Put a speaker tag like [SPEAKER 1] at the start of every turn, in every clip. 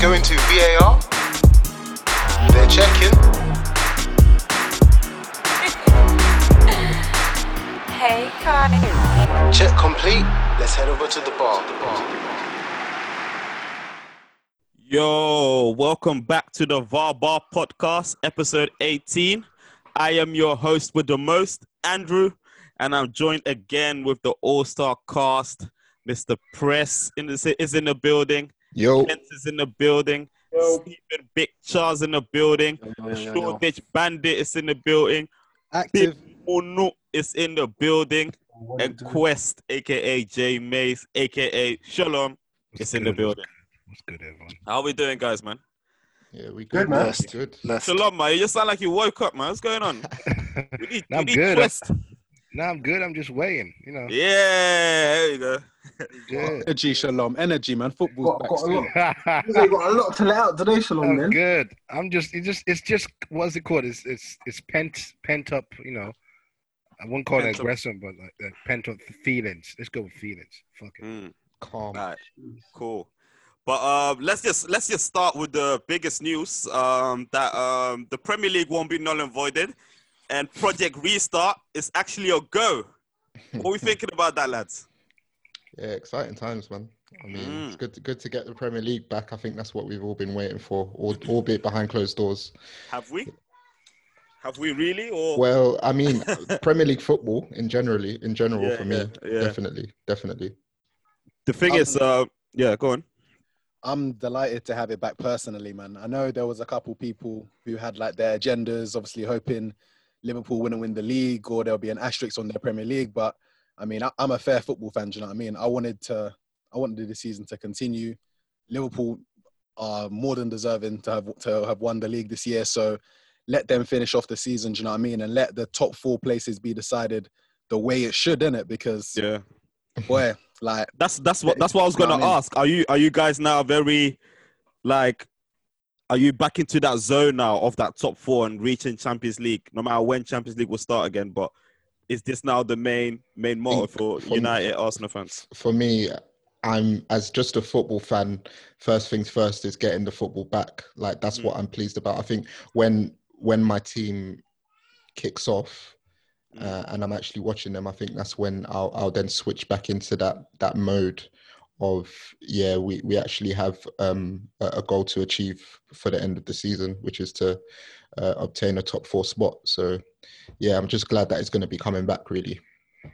[SPEAKER 1] going to VAR. They're checking.
[SPEAKER 2] Hey guys.
[SPEAKER 1] Check complete. Let's head over to the bar. The bar.
[SPEAKER 3] Yo, welcome back to the VAR Bar Podcast, episode 18. I am your host with the most, Andrew, and I'm joined again with the all star cast. Mr. Press in the, is in the building,
[SPEAKER 4] Yo.
[SPEAKER 3] Pence is in the building, Stephen Big Charles in the building, Shoreditch Bandit is in the building,
[SPEAKER 4] Active.
[SPEAKER 3] Ono is in the building, and Quest, aka J Mace, aka Shalom, is in the building.
[SPEAKER 5] What's good, everyone?
[SPEAKER 3] How we doing, guys, man?
[SPEAKER 4] Yeah, we
[SPEAKER 6] Good, man.
[SPEAKER 4] Blessed, Good.
[SPEAKER 6] Let's
[SPEAKER 3] Shalom, man. You just sound like you woke up, man. What's going on? We need, we
[SPEAKER 5] I'm
[SPEAKER 3] need
[SPEAKER 5] good.
[SPEAKER 3] Quest.
[SPEAKER 5] No, I'm good. I'm just waiting. You know.
[SPEAKER 3] Yeah, there you go.
[SPEAKER 5] Good.
[SPEAKER 4] Energy, shalom. Energy, man. Football's
[SPEAKER 6] Got-
[SPEAKER 4] back
[SPEAKER 6] got a
[SPEAKER 4] still.
[SPEAKER 6] lot. they got a lot to let out today, Shalom.
[SPEAKER 3] Oh,
[SPEAKER 5] I'm
[SPEAKER 6] Then
[SPEAKER 5] good. I'm just. It just. It's just. What's it called? It's. It's. It's pent. Pent up. You know. I wouldn't call
[SPEAKER 3] Pent
[SPEAKER 5] it
[SPEAKER 3] up.
[SPEAKER 5] aggression, but like that pent up feelings. Let's go with feelings. Fuck it.
[SPEAKER 3] Mm,
[SPEAKER 4] Calm.
[SPEAKER 3] all right, cool. But um, let's just let's just start with the biggest news um, that um, the Premier League won't be null and voided, and Project Restart is actually a go. What are we thinking about that, lads?
[SPEAKER 4] Yeah, exciting times, man. I mean,
[SPEAKER 3] Mm.
[SPEAKER 4] it's good to, good to get the Premier League back. I think that's what we've all been waiting for, al- albeit behind closed doors.
[SPEAKER 3] Have we? Have we really? Or
[SPEAKER 4] Well, I mean, Premier League football in generally, in general,
[SPEAKER 3] Yeah,
[SPEAKER 4] for me,
[SPEAKER 3] yeah, yeah.
[SPEAKER 4] definitely, definitely.
[SPEAKER 3] the thing is, uh, yeah, go on.
[SPEAKER 7] I'm delighted to have it back personally, man. I know there was a couple people who had like their agendas, obviously hoping Liverpool wouldn't win the league or there'll be an asterisk on their Premier League. But I mean, I, I'm a fair football fan. Do you know what I mean? I wanted to, I wanted the season to continue. Liverpool are more than deserving to have to have won the league this year. So let them finish off the season. Do you know what I mean? And let the top four places be decided the way it should, innit? Because
[SPEAKER 3] Yeah.
[SPEAKER 7] boy, like
[SPEAKER 3] That's that's what that's what I was
[SPEAKER 7] You know
[SPEAKER 3] gonna
[SPEAKER 7] what I mean?
[SPEAKER 3] ask. Are you are you guys now very like are you back into that zone now of that top four and reaching Champions League? No matter when Champions League will start again, but is this now the main main motto for
[SPEAKER 4] from-
[SPEAKER 3] United Arsenal fans?
[SPEAKER 4] For me, I'm as just a football fan. First things first is getting the football back. Like that's what I'm pleased about. I think when when my team kicks off, uh, and I'm actually watching them, I think that's when I'll, I'll then switch back into that that mode of yeah, we we actually have um, a, a goal to achieve for the end of the season, which is to uh, obtain a top four spot. So yeah, I'm just glad that it's going to be coming back. Really,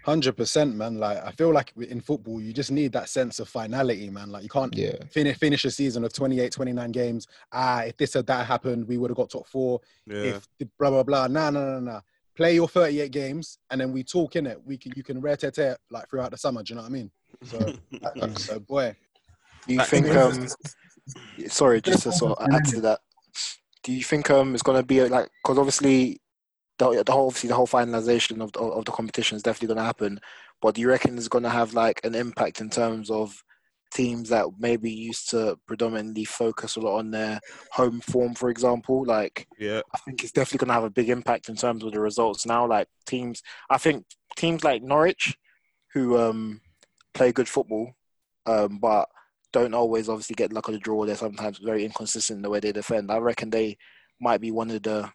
[SPEAKER 7] Hundred percent, man. Like I feel like in football, you just need that sense of finality, man. Like you can't
[SPEAKER 4] yeah,
[SPEAKER 7] finish finish a season of 28, 29 games. Ah, if this or that happened, we would have got top four.
[SPEAKER 3] yeah.
[SPEAKER 7] If the blah blah blah. Nah, nah, nah, nah. Play your thirty-eight games, and then we talk in it. We can you can rare tear tear like throughout the summer. Do you know what I mean? So, so boy,
[SPEAKER 8] Do you
[SPEAKER 3] Like,
[SPEAKER 8] think?
[SPEAKER 3] it's
[SPEAKER 8] Um, sorry, just to sort of add to that. Do you think um it's gonna be like because obviously the, the whole obviously the whole finalization of the, of the competition is definitely gonna happen, but do you reckon it's gonna have like an impact in terms of teams that maybe used to predominantly focus a lot on their home form, for example, like
[SPEAKER 3] Yeah.
[SPEAKER 8] I think it's definitely going to have a big impact in terms of the results now. Like teams, I think teams like Norwich, who um, play good football, um, but don't always obviously get luck of the draw. They're sometimes very inconsistent in the way they defend. I reckon they might be one of the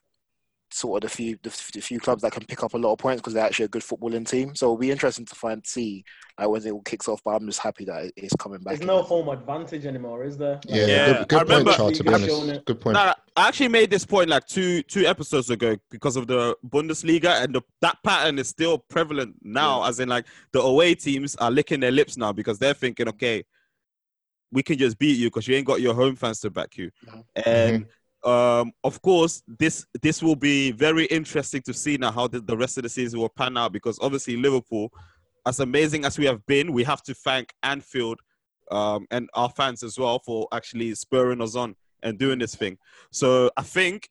[SPEAKER 8] sort of the few the, f- the few clubs that can pick up a lot of points because they're actually a good footballing team. So it'll be interesting to find see like when it all kicks off. But I'm just happy that it- it's coming back.
[SPEAKER 6] there's no home advantage anymore, is there?
[SPEAKER 4] yeah,
[SPEAKER 3] Yeah, I
[SPEAKER 4] Good, good point,
[SPEAKER 3] remember-
[SPEAKER 4] Charles. To be
[SPEAKER 6] Yeah.
[SPEAKER 4] honest, good point.
[SPEAKER 3] No, I actually made this point like two two episodes ago because of the Bundesliga and the, that pattern is still prevalent now. As in, like the away teams are licking their lips now because they're thinking, okay, we can just beat you because you ain't got your home fans to back you.
[SPEAKER 8] Mhm.
[SPEAKER 3] And um, of course, this this will be very interesting to see now how the, the rest of the season will pan out because obviously Liverpool, as amazing as we have been, we have to thank Anfield um, and our fans as well for actually spurring us on and doing this thing. So I think,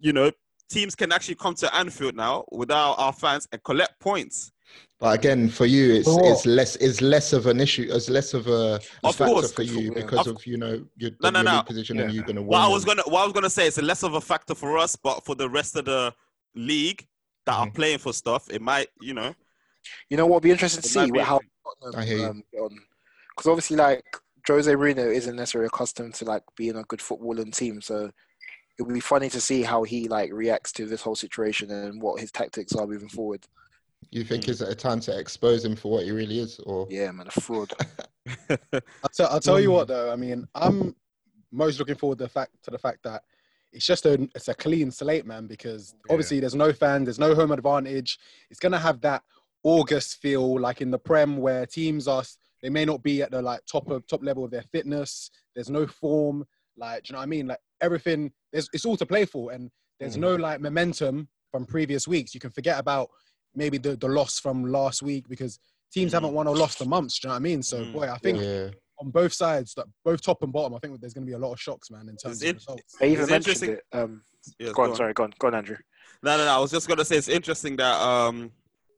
[SPEAKER 3] you know, teams can actually come to Anfield now without our fans and collect points.
[SPEAKER 4] But again, for you, it's
[SPEAKER 6] For what?
[SPEAKER 4] it's less it's less of an issue, it's less of a, a
[SPEAKER 3] Of
[SPEAKER 4] factor
[SPEAKER 3] course.
[SPEAKER 4] for you
[SPEAKER 8] Yeah.
[SPEAKER 4] because
[SPEAKER 3] Of-
[SPEAKER 4] of you know your,
[SPEAKER 3] No, no,
[SPEAKER 4] your
[SPEAKER 3] no.
[SPEAKER 4] league position and you going to win.
[SPEAKER 3] What I was
[SPEAKER 4] and-
[SPEAKER 3] gonna, what I was gonna say, it's less of a factor for us, but for the rest of the league that are
[SPEAKER 7] Mm-hmm.
[SPEAKER 3] playing for stuff, it might, you know,
[SPEAKER 8] You know what would be interesting to
[SPEAKER 3] It might
[SPEAKER 8] see
[SPEAKER 3] be-
[SPEAKER 8] how
[SPEAKER 4] I hear you.
[SPEAKER 8] um, get on because obviously like Jose Mourinho isn't necessarily accustomed to like being a good footballing team, so it would be funny to see how he like reacts to this whole situation and what his tactics are moving forward.
[SPEAKER 4] You think is it a time to expose him for what he really is, or
[SPEAKER 8] Yeah, man, a fraud.
[SPEAKER 7] I'll, tell I'll tell you what though. I mean, I'm most looking forward to the fact to the fact that it's just a it's a clean slate, man. Because
[SPEAKER 5] Yeah.
[SPEAKER 7] obviously there's no fan, there's no home advantage. It's gonna have that August feel like in the Prem where teams are they may not be at the like top of top level of their fitness. There's no form, like do you know what I mean? Like everything, there's it's all to play for, and there's no like momentum from previous weeks. You can forget about maybe the the loss from last week because teams
[SPEAKER 3] Mhm.
[SPEAKER 7] haven't won or lost for months. Do you know what I mean? So
[SPEAKER 3] Mhm.
[SPEAKER 7] boy, I think
[SPEAKER 4] yeah,
[SPEAKER 7] on both sides, like both top and bottom, I think there's going to be a lot of shocks, man, in terms
[SPEAKER 3] it-
[SPEAKER 7] of results.
[SPEAKER 8] They even
[SPEAKER 3] It's
[SPEAKER 8] mentioned
[SPEAKER 3] interesting-
[SPEAKER 8] it. Um,
[SPEAKER 3] Yes,
[SPEAKER 8] go
[SPEAKER 3] go
[SPEAKER 8] on,
[SPEAKER 3] on.
[SPEAKER 8] sorry, go on, go on, Andrew.
[SPEAKER 3] No, no, no. I was just gonna say it's interesting that um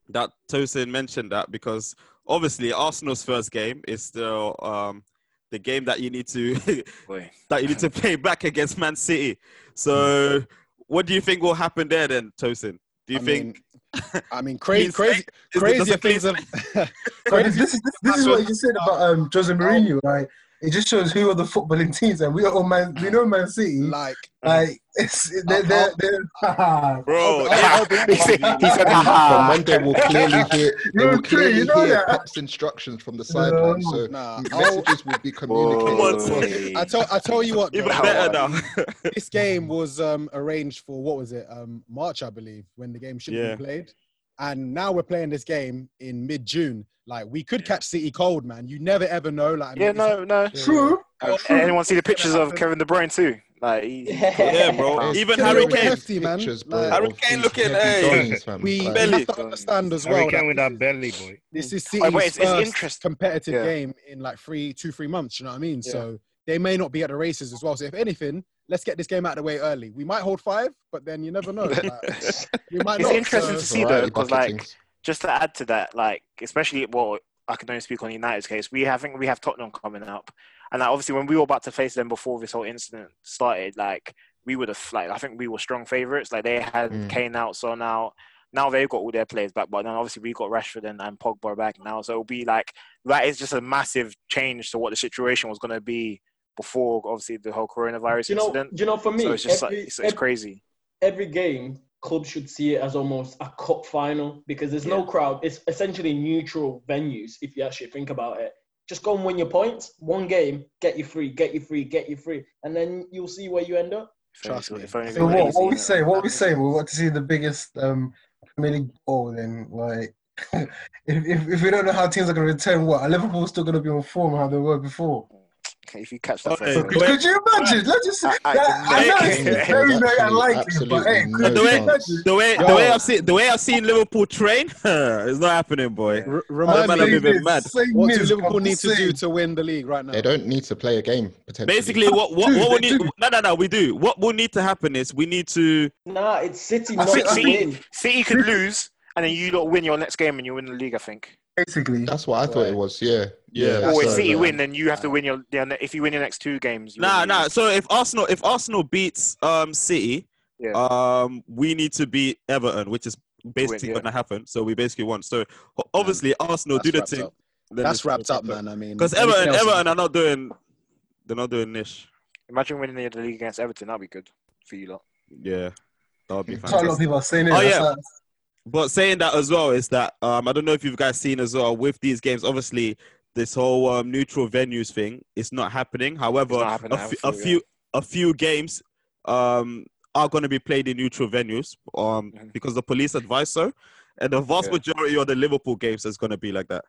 [SPEAKER 3] that Tosin mentioned that because obviously Arsenal's first game is the um the game that you need to
[SPEAKER 8] Boy.
[SPEAKER 3] that you need to play back against Man City. So what do you think will happen there then, Tosin? Do you
[SPEAKER 7] I
[SPEAKER 3] think
[SPEAKER 7] Mean, I mean, crazy,
[SPEAKER 3] He's-
[SPEAKER 7] crazy,
[SPEAKER 3] it- does
[SPEAKER 7] crazier
[SPEAKER 3] it
[SPEAKER 7] things
[SPEAKER 3] please-
[SPEAKER 7] have.
[SPEAKER 9] But this, this is this, this is what you said about um, Jose Mourinho. Like it just shows who are the footballing teams, and we are all man. We know Man City.
[SPEAKER 7] like,
[SPEAKER 9] Like it's they're they're. they're
[SPEAKER 3] bro
[SPEAKER 7] I'll be- I'll be-
[SPEAKER 8] he said, he
[SPEAKER 4] From
[SPEAKER 8] said, "Ha
[SPEAKER 3] Ah.
[SPEAKER 8] ha."
[SPEAKER 4] Monday we'll clearly hear they
[SPEAKER 9] You're
[SPEAKER 4] will
[SPEAKER 9] true, you
[SPEAKER 4] clearly
[SPEAKER 9] know
[SPEAKER 4] hear
[SPEAKER 9] that.
[SPEAKER 4] Pep's instructions from the sideline, so
[SPEAKER 7] Nah, I'll-
[SPEAKER 4] messages will be
[SPEAKER 3] Come
[SPEAKER 4] communicated.
[SPEAKER 3] on,
[SPEAKER 4] across.
[SPEAKER 8] Boy.
[SPEAKER 7] I tell, I tell you what,
[SPEAKER 3] even
[SPEAKER 7] bro,
[SPEAKER 3] better
[SPEAKER 8] Howard.
[SPEAKER 3] now.
[SPEAKER 7] this game was um, arranged for what was it? Um, March, I believe, when the game should
[SPEAKER 3] Yeah.
[SPEAKER 7] have be played, and now we're playing this game in mid-June. Like, we could catch City cold, man. You never ever know. Like, I mean,
[SPEAKER 8] Yeah,
[SPEAKER 7] it's-
[SPEAKER 8] no, no.
[SPEAKER 9] True.
[SPEAKER 8] Uh, anyone see the pictures of Kevin De Bruyne too? Like, he,
[SPEAKER 3] yeah, bro.
[SPEAKER 4] There's
[SPEAKER 3] Even
[SPEAKER 7] Kevin
[SPEAKER 3] Harry
[SPEAKER 7] De Bruyne
[SPEAKER 3] Kane.
[SPEAKER 7] hefty, man.
[SPEAKER 4] Pictures, bro,
[SPEAKER 7] Like-
[SPEAKER 4] of
[SPEAKER 3] Harry Kane
[SPEAKER 4] these
[SPEAKER 3] looking,
[SPEAKER 4] heavy
[SPEAKER 3] hey.
[SPEAKER 4] dons, fam.
[SPEAKER 7] we
[SPEAKER 4] Like,
[SPEAKER 3] Belly.
[SPEAKER 7] have to understand as well.
[SPEAKER 5] Harry
[SPEAKER 7] that
[SPEAKER 5] Kane with
[SPEAKER 7] this
[SPEAKER 5] our
[SPEAKER 7] is-
[SPEAKER 5] belly, boy.
[SPEAKER 7] This is
[SPEAKER 8] Oh,
[SPEAKER 7] City's
[SPEAKER 8] wait, it's- it's
[SPEAKER 7] first
[SPEAKER 8] interest-
[SPEAKER 7] competitive
[SPEAKER 8] yeah.
[SPEAKER 7] game in like three, two, three months. You know what I mean?
[SPEAKER 8] Yeah.
[SPEAKER 7] So they may not be at the races as well. So if anything, let's get this game out of the way early. We might hold five, but then you never know. Like, we might
[SPEAKER 8] It's
[SPEAKER 7] not.
[SPEAKER 8] interesting
[SPEAKER 7] So
[SPEAKER 8] to see though,
[SPEAKER 4] variety
[SPEAKER 8] because
[SPEAKER 4] bucket
[SPEAKER 8] like
[SPEAKER 4] things.
[SPEAKER 8] just to add to that, like especially well, I can only speak on United's case. We have, I think we have Tottenham coming up, and like, obviously when we were about to face them before this whole incident started, like we would have like I think we were strong favourites. Like they had
[SPEAKER 4] Mm.
[SPEAKER 8] Kane out, Son out. Now they've got all their players back, but then obviously we got Rashford and, and Pogba back now. So it'll be like that is just a massive change to what the situation was going to be before obviously the whole coronavirus
[SPEAKER 6] you know,
[SPEAKER 8] incident.
[SPEAKER 6] you know, for me,
[SPEAKER 8] so it's just
[SPEAKER 6] every,
[SPEAKER 8] like it's, it's
[SPEAKER 6] ev-
[SPEAKER 8] crazy.
[SPEAKER 6] every game club should see it as almost a cup final because there's no crowd. It's essentially neutral venues if you actually think about it. Just go and win your points. One game, get you free, get you free, get you free, and then you'll see where you end up.
[SPEAKER 8] If only-
[SPEAKER 7] Trust me.
[SPEAKER 8] if only
[SPEAKER 9] So
[SPEAKER 8] we
[SPEAKER 9] what,
[SPEAKER 8] could see
[SPEAKER 9] what we
[SPEAKER 8] that.
[SPEAKER 9] say? What we say? We want to see the biggest um, Premier League ball. Then, like, if, if if we don't know how teams are going to return, what are Liverpool still going to be on form how they were before?
[SPEAKER 8] Okay, if you catch that,
[SPEAKER 3] Okay,
[SPEAKER 8] first one,
[SPEAKER 3] Wait.
[SPEAKER 9] Could, could you imagine? Let's just.
[SPEAKER 8] I-
[SPEAKER 9] I,
[SPEAKER 8] I
[SPEAKER 9] that, I know
[SPEAKER 3] can
[SPEAKER 9] it's
[SPEAKER 8] make it.
[SPEAKER 9] very,
[SPEAKER 4] There's
[SPEAKER 9] very
[SPEAKER 4] absolutely-
[SPEAKER 9] unlikely, but hey,
[SPEAKER 4] absolutely
[SPEAKER 9] could
[SPEAKER 3] no
[SPEAKER 9] you
[SPEAKER 4] chance.
[SPEAKER 9] imagine?
[SPEAKER 3] The way the
[SPEAKER 7] Yo.
[SPEAKER 3] way I've seen the way I've seen Liverpool train, it's not happening, boy.
[SPEAKER 7] r-
[SPEAKER 3] That
[SPEAKER 7] remind
[SPEAKER 3] man have
[SPEAKER 7] me,
[SPEAKER 9] Same
[SPEAKER 3] been
[SPEAKER 9] this,
[SPEAKER 3] mad.
[SPEAKER 9] same
[SPEAKER 7] what do
[SPEAKER 9] this,
[SPEAKER 7] Liverpool
[SPEAKER 9] but
[SPEAKER 7] need to
[SPEAKER 9] same.
[SPEAKER 7] do to win the league right now?
[SPEAKER 4] They don't need to play a game potentially.
[SPEAKER 3] Basically, what what,
[SPEAKER 9] Dude,
[SPEAKER 3] what we
[SPEAKER 9] they
[SPEAKER 3] need?
[SPEAKER 9] do.
[SPEAKER 3] No, no, no. We do. What will need to happen is we need to.
[SPEAKER 6] Nah, it's City
[SPEAKER 9] I
[SPEAKER 6] not
[SPEAKER 9] think-
[SPEAKER 6] to
[SPEAKER 9] I
[SPEAKER 8] think-
[SPEAKER 6] win.
[SPEAKER 8] City could lose, and then you lot win your next game, and you win the league. I think.
[SPEAKER 9] Basically,
[SPEAKER 5] Uh,
[SPEAKER 4] That's what I thought it
[SPEAKER 7] Right.
[SPEAKER 4] was. Yeah,
[SPEAKER 3] Yeah.
[SPEAKER 4] yeah.
[SPEAKER 3] That's
[SPEAKER 8] or if
[SPEAKER 4] so,
[SPEAKER 8] City
[SPEAKER 4] um,
[SPEAKER 8] win, then you have to win your. their ne- If you win your next two games, you
[SPEAKER 3] Nah,
[SPEAKER 8] win the
[SPEAKER 3] nah.
[SPEAKER 8] league.
[SPEAKER 3] So if Arsenal if Arsenal beats um City,
[SPEAKER 8] Yeah.
[SPEAKER 3] um we need to beat Everton, which is basically
[SPEAKER 8] yeah.
[SPEAKER 3] going to happen. So we basically won. So ho- obviously Arsenal do
[SPEAKER 7] That's
[SPEAKER 3] the
[SPEAKER 7] wrapped
[SPEAKER 3] thing.
[SPEAKER 7] up. That's wrapped up, man. I mean,
[SPEAKER 3] Because
[SPEAKER 7] anything
[SPEAKER 3] Everton
[SPEAKER 7] else is-
[SPEAKER 3] Everton are not doing. They're not doing niche.
[SPEAKER 8] Imagine winning the league against Everton. That'd be good for you lot.
[SPEAKER 3] Yeah, that would be
[SPEAKER 4] That's
[SPEAKER 9] that's what a lot of
[SPEAKER 3] fantastic.
[SPEAKER 9] people are saying. innit?
[SPEAKER 3] Oh,
[SPEAKER 9] That's
[SPEAKER 3] yeah.
[SPEAKER 9] how-
[SPEAKER 3] But saying that as well is that um, I don't know if you guys seen as well with these games. Obviously, this whole um, neutral venues thing is not happening. However,
[SPEAKER 8] It's not happening,
[SPEAKER 3] a
[SPEAKER 8] I
[SPEAKER 3] fe-
[SPEAKER 8] feel
[SPEAKER 3] a
[SPEAKER 8] you.
[SPEAKER 3] few a few games um, are going to be played in neutral venues um,
[SPEAKER 8] Mhm.
[SPEAKER 3] because the police advise so, and the vast
[SPEAKER 8] Yeah.
[SPEAKER 3] majority of the Liverpool games is going to be like that.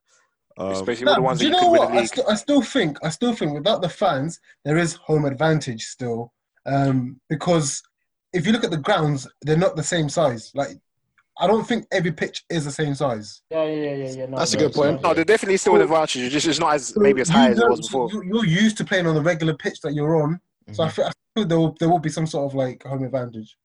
[SPEAKER 3] Um,
[SPEAKER 8] Especially
[SPEAKER 9] Nah,
[SPEAKER 8] with the ones
[SPEAKER 9] do
[SPEAKER 8] that
[SPEAKER 9] you
[SPEAKER 8] you
[SPEAKER 9] know
[SPEAKER 8] could
[SPEAKER 9] what?
[SPEAKER 8] win the
[SPEAKER 9] I,
[SPEAKER 8] league.
[SPEAKER 9] st- I still think I still think without the fans there is home advantage still um, because if you look at the grounds they're not the same size. Like I don't think every pitch is the same size.
[SPEAKER 6] Yeah, yeah, yeah, yeah. yeah. No,
[SPEAKER 7] That's a
[SPEAKER 4] No,
[SPEAKER 7] good
[SPEAKER 4] it's not.
[SPEAKER 7] point.
[SPEAKER 8] No, they're definitely still an advantage. It's just it's not as maybe as
[SPEAKER 9] You
[SPEAKER 8] high as it
[SPEAKER 9] don't-
[SPEAKER 8] was before.
[SPEAKER 9] you- You're used to playing on the regular pitch that you're on, so I
[SPEAKER 4] Mhm.
[SPEAKER 9] feel, I feel there will, there will be some sort of like home advantage.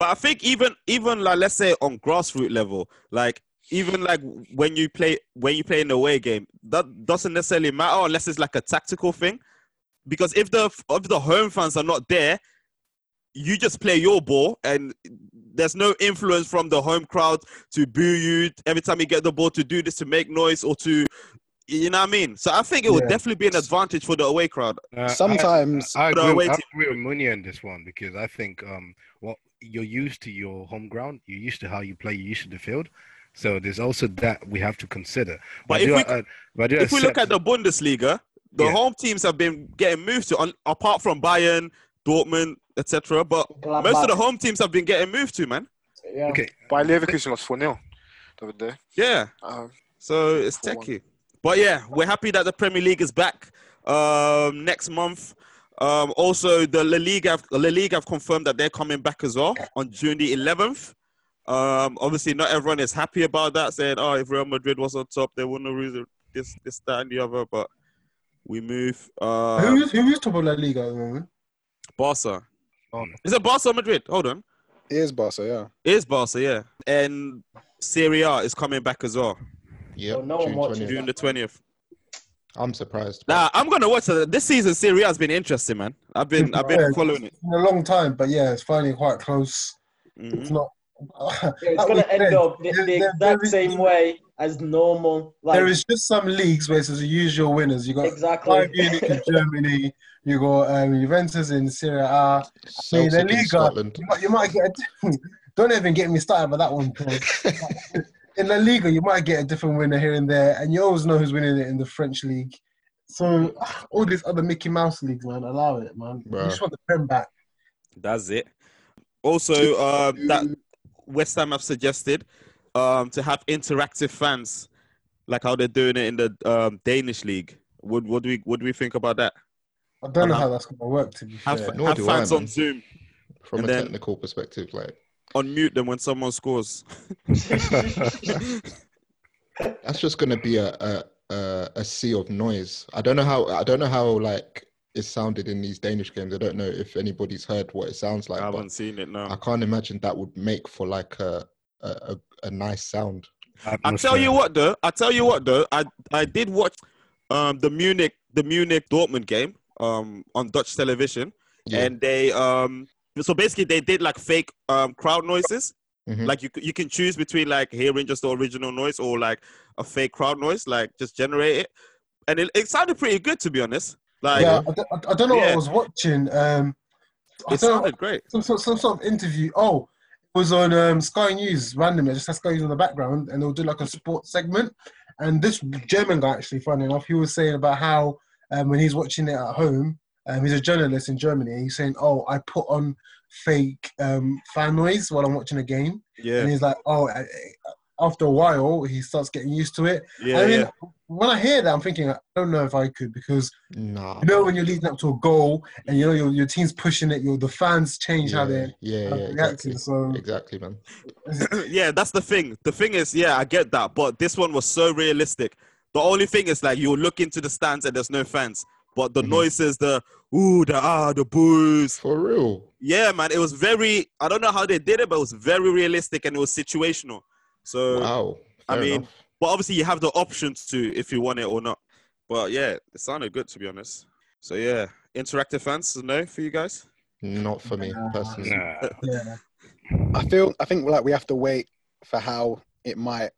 [SPEAKER 3] But I think even even like let's say on grassroots level, like even like when you play when you play an away game, that doesn't necessarily matter unless it's like a tactical thing. Because if the if the home fans are not there, you just play your ball and there's no influence from the home crowd to boo you every time you get the ball to do this to make noise or to You know what I mean? So I think it would
[SPEAKER 9] Yeah.
[SPEAKER 3] definitely be an advantage for the away crowd.
[SPEAKER 5] Uh, I-
[SPEAKER 7] Sometimes
[SPEAKER 5] I
[SPEAKER 3] But I
[SPEAKER 5] agree,
[SPEAKER 3] wait
[SPEAKER 5] I
[SPEAKER 3] to-
[SPEAKER 5] agree with Munya on this one because I think um, well, you're used to your home ground, you're used to how you play, you're used to the field. So there's also that we have to consider.
[SPEAKER 3] But
[SPEAKER 5] I
[SPEAKER 3] if
[SPEAKER 5] do,
[SPEAKER 3] we-
[SPEAKER 5] uh, but I do
[SPEAKER 3] If we look
[SPEAKER 5] accept-
[SPEAKER 3] at the Bundesliga, the
[SPEAKER 5] Yeah.
[SPEAKER 3] home teams have been getting moved to, on, apart from Bayern, Dortmund, etc. But
[SPEAKER 6] Gladbach.
[SPEAKER 3] most of the home teams have been getting moved to, man.
[SPEAKER 6] yeah.
[SPEAKER 5] okay,
[SPEAKER 8] By Leverkusen lost 4 0 the other day.
[SPEAKER 3] Yeah.
[SPEAKER 8] Um,
[SPEAKER 3] So it's
[SPEAKER 8] For one.
[SPEAKER 3] techie. But yeah, we're happy that the Premier League is back um, next month. Um, also, the La Liga, have, La Liga have confirmed that they're coming back as well on June the 11th. Um, obviously, not everyone is happy about that, saying, oh, if Real Madrid was on top, they wouldn't have reason this, this, that, and the other. But we move. Uh,
[SPEAKER 9] who's who's top of La Liga at the moment?
[SPEAKER 3] Barca.
[SPEAKER 5] on.
[SPEAKER 3] Is it Barca or Madrid? Hold on.
[SPEAKER 7] Oh. it is Barca, yeah.
[SPEAKER 3] It is Barca, yeah. And Serie A is coming back as well,
[SPEAKER 4] Yeah,
[SPEAKER 6] Well, no one
[SPEAKER 4] June
[SPEAKER 6] watches
[SPEAKER 4] 20th.
[SPEAKER 3] June the 20th.
[SPEAKER 4] I'm surprised.
[SPEAKER 3] Nah, I'm gonna watch it. This season Serie A has been interesting, man. I've been I've been
[SPEAKER 9] Yeah.
[SPEAKER 3] following it.
[SPEAKER 9] In a long time, but yeah, it's finally quite close. It's
[SPEAKER 3] Mhm.
[SPEAKER 9] not.
[SPEAKER 6] Yeah, it's
[SPEAKER 9] That
[SPEAKER 6] going
[SPEAKER 9] was
[SPEAKER 6] to end
[SPEAKER 9] dead.
[SPEAKER 6] up the,
[SPEAKER 9] There-
[SPEAKER 6] the
[SPEAKER 9] there-
[SPEAKER 6] exact
[SPEAKER 9] there is-
[SPEAKER 6] same way as normal. Like,
[SPEAKER 9] There is just some leagues where it's the usual winners. You got
[SPEAKER 6] Exactly.
[SPEAKER 9] Bayern Munich in Germany. You got um, Juventus in Serie A. I mean,
[SPEAKER 4] Celtic
[SPEAKER 9] the
[SPEAKER 4] in
[SPEAKER 9] Liga,
[SPEAKER 4] Scotland.
[SPEAKER 9] you might, you might get. A, don't even get me started with that one. bro. in La Liga, you might get a different winner here and there, and you always know who's winning it in the French league. So ah, all these other Mickey Mouse leagues, man, allow it, man.
[SPEAKER 4] Bruh.
[SPEAKER 9] You just want the prem back.
[SPEAKER 3] That's it. Also, uh, that West Ham have suggested um, to have interactive fans, like how they're doing it in the um, Danish league. What what do we what do we think about that?
[SPEAKER 9] I don't know
[SPEAKER 3] Uh-huh.
[SPEAKER 9] how that's gonna work. To be
[SPEAKER 3] Have,
[SPEAKER 9] fair,
[SPEAKER 4] nor
[SPEAKER 3] have
[SPEAKER 4] do I,
[SPEAKER 3] fans
[SPEAKER 4] man.
[SPEAKER 3] on Zoom,
[SPEAKER 4] From
[SPEAKER 3] And
[SPEAKER 4] a
[SPEAKER 3] then-
[SPEAKER 4] technical perspective, like
[SPEAKER 3] unmute them when someone scores.
[SPEAKER 4] that's just gonna be a a, a a sea of noise. I don't know how I don't know how like it sounded in these Danish games. I don't know if anybody's heard what it sounds like.
[SPEAKER 3] I
[SPEAKER 4] but
[SPEAKER 3] haven't seen it
[SPEAKER 4] I
[SPEAKER 3] now.
[SPEAKER 4] can't imagine that would make for like a a, a, a nice sound.
[SPEAKER 3] I tell you what though, I tell you what though, I I did watch um, the Munich the Munich Dortmund game um, on Dutch television. and they um so basically they did like fake um crowd noises
[SPEAKER 9] Mm-hmm.
[SPEAKER 4] Mhm.
[SPEAKER 3] like you c- you can choose between like hearing just the original noise or like a fake crowd noise like just generate it and it, it sounded pretty good to be honest like
[SPEAKER 9] yeah, I, don't- I don't know what
[SPEAKER 3] Yeah.
[SPEAKER 9] I was watching. Um, I
[SPEAKER 3] it
[SPEAKER 9] don't know,
[SPEAKER 3] sounded great
[SPEAKER 9] some, sort some sort of interview. Oh, it was on um, Sky News randomly. I just had Sky News on the background, and they'll do like a sports segment. And this German guy, actually, funny enough, he was saying about how um, when he's watching it at home, um, he's a journalist in Germany. and He's saying, "Oh, I put on fake um, fan noise while I'm watching a game," and
[SPEAKER 3] yeah
[SPEAKER 9] he's like, "Oh." I, I- after a while, he starts getting used to it.
[SPEAKER 3] yeah
[SPEAKER 9] I mean,
[SPEAKER 3] yeah
[SPEAKER 9] when I hear that, I'm thinking, I don't know if I could because
[SPEAKER 4] Nah.
[SPEAKER 9] you know when you're leading up to a goal and you know your, your team's pushing it, your the fans change how
[SPEAKER 4] yeah,
[SPEAKER 9] they're
[SPEAKER 4] yeah,
[SPEAKER 9] how
[SPEAKER 4] yeah,
[SPEAKER 9] they're
[SPEAKER 4] exactly.
[SPEAKER 9] reacting. So
[SPEAKER 4] Exactly, man.
[SPEAKER 3] yeah that's the thing the thing is yeah i get that but this one was so realistic the only thing is like you look into the stands and there's no fans but the
[SPEAKER 4] Mhm.
[SPEAKER 3] noises the ooh the ah the boos
[SPEAKER 4] For real.
[SPEAKER 3] Yeah, man, it was very. I don't know how they did it, but it was very realistic and it was situational. So,
[SPEAKER 4] Wow.
[SPEAKER 3] I
[SPEAKER 4] Fair
[SPEAKER 3] mean,
[SPEAKER 4] enough.
[SPEAKER 3] but obviously you have the options to if you want it or not. But yeah, it sounded good to be honest. So yeah, interactive fans, no for you guys.
[SPEAKER 4] Not for me personally.
[SPEAKER 5] Nah.
[SPEAKER 9] yeah,
[SPEAKER 7] I feel I think like we have to wait for how it might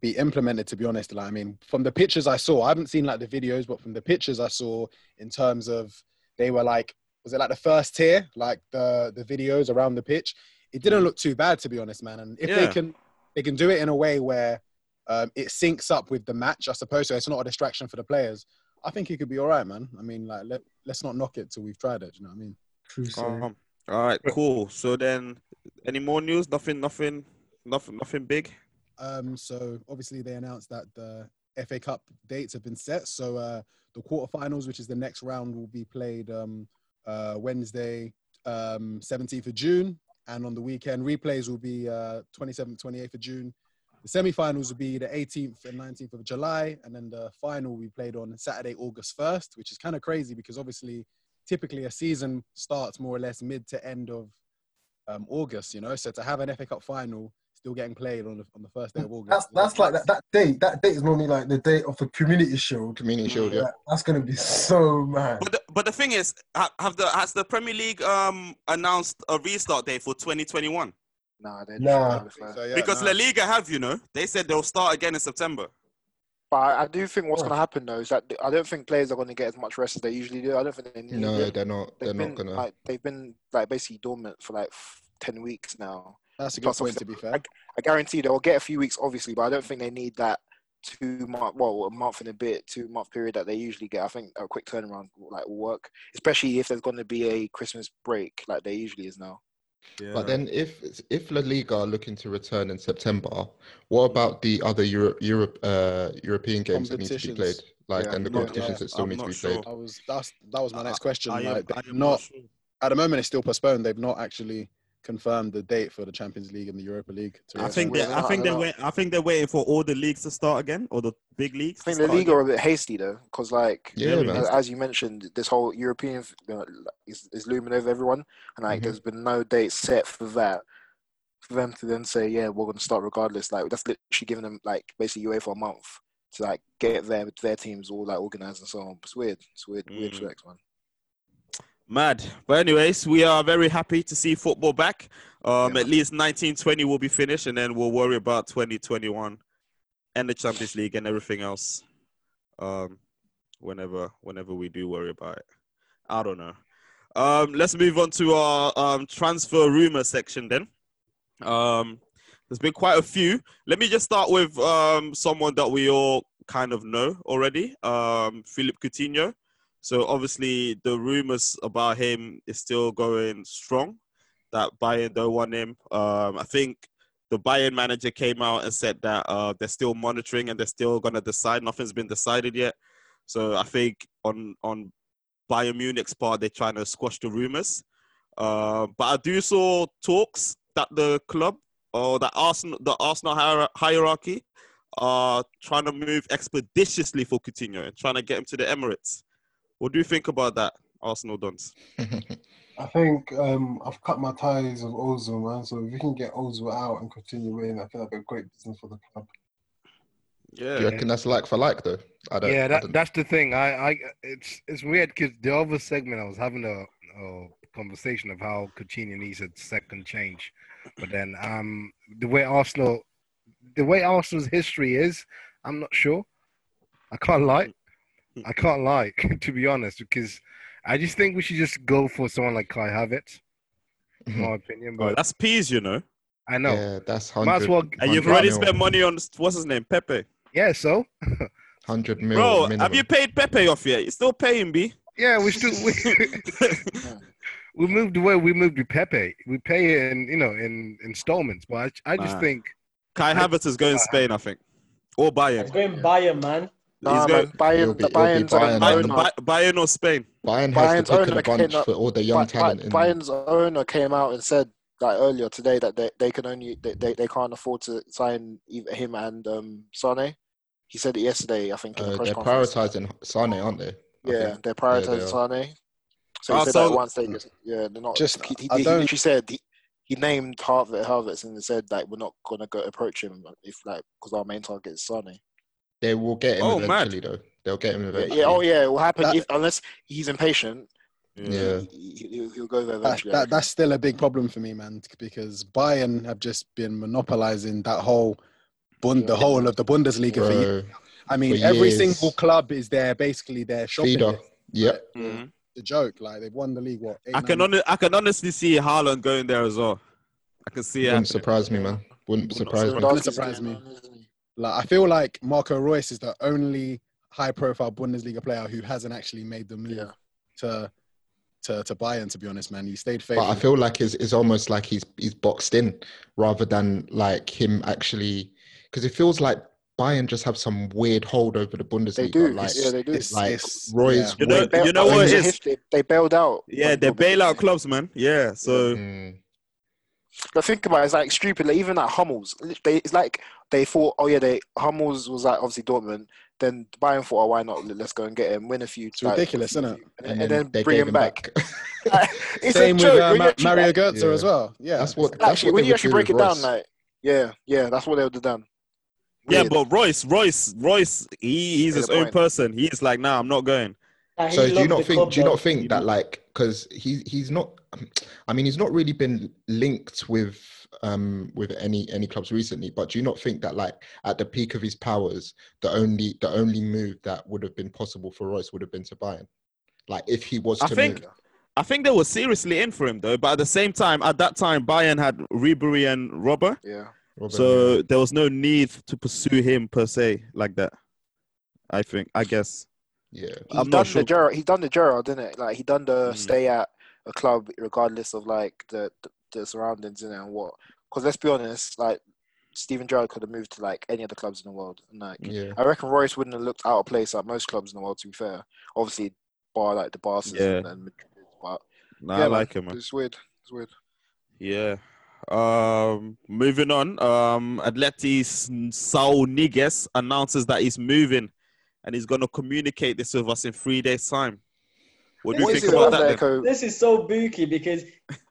[SPEAKER 7] be implemented. To be honest, like I mean, from the pictures I saw, I haven't seen like the videos, but from the pictures I saw, in terms of they were like, was it like the first tier, like the the videos around the pitch? It didn't look too bad, to be honest, man. And if they
[SPEAKER 3] Yeah.
[SPEAKER 7] can, they can do it in a way where um, it syncs up with the match, I suppose. So it's not a distraction for the players. I think it could be all right, man. I mean, like let, let's not knock it till we've tried it. do You know what I mean?
[SPEAKER 9] true story.
[SPEAKER 3] Um, all right, cool. So then, any more news? Nothing, nothing, nothing, nothing big.
[SPEAKER 7] Um, so obviously they announced that the FA Cup dates have been set. So uh, the quarterfinals, which is the next round, will be played um, uh, Wednesday, um, 17th of June, and on the weekend replays will be uh, 27th, 28th of June. The semi-finals will be the 18th and 19th of July, and then the final will be played on Saturday, August 1st, which is kind of crazy because obviously typically a season starts more or less mid to end of um, August, you know. So to have an FA Cup final still getting played on the, on the first day of August.
[SPEAKER 9] That's that's like that, that date. That date is normally like the date of the community shield.
[SPEAKER 4] Community Shield, yeah.
[SPEAKER 9] Like, that's gonna be so mad.
[SPEAKER 3] But the, but the thing is, ha- have the has the Premier League um announced a restart date for 2021?
[SPEAKER 8] nah, they
[SPEAKER 9] Nah.
[SPEAKER 8] nah.
[SPEAKER 7] So, yeah,
[SPEAKER 3] because
[SPEAKER 7] nah.
[SPEAKER 3] La Liga have, you know, they said they'll start again in September.
[SPEAKER 8] But I, I do think what's going to happen though is that I don't think players are going to get as much rest as they usually do. I don't think they need
[SPEAKER 4] No,
[SPEAKER 8] it.
[SPEAKER 4] they're not.
[SPEAKER 8] They've
[SPEAKER 4] They're
[SPEAKER 8] been
[SPEAKER 4] not gonna.
[SPEAKER 8] like they've been like basically dormant for like f- ten weeks now.
[SPEAKER 7] That's a good
[SPEAKER 8] Plus,
[SPEAKER 7] point, to
[SPEAKER 8] obviously,
[SPEAKER 7] be fair.
[SPEAKER 8] I guarantee they'll get a few weeks, obviously, but I don't think they need that two month, well, a month and a bit, two month period that they usually get. I think a quick turnaround will, like will work, especially if there's going to be a Christmas break like there usually is now.
[SPEAKER 4] But then, if if La Liga are looking to return in September, what
[SPEAKER 3] Mm.
[SPEAKER 4] about the other Europe, Europe, uh, European games that need to be played,
[SPEAKER 7] Competitions.
[SPEAKER 4] like
[SPEAKER 8] Yeah,
[SPEAKER 4] and the
[SPEAKER 7] I'm not-
[SPEAKER 4] competitions that still
[SPEAKER 3] I'm
[SPEAKER 4] need to
[SPEAKER 3] not
[SPEAKER 4] be
[SPEAKER 3] sure.
[SPEAKER 4] played?
[SPEAKER 7] I was that's that was my next question.
[SPEAKER 3] I am,
[SPEAKER 7] like,
[SPEAKER 3] I
[SPEAKER 7] they've
[SPEAKER 3] am
[SPEAKER 7] not
[SPEAKER 3] sure.
[SPEAKER 7] at the moment it's still postponed. They've not actually confirmed the date for the Champions League and the Europa League. To
[SPEAKER 3] I
[SPEAKER 7] return.
[SPEAKER 3] think
[SPEAKER 8] we're
[SPEAKER 3] they I think
[SPEAKER 8] not
[SPEAKER 3] they're
[SPEAKER 8] allowed.
[SPEAKER 3] wait, I think they're waiting for all the leagues to start again or the big leagues.
[SPEAKER 8] I think
[SPEAKER 3] to
[SPEAKER 8] the
[SPEAKER 3] start
[SPEAKER 8] league
[SPEAKER 3] again.
[SPEAKER 8] are a bit hasty though, because like
[SPEAKER 4] Yeah,
[SPEAKER 3] Very
[SPEAKER 4] man.
[SPEAKER 8] as, as you mentioned, this whole European f- you know, is, is looming over everyone, and like
[SPEAKER 4] Mhm.
[SPEAKER 8] there's been no date set for that. For them to then say, yeah, we're going to start regardless. Like that's literally giving them like basically UEFA a month to like get their their teams all like organized and so on. It's weird. It's weird. Weird
[SPEAKER 3] Mm.
[SPEAKER 8] flex, man.
[SPEAKER 3] Mad. But anyways, we are very happy to see football back. Um,
[SPEAKER 8] Yeah.
[SPEAKER 3] at least 1920 will be finished, and then we'll worry about 2021 and the Champions League and everything else. Um, whenever whenever we do worry about it, I don't know. Um, let's move on to our um, transfer rumor section then. Um, there's been quite a few. Let me just start with um, someone that we all kind of know already, um, Philip Coutinho. So obviously the rumors about him is still going strong. That Bayern don't want him. Um, I think the Bayern manager came out and said that uh, they're still monitoring and they're still gonna decide. Nothing's been decided yet. So I think on on Bayern Munich's part, they're trying to squash the rumors. Uh, but I do saw talks that the club or the Arsenal the Arsenal hier- hierarchy are trying to move expeditiously for Coutinho and trying to get him to the Emirates. What do you think about that, Arsenal Dons?
[SPEAKER 9] I think um, I've cut my ties with Ozil, man. So if we can get Ozil out and continue winning, I feel like a great business for the club.
[SPEAKER 4] Do you
[SPEAKER 3] Yeah.
[SPEAKER 4] reckon that's like for like though? I don't.
[SPEAKER 5] yeah,
[SPEAKER 4] I
[SPEAKER 5] that,
[SPEAKER 4] don't-
[SPEAKER 5] that's the thing. I, I, it's it's weird because the other segment I was having a, a conversation of how Coutinho needs a second change, but then um the way Arsenal, the way Arsenal's history is, I'm not sure. I can't lie. I can't lie to be honest because I just think we should just go for someone like Kai Havertz.
[SPEAKER 4] Mm-hmm.
[SPEAKER 5] In my opinion,
[SPEAKER 3] Oh,
[SPEAKER 5] but
[SPEAKER 3] that's peas, you know.
[SPEAKER 5] I know.
[SPEAKER 4] Yeah, that's
[SPEAKER 5] Might as
[SPEAKER 4] hundred.
[SPEAKER 5] well.
[SPEAKER 3] And you've
[SPEAKER 4] 100
[SPEAKER 3] already
[SPEAKER 4] mil.
[SPEAKER 3] spent money on what's his name, Pepe.
[SPEAKER 5] Yeah. So
[SPEAKER 4] Hundred mil.
[SPEAKER 3] Bro,
[SPEAKER 4] minimum.
[SPEAKER 3] have you paid Pepe off yet? You're still paying B.
[SPEAKER 5] yeah, we still we, we moved away. We moved with Pepe. We pay in you know in installments, but I, I just
[SPEAKER 3] Nah.
[SPEAKER 5] think
[SPEAKER 3] Kai Havertz is going to Spain, I think, or Bayern.
[SPEAKER 6] It's going Bayern, man.
[SPEAKER 8] Nah,
[SPEAKER 3] He's going
[SPEAKER 8] man, Bayern,
[SPEAKER 4] It'll be-
[SPEAKER 8] the
[SPEAKER 4] it'll be
[SPEAKER 8] Bayern's
[SPEAKER 4] Bayern,
[SPEAKER 8] own
[SPEAKER 4] man.
[SPEAKER 8] owner,
[SPEAKER 3] Bayern, Bayern or Spain.
[SPEAKER 4] Bayern has
[SPEAKER 8] Bayern's
[SPEAKER 4] the pick of
[SPEAKER 8] owner
[SPEAKER 4] the bunch
[SPEAKER 8] came up-
[SPEAKER 4] for all the
[SPEAKER 8] Ba-
[SPEAKER 4] young
[SPEAKER 8] Ba-
[SPEAKER 4] talent. in-
[SPEAKER 8] Bayern's owner came out and said like earlier today that they, they can only they, they, they can't afford to sign either him and um Sane. He said it yesterday, I think, in
[SPEAKER 4] uh,
[SPEAKER 8] a press
[SPEAKER 4] they're
[SPEAKER 8] conference.
[SPEAKER 4] prioritizing Sane, aren't they? I
[SPEAKER 8] Yeah,
[SPEAKER 4] think.
[SPEAKER 8] they're
[SPEAKER 4] Yeah, they
[SPEAKER 8] prioritizing Sane. So he
[SPEAKER 3] Ah,
[SPEAKER 8] said
[SPEAKER 3] so-
[SPEAKER 8] that once they get, yeah, they're not.
[SPEAKER 7] Just-
[SPEAKER 8] Just, he, he,
[SPEAKER 7] I
[SPEAKER 8] he
[SPEAKER 7] don't-
[SPEAKER 8] literally said he, he named Harvard Harvard's and said like we're not gonna go approach him if like because our main target is Sane.
[SPEAKER 4] They will get him
[SPEAKER 3] Oh, mad.
[SPEAKER 4] eventually, though. They'll get him
[SPEAKER 8] Yeah,
[SPEAKER 4] eventually.
[SPEAKER 8] yeah, oh yeah, it will happen
[SPEAKER 7] That-
[SPEAKER 8] if unless he's impatient.
[SPEAKER 4] Yeah.
[SPEAKER 8] He, he, he'll, he'll go there
[SPEAKER 7] That,
[SPEAKER 8] eventually. I
[SPEAKER 7] that,
[SPEAKER 8] reckon.
[SPEAKER 7] that's still a big problem for me, man, because Bayern have just been monopolizing that whole bund, the whole of the Bundesliga. For years.
[SPEAKER 4] Bro,
[SPEAKER 7] I mean,
[SPEAKER 4] for
[SPEAKER 7] every
[SPEAKER 4] years.
[SPEAKER 7] single club is there, basically their shopping.
[SPEAKER 4] feeder.
[SPEAKER 7] list.
[SPEAKER 4] Yep.
[SPEAKER 3] Mhm.
[SPEAKER 7] It's a joke. Like they've won the league. What? Eight,
[SPEAKER 3] I can
[SPEAKER 7] nine-
[SPEAKER 3] on- I can honestly see Haaland going there as well. I can see it.
[SPEAKER 4] Wouldn't
[SPEAKER 3] happening.
[SPEAKER 4] surprise me, man.
[SPEAKER 3] Would
[SPEAKER 4] Wouldn't
[SPEAKER 3] not
[SPEAKER 4] surprise me.
[SPEAKER 3] surprise-
[SPEAKER 7] Wouldn't surprise me. Like I feel like Marco Royce is the only high-profile Bundesliga player who hasn't actually made the move
[SPEAKER 8] Yeah.
[SPEAKER 7] to to to Bayern. To be honest, man, he stayed
[SPEAKER 4] But
[SPEAKER 7] faithful.
[SPEAKER 4] I feel like it's, it's almost like he's he's boxed in rather than like him actually because it feels like Bayern just have some weird hold over the Bundesliga.
[SPEAKER 8] They do.
[SPEAKER 4] Like
[SPEAKER 8] yeah, they do.
[SPEAKER 7] It's-
[SPEAKER 4] like
[SPEAKER 7] it's-
[SPEAKER 4] Roy's
[SPEAKER 3] You know-
[SPEAKER 4] way-
[SPEAKER 8] bail-
[SPEAKER 3] you know
[SPEAKER 8] that's
[SPEAKER 3] what it
[SPEAKER 8] the
[SPEAKER 3] is?
[SPEAKER 8] history. They bailed out.
[SPEAKER 3] Yeah,
[SPEAKER 8] on
[SPEAKER 3] they
[SPEAKER 8] Robin.
[SPEAKER 3] bail out clubs, man. Yeah, so
[SPEAKER 4] Mm.
[SPEAKER 8] But think about it, it's like stupid. Like, even at Hummels, they, it's like they thought, oh yeah, they Hummels was like obviously Dortmund. Then Bayern thought, oh why not? Let's go and get him, win a few.
[SPEAKER 7] It's
[SPEAKER 8] like,
[SPEAKER 7] ridiculous,
[SPEAKER 8] a few-
[SPEAKER 7] isn't it?
[SPEAKER 4] And
[SPEAKER 8] And, then- and
[SPEAKER 4] then
[SPEAKER 8] then
[SPEAKER 4] they
[SPEAKER 8] bring
[SPEAKER 4] gave
[SPEAKER 8] him back. it's
[SPEAKER 7] Same
[SPEAKER 8] a
[SPEAKER 7] with
[SPEAKER 8] joke.
[SPEAKER 7] uh,
[SPEAKER 8] when you
[SPEAKER 7] Ma-
[SPEAKER 8] actually-
[SPEAKER 7] Mario Götze
[SPEAKER 4] Yeah.
[SPEAKER 7] as well. Yeah,
[SPEAKER 4] That's what that's
[SPEAKER 8] Actually,
[SPEAKER 4] what
[SPEAKER 8] when
[SPEAKER 4] they
[SPEAKER 8] you
[SPEAKER 4] would
[SPEAKER 8] actually
[SPEAKER 4] do
[SPEAKER 8] break
[SPEAKER 4] with
[SPEAKER 8] it down,
[SPEAKER 4] Royce.
[SPEAKER 8] like yeah, yeah, that's what they would have done.
[SPEAKER 3] yeah,
[SPEAKER 8] Weird.
[SPEAKER 3] but Royce, Royce, Royce, he, he's
[SPEAKER 8] Fair
[SPEAKER 3] his own
[SPEAKER 8] point.
[SPEAKER 3] person. He's like, nah, I'm not going.
[SPEAKER 6] Nah, he
[SPEAKER 4] So do you
[SPEAKER 6] loved
[SPEAKER 4] not
[SPEAKER 6] the
[SPEAKER 4] think?
[SPEAKER 6] club,
[SPEAKER 4] Do you
[SPEAKER 6] though.
[SPEAKER 4] not
[SPEAKER 3] He
[SPEAKER 4] think that like because he he's not? I mean, he's not really been linked with um, with any any clubs recently. But do you not think that like at the peak of his powers, the only the only move that would have been possible for Royce would have been to Bayern? Like if he was
[SPEAKER 3] I
[SPEAKER 4] to
[SPEAKER 3] think-
[SPEAKER 4] move,
[SPEAKER 3] I think they were seriously in for him though. But at the same time, at that time, Bayern had Ribery and Robber,
[SPEAKER 8] Yeah.
[SPEAKER 4] Robert
[SPEAKER 3] so there was no need to pursue him per se like that. I think. I guess.
[SPEAKER 4] yeah,
[SPEAKER 8] He's
[SPEAKER 3] I'm
[SPEAKER 8] done
[SPEAKER 3] not
[SPEAKER 8] the
[SPEAKER 3] sure.
[SPEAKER 8] Gerard. He's done the Gerard, didn't it? Like he done the
[SPEAKER 3] Mm.
[SPEAKER 8] stay at a club regardless of like the the, the surroundings innit, and what. Because let's be honest, like Steven Gerrard could have moved to like any other clubs in the world, and like
[SPEAKER 4] yeah,
[SPEAKER 8] I reckon Royce wouldn't have looked out of place at most clubs in the world. To be fair, obviously bar like the Barca's
[SPEAKER 3] Yeah.
[SPEAKER 8] and, and Madrid, but
[SPEAKER 3] Nah,
[SPEAKER 8] yeah,
[SPEAKER 3] I
[SPEAKER 8] man,
[SPEAKER 3] like him. Man.
[SPEAKER 8] It's weird. It's weird.
[SPEAKER 3] Yeah. Um, moving on. Um, Atleti Saul Niguez announces that he's moving, and he's gonna communicate this with us in three days' time. What do
[SPEAKER 8] What
[SPEAKER 3] you
[SPEAKER 8] is
[SPEAKER 3] think
[SPEAKER 8] it
[SPEAKER 3] about
[SPEAKER 8] with
[SPEAKER 3] that? Then?
[SPEAKER 8] Atletico?
[SPEAKER 6] This is so booky because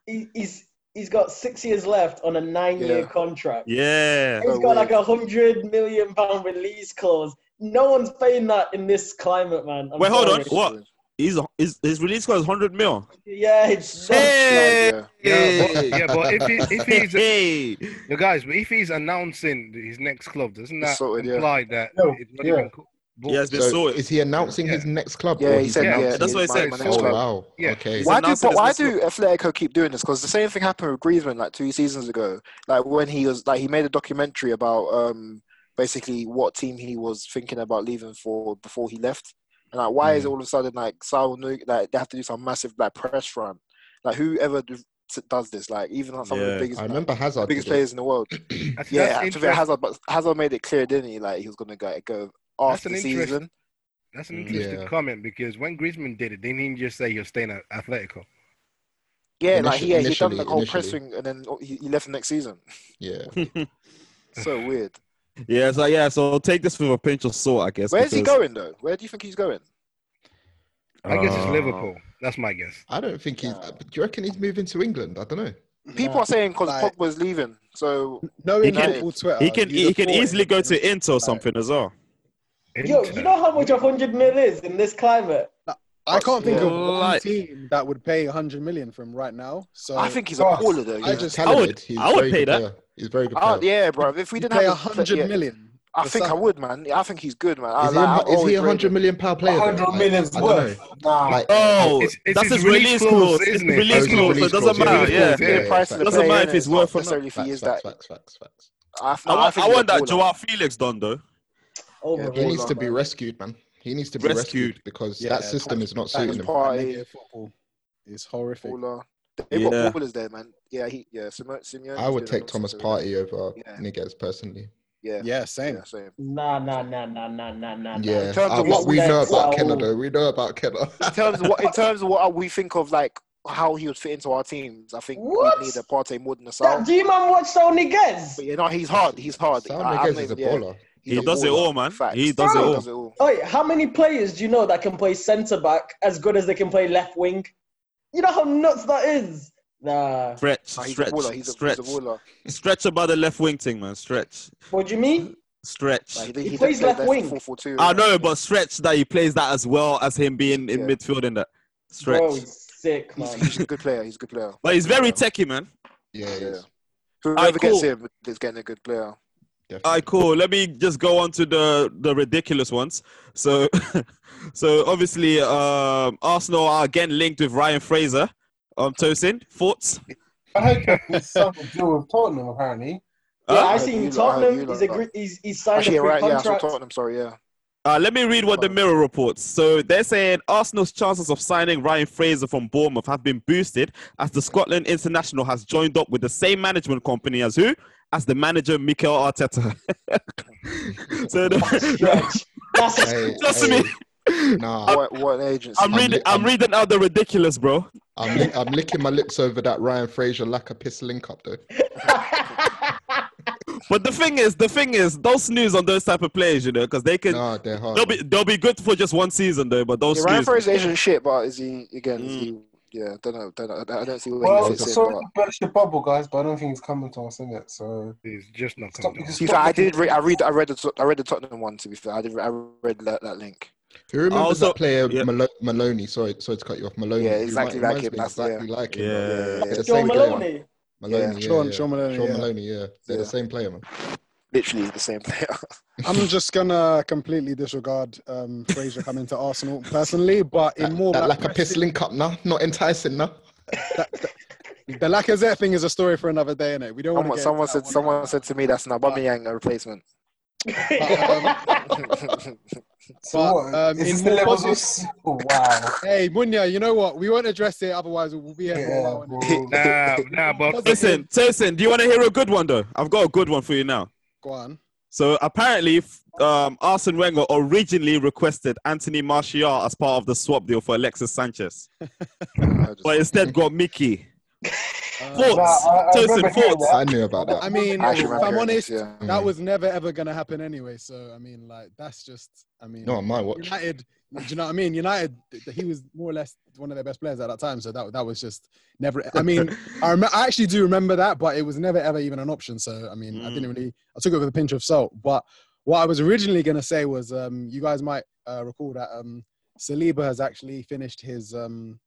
[SPEAKER 6] he, he's he's got six years left on a nine-year
[SPEAKER 8] Yeah.
[SPEAKER 6] contract.
[SPEAKER 3] Yeah.
[SPEAKER 6] He's
[SPEAKER 8] So
[SPEAKER 6] got like
[SPEAKER 8] weird.
[SPEAKER 6] a hundred million pound release clause. No one's paying that in this climate, man. I'm
[SPEAKER 3] Wait, hold on.
[SPEAKER 6] sorry.
[SPEAKER 3] What? He's his his release clause hundred mil.
[SPEAKER 6] Yeah, it's
[SPEAKER 3] Hey.
[SPEAKER 8] Like,
[SPEAKER 5] Yeah, but,
[SPEAKER 3] Hey.
[SPEAKER 5] yeah, but if, he, if he's
[SPEAKER 3] Hey.
[SPEAKER 5] the guys, but if he's announcing his next club, doesn't
[SPEAKER 8] It's
[SPEAKER 5] that
[SPEAKER 8] sorted, yeah.
[SPEAKER 5] imply that
[SPEAKER 9] No,
[SPEAKER 5] it's not
[SPEAKER 9] yeah.
[SPEAKER 5] even co- booked?
[SPEAKER 3] Yes, they
[SPEAKER 4] So
[SPEAKER 3] saw it.
[SPEAKER 4] is he announcing his
[SPEAKER 5] Yeah.
[SPEAKER 4] next club?
[SPEAKER 8] yeah,
[SPEAKER 4] or
[SPEAKER 8] he
[SPEAKER 4] he's
[SPEAKER 8] said. Yeah,
[SPEAKER 4] announcing-
[SPEAKER 3] That's what he
[SPEAKER 8] my-
[SPEAKER 3] said.
[SPEAKER 8] My next
[SPEAKER 4] Oh
[SPEAKER 8] club.
[SPEAKER 4] wow.
[SPEAKER 5] Yeah.
[SPEAKER 4] Okay.
[SPEAKER 3] He's
[SPEAKER 8] Why do
[SPEAKER 3] announcing
[SPEAKER 8] but
[SPEAKER 3] his
[SPEAKER 8] why
[SPEAKER 3] next
[SPEAKER 8] do Atletico keep doing this? Because the same thing happened with Griezmann like two seasons ago. Like when he was like he made a documentary about um basically what team he was thinking about leaving for before he left. And like why is it
[SPEAKER 4] Mm.
[SPEAKER 8] all of a sudden like Saul knew like they have to do some massive like press run? Like whoever do, does this? Like even on some of
[SPEAKER 3] Yeah.
[SPEAKER 8] the biggest
[SPEAKER 4] I
[SPEAKER 8] like,
[SPEAKER 4] remember Hazard.
[SPEAKER 8] biggest
[SPEAKER 4] did it.
[SPEAKER 8] players in the world.
[SPEAKER 5] I
[SPEAKER 8] Yeah,
[SPEAKER 5] think that's,
[SPEAKER 8] to be fair,
[SPEAKER 5] interest-
[SPEAKER 8] Hazard but Hazard made it clear, didn't he? Like he was gonna go go
[SPEAKER 5] That's
[SPEAKER 8] after
[SPEAKER 5] an
[SPEAKER 8] the
[SPEAKER 5] interest-
[SPEAKER 8] season.
[SPEAKER 5] that's an
[SPEAKER 3] Mm.
[SPEAKER 5] interesting
[SPEAKER 4] Yeah.
[SPEAKER 5] comment because when Griezmann did it, didn't he just say you're staying at Atletico?
[SPEAKER 8] Yeah, like
[SPEAKER 4] Initi-
[SPEAKER 8] he yeah, he done
[SPEAKER 4] initially-
[SPEAKER 8] the whole
[SPEAKER 4] initially.
[SPEAKER 8] press thing and then oh, he, he left the next season.
[SPEAKER 4] Yeah.
[SPEAKER 8] So weird.
[SPEAKER 3] Yeah. So yeah. So take this with a pinch of salt, I guess.
[SPEAKER 8] Where's he
[SPEAKER 3] because,
[SPEAKER 8] going though? Where do you think he's going?
[SPEAKER 5] I guess it's
[SPEAKER 3] uh,
[SPEAKER 5] Liverpool. That's my guess.
[SPEAKER 4] I don't think he's.
[SPEAKER 8] Nah.
[SPEAKER 4] Do you reckon he's moving to England? I don't know.
[SPEAKER 8] People are saying because
[SPEAKER 7] Like-
[SPEAKER 8] Pogba's leaving, so
[SPEAKER 7] Knowing
[SPEAKER 3] He can-
[SPEAKER 7] football Twitter,
[SPEAKER 3] He can
[SPEAKER 7] you'd
[SPEAKER 3] he
[SPEAKER 7] have
[SPEAKER 3] can
[SPEAKER 7] thought
[SPEAKER 3] easily
[SPEAKER 7] it-
[SPEAKER 3] go to Inter or something as well.
[SPEAKER 6] Yo, you know how much a hundred mil is in this climate?
[SPEAKER 7] I can't think of one
[SPEAKER 3] Like-
[SPEAKER 7] team that would pay 100 million from right now. So
[SPEAKER 8] I think he's a
[SPEAKER 9] Oh,
[SPEAKER 8] baller though.
[SPEAKER 7] I
[SPEAKER 8] yeah.
[SPEAKER 7] just-
[SPEAKER 3] I would-
[SPEAKER 4] Talented. He's
[SPEAKER 3] I would
[SPEAKER 4] very
[SPEAKER 3] pay
[SPEAKER 4] good
[SPEAKER 3] that.
[SPEAKER 4] player. He's a very good
[SPEAKER 8] Oh,
[SPEAKER 4] player.
[SPEAKER 8] yeah, bro. If we
[SPEAKER 7] you
[SPEAKER 8] didn't
[SPEAKER 7] pay
[SPEAKER 8] have
[SPEAKER 7] 100
[SPEAKER 8] yeah,
[SPEAKER 7] million.
[SPEAKER 8] I
[SPEAKER 7] for
[SPEAKER 8] think I
[SPEAKER 7] Salah.
[SPEAKER 8] would, man. I think he's good, man. I,
[SPEAKER 4] Is he,
[SPEAKER 8] like, I
[SPEAKER 4] a, is he
[SPEAKER 8] always
[SPEAKER 4] a
[SPEAKER 8] rate
[SPEAKER 4] hundred
[SPEAKER 8] him.
[SPEAKER 4] million pound player? though?
[SPEAKER 9] 100
[SPEAKER 4] Like,
[SPEAKER 9] million's
[SPEAKER 4] I don't know.
[SPEAKER 9] worth. Nah.
[SPEAKER 4] Like,
[SPEAKER 3] Oh,
[SPEAKER 5] It's- it's
[SPEAKER 3] that's
[SPEAKER 5] his
[SPEAKER 3] his release
[SPEAKER 5] release clause,
[SPEAKER 3] clause. It's
[SPEAKER 5] isn't
[SPEAKER 3] his
[SPEAKER 5] it?
[SPEAKER 4] Oh,
[SPEAKER 3] release
[SPEAKER 4] it's his
[SPEAKER 3] clause, so
[SPEAKER 4] release
[SPEAKER 3] it doesn't
[SPEAKER 4] clause, yeah,
[SPEAKER 3] matter.
[SPEAKER 4] yeah,
[SPEAKER 3] Yeah,
[SPEAKER 5] yeah.
[SPEAKER 8] The
[SPEAKER 4] yeah,
[SPEAKER 8] price of
[SPEAKER 4] facts,
[SPEAKER 8] the
[SPEAKER 3] Doesn't
[SPEAKER 8] player
[SPEAKER 3] matter if
[SPEAKER 8] innit?
[SPEAKER 3] it's
[SPEAKER 8] It's not
[SPEAKER 3] worth or not.
[SPEAKER 8] necessarily if he
[SPEAKER 4] facts,
[SPEAKER 8] is
[SPEAKER 4] facts,
[SPEAKER 8] that.
[SPEAKER 4] facts, facts, facts.
[SPEAKER 8] I, f-
[SPEAKER 3] I
[SPEAKER 8] no, I
[SPEAKER 3] want,
[SPEAKER 8] think
[SPEAKER 3] I
[SPEAKER 8] he's a
[SPEAKER 3] want that
[SPEAKER 8] baller.
[SPEAKER 3] Joao Felix done though.
[SPEAKER 6] Overrated.
[SPEAKER 4] He needs to be
[SPEAKER 6] man.
[SPEAKER 4] rescued, man. He needs to be rescued,
[SPEAKER 3] Rescued.
[SPEAKER 4] because
[SPEAKER 7] Yeah,
[SPEAKER 4] that system is not
[SPEAKER 7] That-
[SPEAKER 4] suiting him.
[SPEAKER 8] part-
[SPEAKER 7] that
[SPEAKER 8] Party.
[SPEAKER 7] negative football is horrific.
[SPEAKER 8] Baller. They've got
[SPEAKER 3] Yeah.
[SPEAKER 8] ballers there, man. Yeah, he yeah. Simo- Simeone.
[SPEAKER 4] I would take Thomas Party over
[SPEAKER 8] Yeah.
[SPEAKER 4] Niguez personally.
[SPEAKER 8] Yeah,
[SPEAKER 7] Yeah,
[SPEAKER 8] yeah,
[SPEAKER 7] same.
[SPEAKER 8] same.
[SPEAKER 6] Nah, nah, nah, nah, nah, nah, nah. nah.
[SPEAKER 4] Yeah,
[SPEAKER 8] In terms
[SPEAKER 4] uh,
[SPEAKER 8] of
[SPEAKER 4] what
[SPEAKER 8] what
[SPEAKER 4] we
[SPEAKER 6] we
[SPEAKER 4] know
[SPEAKER 6] like,
[SPEAKER 4] about
[SPEAKER 6] Saul-
[SPEAKER 4] Kenner, though, we know about Kenner.
[SPEAKER 8] In terms of what in terms of what we think of like how he would fit into our teams, I think
[SPEAKER 6] What?
[SPEAKER 8] we need a Partey more than a Sal.
[SPEAKER 6] That, do you man watch Saul Niguez?
[SPEAKER 8] But you know, he's hard. He's hard.
[SPEAKER 4] Saul
[SPEAKER 8] I- I'm
[SPEAKER 4] Niguez
[SPEAKER 8] not
[SPEAKER 4] is a
[SPEAKER 8] even- yeah,
[SPEAKER 4] baller.
[SPEAKER 8] he's
[SPEAKER 3] He
[SPEAKER 8] a
[SPEAKER 3] does it
[SPEAKER 8] baller.
[SPEAKER 3] all, man.
[SPEAKER 8] Facts.
[SPEAKER 3] He does
[SPEAKER 6] it
[SPEAKER 8] He
[SPEAKER 6] all.
[SPEAKER 8] does it all.
[SPEAKER 6] Oi, how many players do you know that can play centre back as good as they can play left wing? You know how nuts that is. Nah.
[SPEAKER 3] Stretch,
[SPEAKER 8] Nah, he's
[SPEAKER 3] stretch,
[SPEAKER 8] a baller. He's a,
[SPEAKER 3] stretch,
[SPEAKER 8] he's a baller.
[SPEAKER 3] stretch about the left wing thing, man. Stretch,
[SPEAKER 6] What do you mean?
[SPEAKER 3] stretch.
[SPEAKER 8] Like,
[SPEAKER 6] He
[SPEAKER 8] he, he
[SPEAKER 6] plays left wing.
[SPEAKER 8] Four four two.
[SPEAKER 3] I know, but stretch that he plays that as well as him being in
[SPEAKER 8] Yeah.
[SPEAKER 3] midfield in that stretch.
[SPEAKER 6] Bro, he's sick,
[SPEAKER 8] He's,
[SPEAKER 6] man.
[SPEAKER 8] he's a good player. He's a good player.
[SPEAKER 3] but he's very
[SPEAKER 8] Yeah.
[SPEAKER 3] techie, man.
[SPEAKER 4] Yeah, he
[SPEAKER 8] Yeah.
[SPEAKER 4] is.
[SPEAKER 8] Whoever
[SPEAKER 3] Alright,
[SPEAKER 8] gets
[SPEAKER 3] cool.
[SPEAKER 8] him is getting a good player.
[SPEAKER 3] All
[SPEAKER 4] Definitely.
[SPEAKER 3] right, cool. Let me just go on to the the ridiculous ones. So, so obviously, um, Arsenal are again linked with Ryan Fraser. Um, Tosin, thoughts?
[SPEAKER 9] I heard that he's signed a deal with Tottenham, apparently.
[SPEAKER 6] Yeah,
[SPEAKER 3] Huh?
[SPEAKER 6] I
[SPEAKER 8] I
[SPEAKER 6] seen
[SPEAKER 8] heard you lot, I heard
[SPEAKER 6] Tottenham.
[SPEAKER 8] you lot,
[SPEAKER 6] he's, a
[SPEAKER 8] bro.
[SPEAKER 6] gre- he's, he's signed
[SPEAKER 8] Actually,
[SPEAKER 6] a free
[SPEAKER 8] right, yeah, I saw
[SPEAKER 6] contract.
[SPEAKER 8] Tottenham. Sorry, yeah.
[SPEAKER 3] Uh, let me read what the Mirror reports. So they're saying Arsenal's chances of signing Ryan Fraser from Bournemouth have been boosted as the Scotland international has joined up with the same management company as who? As the manager Mikel Arteta. so the,
[SPEAKER 6] Stretch. That's a
[SPEAKER 4] Hey,
[SPEAKER 3] Trust me.
[SPEAKER 4] hey, Nah,
[SPEAKER 8] What, what an agency.
[SPEAKER 3] I'm reading. I'm, reading out the ridiculous, bro.
[SPEAKER 4] I'm, li- I'm licking my lips over that Ryan Fraser lack of piss link up though.
[SPEAKER 3] But the thing is, the thing is, don't snooze on those type of players, you know, because they can.
[SPEAKER 4] Nah, they're hard.
[SPEAKER 3] They'll be they'll be good for just one season though, but don't
[SPEAKER 8] Yeah, Ryan
[SPEAKER 3] snooze.
[SPEAKER 8] Fraser Asian shit, but is he again? Is
[SPEAKER 3] Mm.
[SPEAKER 8] he? Yeah, don't know. Don't know. I don't see where
[SPEAKER 9] Well,
[SPEAKER 8] he fits
[SPEAKER 9] sorry
[SPEAKER 8] in.
[SPEAKER 9] to burst your bubble, guys, but I don't think he's coming to us, is it? So
[SPEAKER 5] He's just not
[SPEAKER 9] Stop
[SPEAKER 5] coming down.
[SPEAKER 9] because-
[SPEAKER 8] But to be fair, I did. Re- I read. I read. The, Tot- I read the Tottenham one. To be fair, I did. I read that, that link.
[SPEAKER 4] Who remembers
[SPEAKER 3] Also-
[SPEAKER 4] that player
[SPEAKER 3] yeah.
[SPEAKER 4] Malo- Maloney? Sorry, sorry to cut you off. Maloney.
[SPEAKER 8] Yeah,
[SPEAKER 4] who
[SPEAKER 8] exactly
[SPEAKER 4] remi-
[SPEAKER 8] like
[SPEAKER 4] reminds
[SPEAKER 8] him,
[SPEAKER 4] me
[SPEAKER 8] that's-
[SPEAKER 4] exactly like him.
[SPEAKER 3] Yeah.
[SPEAKER 4] They're the
[SPEAKER 6] Joe
[SPEAKER 4] same player.
[SPEAKER 6] Maloney.
[SPEAKER 4] Maloney, yeah.
[SPEAKER 7] Sean-
[SPEAKER 4] yeah.
[SPEAKER 7] Sean Maloney, yeah.
[SPEAKER 4] Maloney, yeah. They're the
[SPEAKER 7] Yeah.
[SPEAKER 4] same player, man.
[SPEAKER 8] Literally the same player.
[SPEAKER 7] I'm just gonna completely disregard um, Fraser coming to Arsenal personally, but in
[SPEAKER 4] That,
[SPEAKER 7] more
[SPEAKER 4] that
[SPEAKER 7] like
[SPEAKER 4] like a piss link up now, not enticing now.
[SPEAKER 7] the Lacazette thing is a story for another day, innit? We don't want
[SPEAKER 8] Someone, someone
[SPEAKER 7] to.
[SPEAKER 8] said, someone said to me, that's an Aubameyang replacement.
[SPEAKER 9] So
[SPEAKER 7] But,
[SPEAKER 9] what? is
[SPEAKER 7] um, in
[SPEAKER 9] this the
[SPEAKER 7] more
[SPEAKER 9] levels of
[SPEAKER 7] positives-
[SPEAKER 9] oh, wow?
[SPEAKER 7] Hey Munya, you know what? We won't address it, otherwise we'll be here for a
[SPEAKER 9] Yeah,
[SPEAKER 7] while. innit?
[SPEAKER 9] bro.
[SPEAKER 5] Nah, nah, but
[SPEAKER 3] Listen, listen. Do you want to hear a good one though? I've got a good one for you now.
[SPEAKER 7] Go on.
[SPEAKER 3] So apparently, f- um, Arsene Wenger originally requested Anthony Martial as part of the swap deal for Alexis Sanchez, but instead got Mickey.
[SPEAKER 9] Nah,
[SPEAKER 3] Thoughts,
[SPEAKER 9] I, I
[SPEAKER 3] Tosin,
[SPEAKER 9] remember hearing
[SPEAKER 3] thoughts.
[SPEAKER 4] I
[SPEAKER 9] that.
[SPEAKER 4] knew about that.
[SPEAKER 7] Um, I mean,
[SPEAKER 8] I
[SPEAKER 7] if
[SPEAKER 8] actually remember
[SPEAKER 7] I'm
[SPEAKER 8] hearing
[SPEAKER 7] honest,
[SPEAKER 8] this, yeah.
[SPEAKER 7] that was never ever gonna happen anyway. So I mean, like that's just. I mean,
[SPEAKER 4] Not on my watch.
[SPEAKER 7] United. Do you know what I mean? United. th- He was more or less one of their best players at that time. So that that was just never. I mean, I, rem- I actually do remember that, but it was never ever even an option. So I mean, I didn't really. I took it with a pinch of salt. But what I was originally gonna say was, um, you guys might uh, recall that um, Saliba has actually finished his um,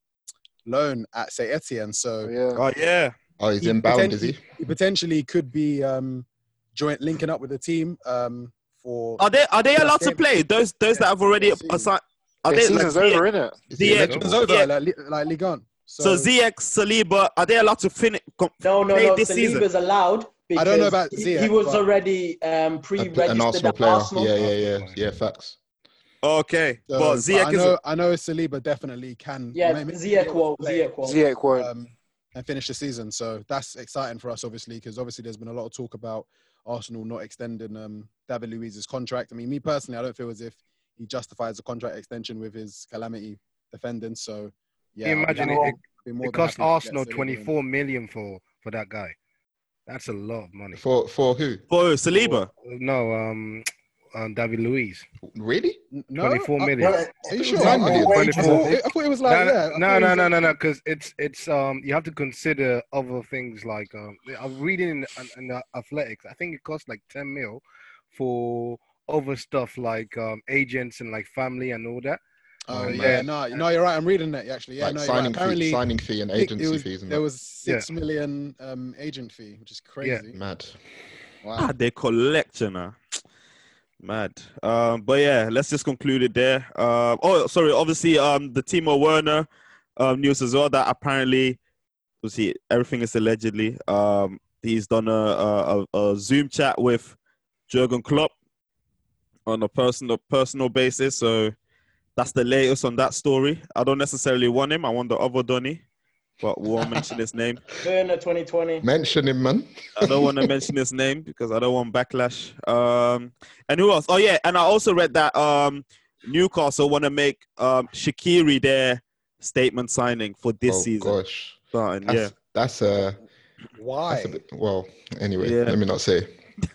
[SPEAKER 7] loan at Saint Etienne. So
[SPEAKER 8] yeah.
[SPEAKER 3] Oh yeah,
[SPEAKER 4] Oh, he's
[SPEAKER 7] he
[SPEAKER 4] inbound,
[SPEAKER 7] potent-
[SPEAKER 4] is he?
[SPEAKER 7] he potentially could be um, joint linking up with the team um, for.
[SPEAKER 3] are they are they
[SPEAKER 7] Last
[SPEAKER 3] allowed to
[SPEAKER 7] game.
[SPEAKER 3] play those those that have already
[SPEAKER 7] Season.
[SPEAKER 3] assigned? Are
[SPEAKER 8] The
[SPEAKER 3] they
[SPEAKER 8] season's
[SPEAKER 3] like,
[SPEAKER 8] over, innit?
[SPEAKER 4] Is
[SPEAKER 3] Yeah,
[SPEAKER 4] he
[SPEAKER 7] It's
[SPEAKER 4] eligible?
[SPEAKER 7] over,
[SPEAKER 3] Yeah.
[SPEAKER 7] like, li- like Ligue 1.
[SPEAKER 3] So
[SPEAKER 7] So,
[SPEAKER 3] ZX Saliba, are they allowed to finish? Com-
[SPEAKER 6] No, no,
[SPEAKER 3] Play
[SPEAKER 6] no.
[SPEAKER 3] this season.
[SPEAKER 6] Saliba's allowed because
[SPEAKER 7] I don't know about
[SPEAKER 6] he,
[SPEAKER 7] Ziyech,
[SPEAKER 6] he was
[SPEAKER 7] but-
[SPEAKER 6] already um,
[SPEAKER 4] A-
[SPEAKER 6] pre-registered
[SPEAKER 4] An Arsenal
[SPEAKER 6] at
[SPEAKER 4] player.
[SPEAKER 6] Arsenal.
[SPEAKER 4] Yeah, yeah, yeah, yeah. Facts.
[SPEAKER 3] okay,
[SPEAKER 7] so-
[SPEAKER 3] but
[SPEAKER 7] Um, but
[SPEAKER 3] ZX
[SPEAKER 7] I
[SPEAKER 3] is
[SPEAKER 7] know, I know Saliba definitely can.
[SPEAKER 6] Yeah,
[SPEAKER 7] maybe-
[SPEAKER 6] Ziyech will. Ziyech will.
[SPEAKER 8] Ziyech won't.
[SPEAKER 7] um, and finish the season. So that's exciting for us, obviously, because obviously there's been a lot of talk about Arsenal not extending um, David Luiz's contract. I mean, me personally, I don't feel as if he justifies a contract extension with his calamity defending. So, yeah,
[SPEAKER 5] Can you
[SPEAKER 7] I'd
[SPEAKER 5] imagine
[SPEAKER 7] be-
[SPEAKER 5] it,
[SPEAKER 7] I'd be more
[SPEAKER 5] it
[SPEAKER 7] than
[SPEAKER 5] cost
[SPEAKER 7] happy to get
[SPEAKER 5] Arsenal
[SPEAKER 7] Saliba in.
[SPEAKER 5] 24 million for for that guy. That's a lot of money.
[SPEAKER 4] For for who?
[SPEAKER 3] for Saliba.
[SPEAKER 5] No, um, um David Luiz,
[SPEAKER 4] Really?
[SPEAKER 7] N- No,
[SPEAKER 5] 24
[SPEAKER 7] I-
[SPEAKER 5] million.
[SPEAKER 9] uh, Well,
[SPEAKER 7] Are you
[SPEAKER 9] it was
[SPEAKER 7] sure? I
[SPEAKER 4] nine million.
[SPEAKER 7] thought, I,
[SPEAKER 5] 24.
[SPEAKER 7] thought it, I thought it was
[SPEAKER 5] no,
[SPEAKER 7] like, yeah.
[SPEAKER 5] no,
[SPEAKER 7] I thought it
[SPEAKER 5] no,
[SPEAKER 7] was
[SPEAKER 5] no,
[SPEAKER 7] like-
[SPEAKER 5] no, no, because it's it's um you have to consider other things like um I'm reading in, in, in the athletics. I think it costs like ten mil for other stuff like um agents and like family and all that.
[SPEAKER 7] Oh,
[SPEAKER 4] Oh,
[SPEAKER 7] yeah,
[SPEAKER 5] man.
[SPEAKER 7] no, no, you're right. I'm reading that actually. Yeah,
[SPEAKER 4] like
[SPEAKER 7] no, you're right.
[SPEAKER 4] signing fee,
[SPEAKER 7] apparently
[SPEAKER 4] signing fee and
[SPEAKER 7] I think it
[SPEAKER 4] agency
[SPEAKER 7] was-
[SPEAKER 4] fees and
[SPEAKER 7] there
[SPEAKER 4] that.
[SPEAKER 7] was six million um, agent fee, which is crazy.
[SPEAKER 4] Mad.
[SPEAKER 7] Wow.
[SPEAKER 3] Ah, they collect, you know. Mad. Um, but yeah, let's just conclude it there. Um, oh, sorry. Obviously, um, the Timo Werner um, news as well that apparently, you see, everything is allegedly. Um, he's done a, a, a a Zoom chat with Jurgen Klopp on a personal personal basis. So that's the latest on that story. I don't necessarily want him. I want the other Donny, but we won't mention his name.
[SPEAKER 6] Werner 2020.
[SPEAKER 4] Mention him, man.
[SPEAKER 3] I don't want to mention his name because I don't want backlash. Um, and who else? Oh yeah, and I also read that um, Newcastle want to make um, Shakiri their statement signing for this
[SPEAKER 4] oh
[SPEAKER 3] season.
[SPEAKER 4] gosh,
[SPEAKER 3] Starting,
[SPEAKER 4] that's that's a
[SPEAKER 7] Why?
[SPEAKER 4] that's a bit. Well, anyway,
[SPEAKER 3] Yeah.
[SPEAKER 4] let me not say.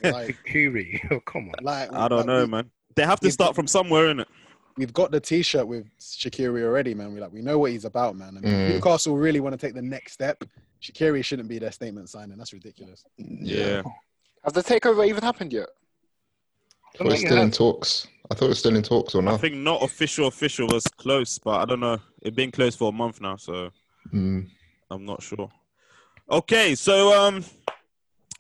[SPEAKER 7] like,
[SPEAKER 5] Shakiri, oh come on.
[SPEAKER 7] like,
[SPEAKER 3] yeah, I don't
[SPEAKER 7] like,
[SPEAKER 3] know,
[SPEAKER 7] we-
[SPEAKER 3] man. They have to
[SPEAKER 7] we've-
[SPEAKER 3] start from somewhere, innit?
[SPEAKER 7] We've got the T-shirt with Shakiri already, man. We like we know what he's about, man. I mean, if
[SPEAKER 4] Mm.
[SPEAKER 7] Newcastle really want to take the next step. Shakiri shouldn't be their statement signing. That's ridiculous.
[SPEAKER 4] Yeah,
[SPEAKER 8] Has the takeover even happened yet?
[SPEAKER 5] I
[SPEAKER 4] well,
[SPEAKER 5] don't
[SPEAKER 4] it's
[SPEAKER 5] think it
[SPEAKER 4] still in
[SPEAKER 5] has.
[SPEAKER 4] talks. I thought it was still in talks or
[SPEAKER 3] I
[SPEAKER 4] not.
[SPEAKER 3] think not official. Official was close, but I don't know. It's been close for a month now, so
[SPEAKER 4] Mm.
[SPEAKER 3] I'm not sure. Okay, so um,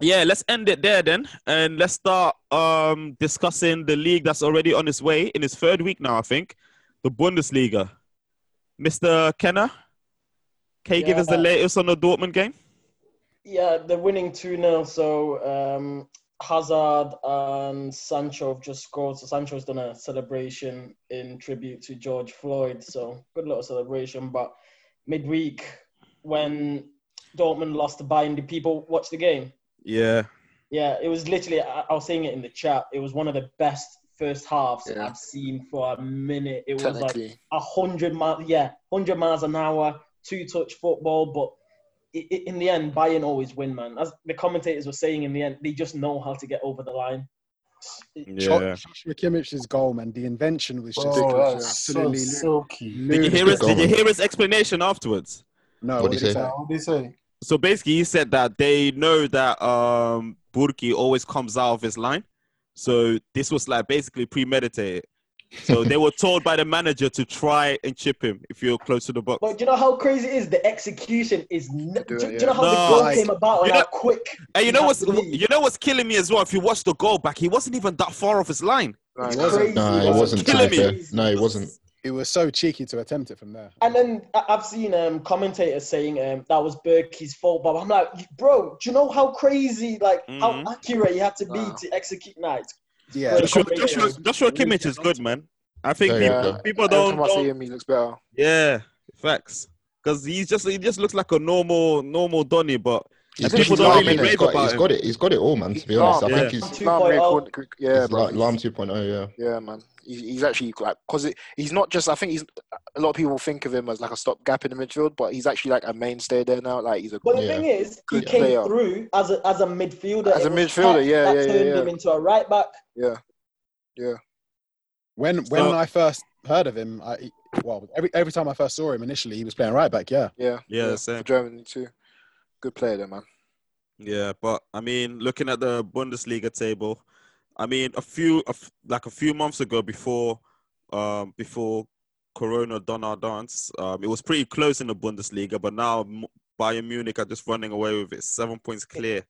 [SPEAKER 3] yeah, let's end it there then, and let's start um discussing the league that's already on its way in its third week now. I think the Bundesliga. Mr. Kenner, can you give us the
[SPEAKER 6] Yeah.
[SPEAKER 3] latest on the Dortmund game?
[SPEAKER 6] Yeah, they're winning 2 0. So um, Hazard and Sancho have just scored. So Sancho's done a celebration in tribute to George Floyd. So good little celebration. But midweek, when Dortmund lost to Bayern, did people watch the game?
[SPEAKER 3] Yeah,
[SPEAKER 6] Yeah, it was literally, I, I was saying it in the chat, it was one of the best first halves
[SPEAKER 8] Yeah.
[SPEAKER 6] I've seen for a minute. It was like
[SPEAKER 8] Technically.
[SPEAKER 6] a hundred miles, yeah, hundred miles an hour, two touch football. But i- i- in the end, Bayern always win, man. As the commentators were saying, in the end, they just know how to get over the line.
[SPEAKER 7] Cho-
[SPEAKER 3] yeah.
[SPEAKER 7] Joshua Kimmich's goal, man. The invention was just
[SPEAKER 9] Bro, that's so
[SPEAKER 7] Oh, absolutely.
[SPEAKER 9] silky.
[SPEAKER 7] lu-
[SPEAKER 3] Did you hear
[SPEAKER 4] Good
[SPEAKER 3] his,
[SPEAKER 4] goal,
[SPEAKER 3] did you
[SPEAKER 4] man.
[SPEAKER 3] hear his explanation afterwards?
[SPEAKER 7] No,
[SPEAKER 4] What'd
[SPEAKER 7] what did
[SPEAKER 4] he
[SPEAKER 7] he
[SPEAKER 4] say?
[SPEAKER 7] say?
[SPEAKER 9] Now, what do you say?
[SPEAKER 3] So basically, he said that they know that um, Burki always comes out of his line. So this was like basically premeditated. So they were told by the manager to try and chip him if you're close to the box.
[SPEAKER 6] But do you know how crazy it is? The execution is. N-
[SPEAKER 7] do
[SPEAKER 6] do, do
[SPEAKER 7] it,
[SPEAKER 6] you
[SPEAKER 7] yeah.
[SPEAKER 6] know how
[SPEAKER 3] No,
[SPEAKER 6] the goal
[SPEAKER 7] like-
[SPEAKER 6] came about
[SPEAKER 3] you
[SPEAKER 6] and
[SPEAKER 3] know-
[SPEAKER 6] how quick?
[SPEAKER 3] And you
[SPEAKER 6] it
[SPEAKER 3] know
[SPEAKER 6] had
[SPEAKER 3] what's
[SPEAKER 6] to be?
[SPEAKER 3] you know what's killing me as well? If you watch the goal back, he wasn't even that far off his line.
[SPEAKER 6] It's
[SPEAKER 7] It wasn't.
[SPEAKER 6] crazy.
[SPEAKER 4] No, it
[SPEAKER 6] man.
[SPEAKER 4] wasn't. To
[SPEAKER 3] Killing
[SPEAKER 4] be
[SPEAKER 3] me.
[SPEAKER 4] fair. No, it wasn't.
[SPEAKER 7] It was so cheeky to attempt it from there.
[SPEAKER 6] And then I- I've seen um, commentators saying um, that was Berkey's fault, but I'm like, bro, do you know how crazy, like,
[SPEAKER 3] Mhm.
[SPEAKER 6] how accurate you had to be
[SPEAKER 8] Wow.
[SPEAKER 6] to execute night?
[SPEAKER 7] yeah,
[SPEAKER 6] Joshua-
[SPEAKER 3] Joshua,
[SPEAKER 6] Joshua-
[SPEAKER 3] Joshua, Joshua Kimmich is good, man. I think
[SPEAKER 4] There you
[SPEAKER 3] people,
[SPEAKER 4] go.
[SPEAKER 3] people
[SPEAKER 8] Every
[SPEAKER 3] don't,
[SPEAKER 8] time I see
[SPEAKER 3] don't
[SPEAKER 8] him, he looks better.
[SPEAKER 3] yeah, facts. Because he's just he just looks like a normal normal Donny, but
[SPEAKER 4] He's,
[SPEAKER 8] think
[SPEAKER 4] he's,
[SPEAKER 8] people don't
[SPEAKER 4] Lahm,
[SPEAKER 8] really
[SPEAKER 4] innit? he's
[SPEAKER 3] rave
[SPEAKER 4] got,
[SPEAKER 3] about
[SPEAKER 4] he's
[SPEAKER 3] him.
[SPEAKER 4] got it. He's got it all, man. To be
[SPEAKER 8] He's
[SPEAKER 4] honst,
[SPEAKER 8] Lahm,
[SPEAKER 4] I
[SPEAKER 3] yeah.
[SPEAKER 4] think he's, he's
[SPEAKER 6] 2.0.
[SPEAKER 8] Lam record, yeah,
[SPEAKER 4] like
[SPEAKER 8] bro.
[SPEAKER 4] Lam 2.0. oh, Yeah.
[SPEAKER 8] Yeah, man. He's, he's actually like because he's not just. I think he's a lot of people think of him as like a stopgap in the midfield, but he's actually like a mainstay there now. Like he's a
[SPEAKER 6] But the
[SPEAKER 4] Yeah.
[SPEAKER 6] thing is, he
[SPEAKER 8] Good
[SPEAKER 6] came
[SPEAKER 8] player.
[SPEAKER 6] through as a, as a midfielder.
[SPEAKER 8] As a
[SPEAKER 6] It was
[SPEAKER 8] midfielder,
[SPEAKER 6] Pep
[SPEAKER 8] yeah,
[SPEAKER 6] that
[SPEAKER 8] yeah, yeah,
[SPEAKER 6] turned
[SPEAKER 8] yeah.
[SPEAKER 6] him into a right back.
[SPEAKER 8] yeah, yeah.
[SPEAKER 7] when when
[SPEAKER 3] So-
[SPEAKER 7] I first heard of him, I well every every time I first saw him initially, he was playing right back. Yeah,
[SPEAKER 8] Yeah,
[SPEAKER 3] Yeah,
[SPEAKER 8] for
[SPEAKER 3] same.
[SPEAKER 8] Germany too. Good player there, man.
[SPEAKER 3] Yeah, but I mean, looking at the Bundesliga table, I mean, a few a f- like a few months ago, before um, before Corona done our dance, um, it was pretty close in the Bundesliga. But now M- Bayern Munich are just running away with it, seven points clear.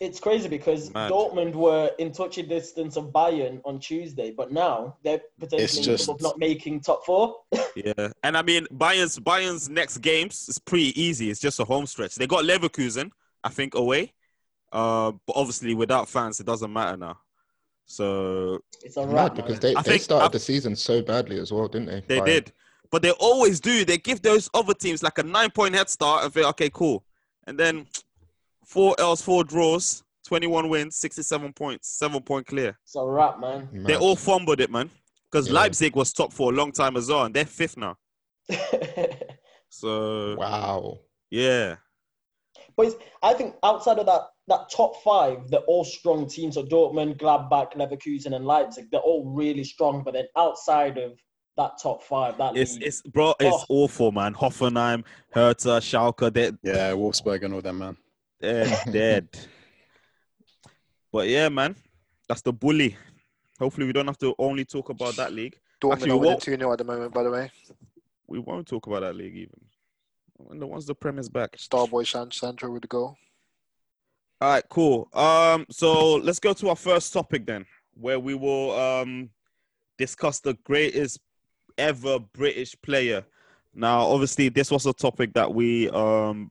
[SPEAKER 6] It's crazy because
[SPEAKER 3] Mad.
[SPEAKER 6] Dortmund were in touching distance of Bayern on Tuesday, but now they're potentially in
[SPEAKER 7] just-
[SPEAKER 6] trouble of not making top four.
[SPEAKER 3] Yeah, and I mean, Bayern's Bayern's next games is pretty easy. It's just a home stretch. They got Leverkusen, I think, away. Uh, but obviously, without fans, it doesn't matter now. So
[SPEAKER 6] It's a
[SPEAKER 4] Mad
[SPEAKER 6] wrap, man.
[SPEAKER 4] because they,
[SPEAKER 3] I
[SPEAKER 4] they
[SPEAKER 3] think-
[SPEAKER 4] started
[SPEAKER 3] I-
[SPEAKER 4] the season so badly as well, didn't they?
[SPEAKER 3] They
[SPEAKER 4] Bayern?
[SPEAKER 3] did. But they always do. They give those other teams like a nine point head start and think, okay, cool. And then four L's, four draws, 21 wins, 67 points, seven point clear.
[SPEAKER 6] It's a wrap, man.
[SPEAKER 4] Mad.
[SPEAKER 3] They all fumbled it, man. Because
[SPEAKER 4] Yeah.
[SPEAKER 3] Leipzig was top for a long time as well, and they're fifth now. So,
[SPEAKER 4] Wow.
[SPEAKER 3] yeah.
[SPEAKER 6] But it's, I think outside of that, that top five, they're all strong teams. So Dortmund, Gladbach, Leverkusen, and Leipzig, they're all really strong. But then outside of that top five, that
[SPEAKER 3] It's,
[SPEAKER 6] league,
[SPEAKER 3] it's bro, it's
[SPEAKER 6] Oh.
[SPEAKER 3] awful, man. Hoffenheim, Hertha, Schalke, they're,
[SPEAKER 7] yeah, Wolfsburg and all that man.
[SPEAKER 3] they're dead. But yeah, man, that's the bully. Hopefully, we don't have to only talk about that league.
[SPEAKER 8] Dortmund
[SPEAKER 3] Actually,
[SPEAKER 8] are winning
[SPEAKER 3] what-
[SPEAKER 8] two 0 at the moment, by the way.
[SPEAKER 3] we won't talk about that league even. When the once the premise back.
[SPEAKER 8] Starboy San- Sancho with the goal.
[SPEAKER 3] All right, cool. Um, so let's go to our first topic then, where we will um discuss the greatest ever British player. Now, obviously, this was a topic that we um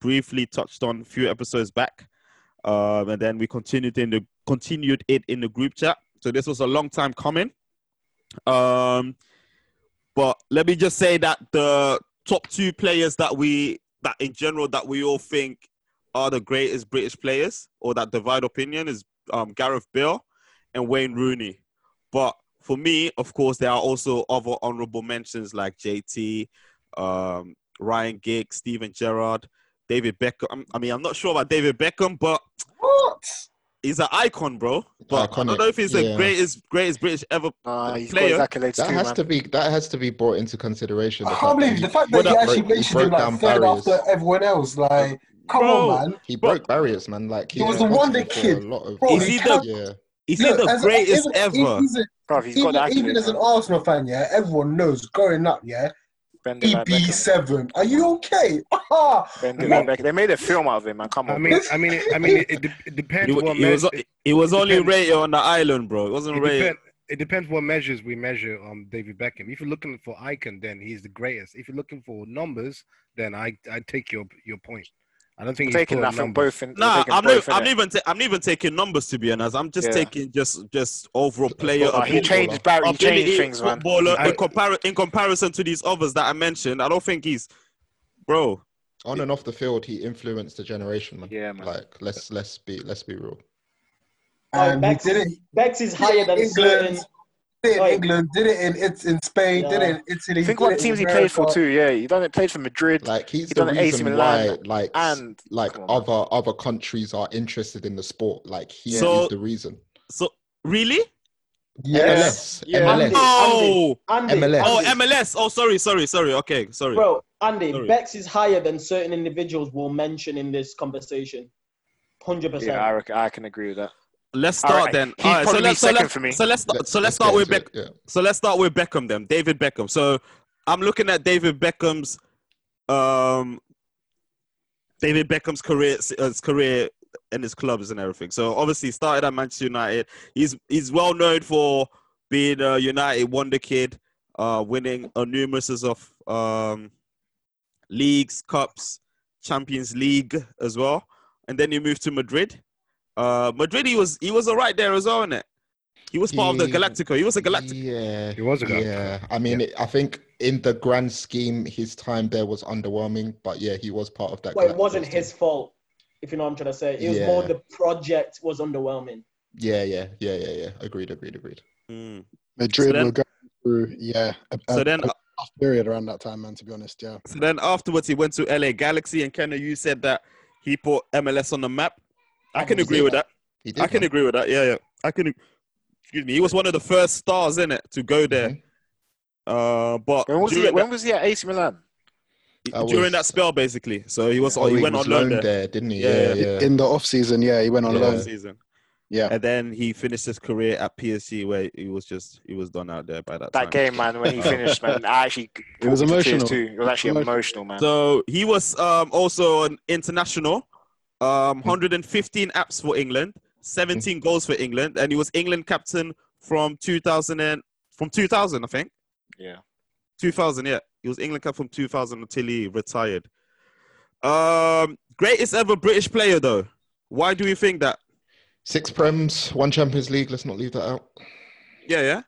[SPEAKER 3] briefly touched on a few episodes back, um, and then we continued in the continued it in the group chat. So this was a long time coming. Um, but let me just say that the top two players that we that in general that we all think are the greatest British players, or that divide opinion is um, Gareth Bale and Wayne Rooney. But for me, of course, there are also other honourable mentions like JT, um, Ryan Giggs, Steven Gerrard, David Beckham. I mean, I'm not sure about David Beckham, but
[SPEAKER 9] What?
[SPEAKER 3] he's an icon, bro. But I
[SPEAKER 4] Iconic,
[SPEAKER 3] don't know if he's the
[SPEAKER 4] yeah.
[SPEAKER 3] greatest greatest British ever.
[SPEAKER 8] Nah, he's
[SPEAKER 3] Player.
[SPEAKER 8] got his accolades
[SPEAKER 4] That
[SPEAKER 8] too,
[SPEAKER 4] has
[SPEAKER 8] man.
[SPEAKER 4] to be that has to be brought into consideration.
[SPEAKER 9] I can't believe
[SPEAKER 4] he-
[SPEAKER 9] the fact that
[SPEAKER 4] he
[SPEAKER 9] you actually
[SPEAKER 4] broke- he
[SPEAKER 9] mentioned him
[SPEAKER 4] broke
[SPEAKER 9] like
[SPEAKER 4] down
[SPEAKER 9] third
[SPEAKER 4] barriers.
[SPEAKER 9] after everyone else. Like, come
[SPEAKER 3] Bro,
[SPEAKER 9] on, man.
[SPEAKER 4] He
[SPEAKER 3] Bro-
[SPEAKER 4] broke barriers, man. Like he
[SPEAKER 9] There was the
[SPEAKER 4] responsible
[SPEAKER 9] wonder
[SPEAKER 4] for a
[SPEAKER 9] kid.
[SPEAKER 4] lot of.
[SPEAKER 9] Bro,
[SPEAKER 3] Is
[SPEAKER 9] you
[SPEAKER 3] he the-
[SPEAKER 9] cannot-
[SPEAKER 4] yeah,
[SPEAKER 3] is he the
[SPEAKER 9] as-
[SPEAKER 3] greatest
[SPEAKER 9] even,
[SPEAKER 3] ever?
[SPEAKER 9] Even,
[SPEAKER 8] Bro, he's got
[SPEAKER 9] even,
[SPEAKER 8] the
[SPEAKER 9] even as
[SPEAKER 8] accolades,
[SPEAKER 9] an
[SPEAKER 8] man.
[SPEAKER 9] Arsenal fan, yeah, everyone knows growing up, yeah,
[SPEAKER 8] Bend it like Beckham.
[SPEAKER 9] EB7. Are you okay? Ah,
[SPEAKER 8] Bend it
[SPEAKER 9] what?
[SPEAKER 8] like Beckham. They made a film out of him, man. Come
[SPEAKER 5] I
[SPEAKER 8] on,
[SPEAKER 5] mean,
[SPEAKER 8] bro.
[SPEAKER 5] I mean, I mean, it, de- it depends
[SPEAKER 3] He,
[SPEAKER 5] what
[SPEAKER 3] he was
[SPEAKER 5] measure. It,
[SPEAKER 3] he was
[SPEAKER 5] it
[SPEAKER 3] only
[SPEAKER 5] depends.
[SPEAKER 3] rated on the island, bro. It wasn't
[SPEAKER 5] it
[SPEAKER 3] rated.
[SPEAKER 5] depends. It depends what measures we measure on David Beckham. If you're looking for icon, then he's the greatest. If you're looking for numbers, then I I take your your point. I don't think he's
[SPEAKER 8] Taking,
[SPEAKER 5] put
[SPEAKER 8] I
[SPEAKER 5] on
[SPEAKER 8] think
[SPEAKER 5] numbers.
[SPEAKER 8] both in.
[SPEAKER 3] Nah,
[SPEAKER 8] taking
[SPEAKER 3] I'm not.
[SPEAKER 8] both in
[SPEAKER 3] I'm
[SPEAKER 8] it.
[SPEAKER 3] not even. Ta- I'm not even taking numbers to be honest. I'm just
[SPEAKER 8] Yeah.
[SPEAKER 3] taking just just overall player
[SPEAKER 8] Nah, he
[SPEAKER 3] ability,
[SPEAKER 8] changes Barry. He changed
[SPEAKER 3] ability
[SPEAKER 8] things, man.
[SPEAKER 3] e footballer
[SPEAKER 5] I-
[SPEAKER 3] in, compar- in comparison to these others that I mentioned. I don't think he's, bro.
[SPEAKER 4] on and off the field, he influenced the generation, man.
[SPEAKER 8] Yeah, man.
[SPEAKER 4] Like let's let's be let's be real.
[SPEAKER 6] like,
[SPEAKER 9] And he
[SPEAKER 6] Oh, Bex,
[SPEAKER 9] did it.
[SPEAKER 6] is, Bex is higher than certain.
[SPEAKER 9] England. Did it in
[SPEAKER 6] Like-
[SPEAKER 9] England. Did it in it's in Spain. Did it in Italy.
[SPEAKER 8] Think
[SPEAKER 9] did
[SPEAKER 8] what
[SPEAKER 9] it in
[SPEAKER 8] teams he played for
[SPEAKER 9] America.
[SPEAKER 8] too. Yeah, he done it. Played for Madrid.
[SPEAKER 4] Like he's
[SPEAKER 8] He
[SPEAKER 4] the
[SPEAKER 8] done it AC
[SPEAKER 4] reason why
[SPEAKER 8] Milan
[SPEAKER 4] like s-
[SPEAKER 8] and
[SPEAKER 4] like
[SPEAKER 8] come on, man.
[SPEAKER 4] other other countries are interested in the sport. Like he
[SPEAKER 3] Yeah. So-
[SPEAKER 4] is the reason.
[SPEAKER 3] So really?
[SPEAKER 8] Yes.
[SPEAKER 4] MLS,
[SPEAKER 8] Yeah.
[SPEAKER 6] Andy,
[SPEAKER 4] MLS.
[SPEAKER 3] Oh,
[SPEAKER 6] Andy, Andy,
[SPEAKER 4] MLS.
[SPEAKER 3] oh
[SPEAKER 6] Andy,
[SPEAKER 3] MLS. Oh, sorry, sorry, sorry. Okay, sorry.
[SPEAKER 6] Bro, Andy,
[SPEAKER 3] Sorry.
[SPEAKER 6] Bex is higher than certain individuals will mention in this conversation. 100%.
[SPEAKER 8] Yeah, I, reckon, I can agree with that.
[SPEAKER 3] let's
[SPEAKER 8] All
[SPEAKER 3] start
[SPEAKER 8] right.
[SPEAKER 3] then.
[SPEAKER 8] He's
[SPEAKER 3] All right, so
[SPEAKER 8] probably
[SPEAKER 3] let's so
[SPEAKER 8] second
[SPEAKER 3] let's,
[SPEAKER 8] for me.
[SPEAKER 3] so let's start- so let's
[SPEAKER 4] get
[SPEAKER 3] start with
[SPEAKER 4] into
[SPEAKER 3] Beck.
[SPEAKER 4] it, yeah.
[SPEAKER 3] So let's start with Beckham then. David Beckham. So I'm looking at David Beckham's um David Beckham's career his career and his clubs and everything. So obviously he started at Manchester United. He's he's well known for being a United wonder kid, uh winning a numerous of um leagues, cups, Champions League as well. And then he moved to Madrid. Uh Madrid he was he was alright there as well, wasn't it? He was part of
[SPEAKER 4] He-
[SPEAKER 3] the Galactico. He was a Galactico.
[SPEAKER 4] Yeah.
[SPEAKER 5] He was a guy.
[SPEAKER 4] Yeah. I mean, It, I think in the grand scheme, his time there was underwhelming, but yeah, he was part of that.
[SPEAKER 6] But it
[SPEAKER 4] Galacticos
[SPEAKER 6] wasn't
[SPEAKER 4] team.
[SPEAKER 6] his fault, if you know what I'm trying to say. It was
[SPEAKER 4] Yeah.
[SPEAKER 6] more the project was underwhelming.
[SPEAKER 4] Yeah, yeah, yeah, yeah, yeah. Agreed, agreed, agreed.
[SPEAKER 3] Mm.
[SPEAKER 7] Madrid
[SPEAKER 3] So then-
[SPEAKER 7] were going through, yeah, a, a-
[SPEAKER 3] So then,
[SPEAKER 7] a tough period around that time, man. To be honest, yeah.
[SPEAKER 3] so then afterwards, he went to LA Galaxy, and Kenna, you said that he put MLS on the map. I can agree with that.
[SPEAKER 4] He did.
[SPEAKER 3] I can
[SPEAKER 4] man.
[SPEAKER 3] agree with that. Yeah, yeah. I can. Excuse me. He was one of the first stars in it to go there.
[SPEAKER 4] Mhm.
[SPEAKER 3] Uh, but
[SPEAKER 8] When was he?
[SPEAKER 3] during,
[SPEAKER 8] When was he at AC Milan?
[SPEAKER 3] that,
[SPEAKER 4] That
[SPEAKER 3] during
[SPEAKER 4] was-
[SPEAKER 3] that spell, basically, so he was.
[SPEAKER 4] Oh,
[SPEAKER 3] he, went
[SPEAKER 4] was
[SPEAKER 3] on loan
[SPEAKER 4] loaned
[SPEAKER 3] there.
[SPEAKER 4] didn't he?
[SPEAKER 3] Yeah,
[SPEAKER 4] Yeah, yeah.
[SPEAKER 7] In the off season, yeah, he went on
[SPEAKER 4] Yeah.
[SPEAKER 7] loan.
[SPEAKER 3] season.
[SPEAKER 7] Yeah.
[SPEAKER 3] And then he finished his career at PSG, where he was just he was done out there by that,
[SPEAKER 8] That
[SPEAKER 3] time.
[SPEAKER 8] game, man, when he
[SPEAKER 3] Oh.
[SPEAKER 8] finished, man, I actually
[SPEAKER 7] It was
[SPEAKER 8] brought me to tears
[SPEAKER 7] emotional.
[SPEAKER 8] too. It was actually
[SPEAKER 7] Emotional.
[SPEAKER 8] emotional, man.
[SPEAKER 3] So he was um, also an international, um, 115 apps for England, 17 goals for England, and he was England captain from 2000 and, from 2000, I think.
[SPEAKER 8] Yeah.
[SPEAKER 3] 2000, yeah. He was England captain from 2000 until he retired. Um, greatest ever British player, though. Why do you think that?
[SPEAKER 4] Six Prems, one Champions League. Let's not leave that out.
[SPEAKER 3] Yeah, yeah.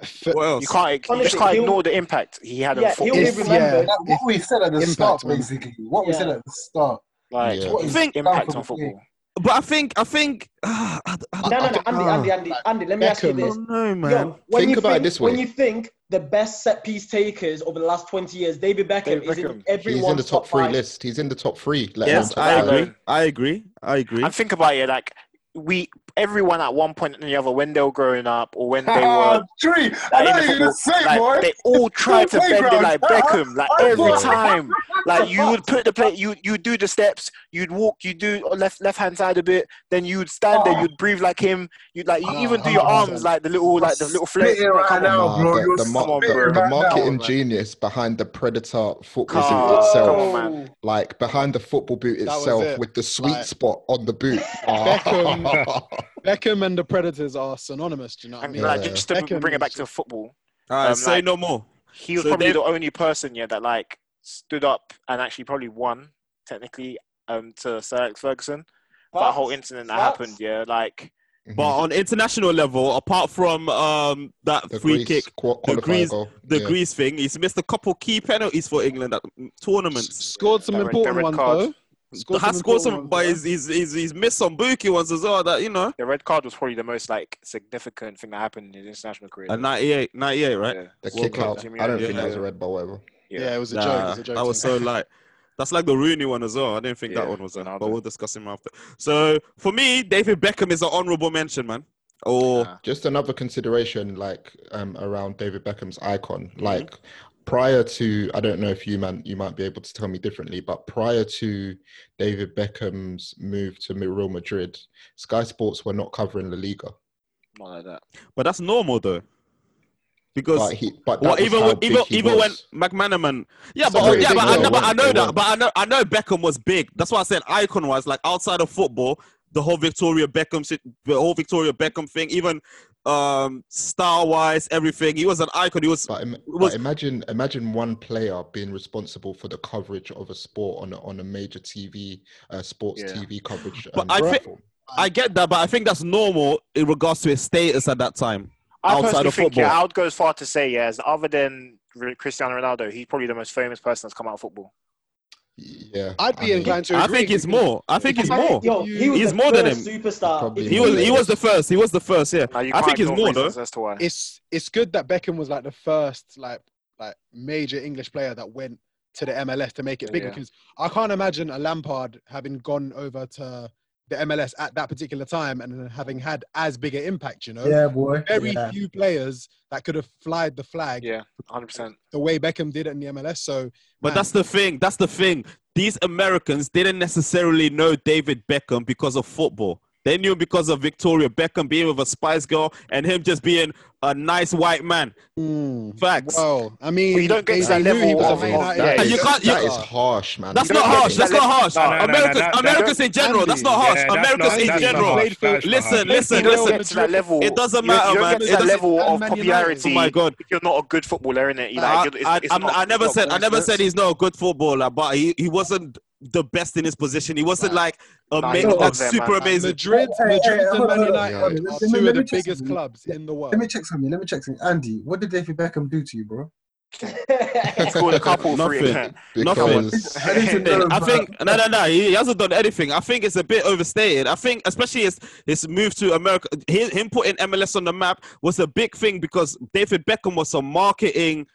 [SPEAKER 7] F-
[SPEAKER 3] What
[SPEAKER 8] You
[SPEAKER 3] else?
[SPEAKER 8] can't. You just
[SPEAKER 6] Honestly,
[SPEAKER 8] can't
[SPEAKER 6] he'll-
[SPEAKER 8] ignore the impact he had
[SPEAKER 6] Yeah,
[SPEAKER 8] on football.
[SPEAKER 6] he'll
[SPEAKER 7] If-
[SPEAKER 6] be remembered.
[SPEAKER 7] yeah.
[SPEAKER 9] Like, what we said at the
[SPEAKER 7] Impact,
[SPEAKER 9] start,
[SPEAKER 7] man.
[SPEAKER 9] basically. What we said
[SPEAKER 6] Yeah.
[SPEAKER 9] at the start.
[SPEAKER 8] Like
[SPEAKER 4] Yeah.
[SPEAKER 8] what
[SPEAKER 3] I
[SPEAKER 8] his
[SPEAKER 3] think-
[SPEAKER 8] impact on football.
[SPEAKER 3] But I think, I think, ah, I, I-
[SPEAKER 6] No,
[SPEAKER 4] I
[SPEAKER 6] no, no,
[SPEAKER 4] think-
[SPEAKER 6] Andy,
[SPEAKER 4] ah,
[SPEAKER 6] Andy, Andy, Andy. Let me ask you
[SPEAKER 7] Beckham.
[SPEAKER 3] I
[SPEAKER 6] this:
[SPEAKER 3] don't know, man.
[SPEAKER 6] Yo, when
[SPEAKER 4] Think
[SPEAKER 6] you
[SPEAKER 4] about it
[SPEAKER 6] think,
[SPEAKER 4] this
[SPEAKER 6] When
[SPEAKER 4] way.
[SPEAKER 6] you think the best set piece takers over the last twenty years, David Beckham
[SPEAKER 8] David
[SPEAKER 6] is in
[SPEAKER 8] Beckham.
[SPEAKER 4] He's in the
[SPEAKER 6] everyone's
[SPEAKER 4] top three
[SPEAKER 6] five.
[SPEAKER 4] list. He's in the top three. Let
[SPEAKER 3] yes,
[SPEAKER 4] alone top
[SPEAKER 3] I
[SPEAKER 4] five.
[SPEAKER 3] agree.
[SPEAKER 8] alone.
[SPEAKER 3] I agree. I agree.
[SPEAKER 8] And think about it, like we, everyone at one point or the other, when they were growing up or when they
[SPEAKER 9] Ah,
[SPEAKER 8] were
[SPEAKER 9] Tree. I
[SPEAKER 8] like, in
[SPEAKER 9] know
[SPEAKER 8] the
[SPEAKER 9] you're gonna
[SPEAKER 8] football,
[SPEAKER 9] say,
[SPEAKER 8] like
[SPEAKER 9] boy.
[SPEAKER 8] they all tried to bend it
[SPEAKER 9] playground.
[SPEAKER 8] like Beckham, like
[SPEAKER 9] I
[SPEAKER 8] every
[SPEAKER 4] thought-
[SPEAKER 8] time. Like
[SPEAKER 6] That's a
[SPEAKER 8] you would
[SPEAKER 6] fact.
[SPEAKER 8] put the play, you you do the steps, you'd walk, you do uh, left left hand side a bit, then you'd stand there,
[SPEAKER 9] Ah.
[SPEAKER 8] you'd breathe like him, you'd like you
[SPEAKER 7] Ah,
[SPEAKER 8] even do your
[SPEAKER 7] ah,
[SPEAKER 8] arms like the little like the little
[SPEAKER 9] Spit
[SPEAKER 8] flares.
[SPEAKER 9] it
[SPEAKER 8] Like,
[SPEAKER 9] right
[SPEAKER 8] come on,
[SPEAKER 9] now,
[SPEAKER 4] Nah,
[SPEAKER 9] bro.
[SPEAKER 4] Ah, the,
[SPEAKER 9] You're
[SPEAKER 4] the, mar-
[SPEAKER 8] come on,
[SPEAKER 9] spitting
[SPEAKER 4] the,
[SPEAKER 8] bro.
[SPEAKER 4] the
[SPEAKER 9] right now.
[SPEAKER 4] marketing
[SPEAKER 8] man.
[SPEAKER 4] genius behind the Predator football
[SPEAKER 8] Come
[SPEAKER 4] boot itself,
[SPEAKER 8] on, man.
[SPEAKER 4] like behind the football boot
[SPEAKER 7] That was
[SPEAKER 4] itself
[SPEAKER 7] it.
[SPEAKER 4] with the sweet
[SPEAKER 7] Like-
[SPEAKER 4] spot on the boot. Mm,
[SPEAKER 7] Beckham. Beckham and the Predators are synonymous. Do you know what I
[SPEAKER 8] And
[SPEAKER 7] mean?
[SPEAKER 8] like
[SPEAKER 4] Yeah.
[SPEAKER 8] just to
[SPEAKER 7] Beckham
[SPEAKER 8] bring it
[SPEAKER 7] is
[SPEAKER 8] back to
[SPEAKER 7] just-
[SPEAKER 8] football,
[SPEAKER 3] All right,
[SPEAKER 8] Um,
[SPEAKER 3] say
[SPEAKER 8] like-
[SPEAKER 3] no more.
[SPEAKER 8] he was
[SPEAKER 3] So
[SPEAKER 8] probably
[SPEAKER 3] Dave-
[SPEAKER 8] the only person, yeah, that like stood up and actually probably won technically um to Sir Alex Ferguson. that whole incident that
[SPEAKER 6] Facts.
[SPEAKER 8] happened, yeah, like
[SPEAKER 3] But on international level, apart from um, that
[SPEAKER 4] the
[SPEAKER 3] free
[SPEAKER 4] Greece
[SPEAKER 3] kick,
[SPEAKER 4] qua-
[SPEAKER 3] the
[SPEAKER 4] qualifier
[SPEAKER 3] Greece-
[SPEAKER 4] goal.
[SPEAKER 3] the
[SPEAKER 4] yeah.
[SPEAKER 3] Greece thing, he's missed a couple key penalties for England at tournaments.
[SPEAKER 7] Scored some
[SPEAKER 8] That red-
[SPEAKER 7] important
[SPEAKER 8] that red
[SPEAKER 7] ones
[SPEAKER 8] card.
[SPEAKER 7] though. Scored
[SPEAKER 3] Has scored some,
[SPEAKER 7] important
[SPEAKER 3] but
[SPEAKER 7] ones,
[SPEAKER 3] he's, he's, he's, he's missed some bookie ones as well. That you know,
[SPEAKER 8] the red card was probably the most like significant thing that happened in his international career.
[SPEAKER 3] at 98, 98, right?
[SPEAKER 8] Yeah.
[SPEAKER 4] The
[SPEAKER 3] World
[SPEAKER 4] kick
[SPEAKER 3] Cup.
[SPEAKER 4] out.
[SPEAKER 8] Jimmy
[SPEAKER 4] I don't
[SPEAKER 8] Anderson,
[SPEAKER 4] think that was a
[SPEAKER 8] yeah.
[SPEAKER 4] red ball, whatever.
[SPEAKER 7] yeah. yeah, it was a joke. It
[SPEAKER 3] Nah,
[SPEAKER 7] was a joke.
[SPEAKER 3] that was
[SPEAKER 7] to
[SPEAKER 3] so light. That's like the Rooney one as well. I didn't think that
[SPEAKER 8] Yeah,
[SPEAKER 3] one was, a, but
[SPEAKER 8] Ronaldo.
[SPEAKER 3] we'll discuss him after. So for me, David Beckham is an honourable mention, man. Oh, Or
[SPEAKER 8] Nah.
[SPEAKER 4] Just another consideration, like um, around David Beckham's icon.
[SPEAKER 3] Mm-hmm.
[SPEAKER 4] Like prior to, I don't know if you man, you might be able to tell me differently, but prior to David Beckham's move to Real Madrid, Sky Sports were not covering La Liga.
[SPEAKER 8] Not like that.
[SPEAKER 3] But that's normal though, because
[SPEAKER 4] But he, but that
[SPEAKER 3] Well,
[SPEAKER 4] was
[SPEAKER 3] even
[SPEAKER 4] how
[SPEAKER 3] when,
[SPEAKER 4] big
[SPEAKER 3] even
[SPEAKER 4] he
[SPEAKER 3] even
[SPEAKER 4] was.
[SPEAKER 3] when McManaman, yeah,
[SPEAKER 4] So
[SPEAKER 3] but oh,
[SPEAKER 4] they-
[SPEAKER 3] yeah,
[SPEAKER 4] they
[SPEAKER 3] but I
[SPEAKER 4] were,
[SPEAKER 3] know, but I
[SPEAKER 4] weren't they?
[SPEAKER 3] know that,
[SPEAKER 4] Weren't.
[SPEAKER 3] but I know, I know Beckham was big. That's why I said icon wise, like outside of football, the whole Victoria Beckham, shit- the whole Victoria Beckham thing, even um style wise, everything. He was an icon. He was
[SPEAKER 4] But, im-
[SPEAKER 3] was-
[SPEAKER 4] but imagine imagine one player being responsible for the coverage of a sport on a, on a major TV uh, sports
[SPEAKER 8] Yeah.
[SPEAKER 4] TV coverage. um,
[SPEAKER 3] But I thi-
[SPEAKER 4] platform.
[SPEAKER 3] I get that, but I think that's normal in regards to his status at that time
[SPEAKER 8] I
[SPEAKER 3] outside
[SPEAKER 8] personally
[SPEAKER 3] of
[SPEAKER 8] think,
[SPEAKER 3] football.
[SPEAKER 8] yeah, I would go as far to say, yeah, as other than Re- Cristiano Ronaldo, he's probably the most famous person that's come out of football.
[SPEAKER 4] yeah,
[SPEAKER 7] I'd
[SPEAKER 4] I
[SPEAKER 7] be
[SPEAKER 4] mean,
[SPEAKER 7] inclined to.
[SPEAKER 3] I
[SPEAKER 7] agree
[SPEAKER 3] think it's
[SPEAKER 7] because
[SPEAKER 3] more. I think it's
[SPEAKER 7] I-
[SPEAKER 3] more.
[SPEAKER 6] Yo, he was
[SPEAKER 3] He's
[SPEAKER 6] the
[SPEAKER 3] more than
[SPEAKER 6] first superstar.
[SPEAKER 4] Probably
[SPEAKER 6] If
[SPEAKER 3] He
[SPEAKER 6] you
[SPEAKER 4] more
[SPEAKER 3] was
[SPEAKER 4] than
[SPEAKER 6] think
[SPEAKER 3] he was the first. He was the first. Yeah,
[SPEAKER 8] Now you
[SPEAKER 3] I
[SPEAKER 8] can't
[SPEAKER 3] think it's
[SPEAKER 8] ignore
[SPEAKER 3] more though.
[SPEAKER 8] reasons as to why.
[SPEAKER 7] It's it's good that Beckham was like the first like like major English player that went to the MLS to make it big
[SPEAKER 8] Yeah.
[SPEAKER 7] because I can't imagine a Lampard having gone over to the MLS at that particular time and then having had as big an impact. You know,
[SPEAKER 9] Yeah, boy.
[SPEAKER 7] very
[SPEAKER 9] yeah.
[SPEAKER 7] few players that could have flied the flag
[SPEAKER 8] Yeah, hundred percent.
[SPEAKER 7] the way Beckham did it in the MLS. So,
[SPEAKER 3] But
[SPEAKER 7] man,
[SPEAKER 3] that's the thing. That's the thing. These Americans didn't necessarily know David Beckham because of football. They knew him because of Victoria Beckham being with a Spice Girl and him just being a nice white man.
[SPEAKER 7] Mm.
[SPEAKER 3] Facts.
[SPEAKER 7] Well, I mean,
[SPEAKER 8] Well, you don't get
[SPEAKER 7] they-
[SPEAKER 8] to that
[SPEAKER 7] they knew
[SPEAKER 8] level
[SPEAKER 7] he was a
[SPEAKER 8] of-
[SPEAKER 7] Man
[SPEAKER 8] of-
[SPEAKER 7] United
[SPEAKER 8] yeah,
[SPEAKER 7] player.
[SPEAKER 3] you can't- you-
[SPEAKER 4] That is harsh, man.
[SPEAKER 3] That's
[SPEAKER 4] You
[SPEAKER 3] not
[SPEAKER 4] don't
[SPEAKER 3] harsh.
[SPEAKER 4] get
[SPEAKER 3] That's
[SPEAKER 4] to-
[SPEAKER 3] not harsh.
[SPEAKER 8] No, no, no, no,
[SPEAKER 3] Americans,
[SPEAKER 5] that- that-
[SPEAKER 3] Americans in general. That's not harsh.
[SPEAKER 5] Yeah, that's
[SPEAKER 3] Americans
[SPEAKER 5] not-
[SPEAKER 3] in
[SPEAKER 5] that's not
[SPEAKER 3] general. Oh
[SPEAKER 5] hard. That's not
[SPEAKER 3] Listen,
[SPEAKER 5] hard.
[SPEAKER 3] listen,
[SPEAKER 8] you don't
[SPEAKER 3] listen.
[SPEAKER 8] get to that level.
[SPEAKER 3] It doesn't
[SPEAKER 8] You-
[SPEAKER 3] matter,
[SPEAKER 8] you,
[SPEAKER 3] man.
[SPEAKER 8] don't get
[SPEAKER 3] It
[SPEAKER 8] to that
[SPEAKER 3] doesn't-
[SPEAKER 8] level
[SPEAKER 7] and
[SPEAKER 8] of
[SPEAKER 7] Man
[SPEAKER 8] popularity.
[SPEAKER 7] United.
[SPEAKER 3] Oh my God.
[SPEAKER 8] if you're not a good footballer, innit? Like,
[SPEAKER 3] I,
[SPEAKER 8] you're- it's,
[SPEAKER 3] I,
[SPEAKER 8] it's
[SPEAKER 3] I'm-
[SPEAKER 8] not,
[SPEAKER 3] I never
[SPEAKER 8] it's
[SPEAKER 3] said
[SPEAKER 8] not
[SPEAKER 3] I never
[SPEAKER 8] coincidence.
[SPEAKER 3] said he's not a good footballer, but he, he wasn't the best in his position. He wasn't like a
[SPEAKER 8] Nah,
[SPEAKER 3] ma-
[SPEAKER 8] he's
[SPEAKER 9] not
[SPEAKER 3] like
[SPEAKER 8] up there,
[SPEAKER 3] super
[SPEAKER 8] man.
[SPEAKER 3] amazing.
[SPEAKER 9] Hey,
[SPEAKER 10] Madrid,
[SPEAKER 9] hey, hey,
[SPEAKER 10] Madrid, and
[SPEAKER 9] hold on,
[SPEAKER 10] Man
[SPEAKER 9] hold on,
[SPEAKER 4] Yeah,
[SPEAKER 10] United
[SPEAKER 9] hold
[SPEAKER 10] are
[SPEAKER 9] on. Let me-
[SPEAKER 10] two
[SPEAKER 9] let
[SPEAKER 10] of the
[SPEAKER 9] me check
[SPEAKER 10] biggest
[SPEAKER 9] something.
[SPEAKER 10] clubs in the
[SPEAKER 9] Let
[SPEAKER 10] world.
[SPEAKER 9] me check something. Let me check something. Andy, what did David Beckham do to you, bro?
[SPEAKER 8] He scored a couple for
[SPEAKER 3] Nothing.
[SPEAKER 8] it.
[SPEAKER 4] Because
[SPEAKER 9] I need to know.
[SPEAKER 3] I
[SPEAKER 9] bro.
[SPEAKER 3] think no, no, no. He, he hasn't done anything. I think it's a bit overstated. I think, especially his his move to America, his, him putting MLS on the map was a big thing because David Beckham was a marketing.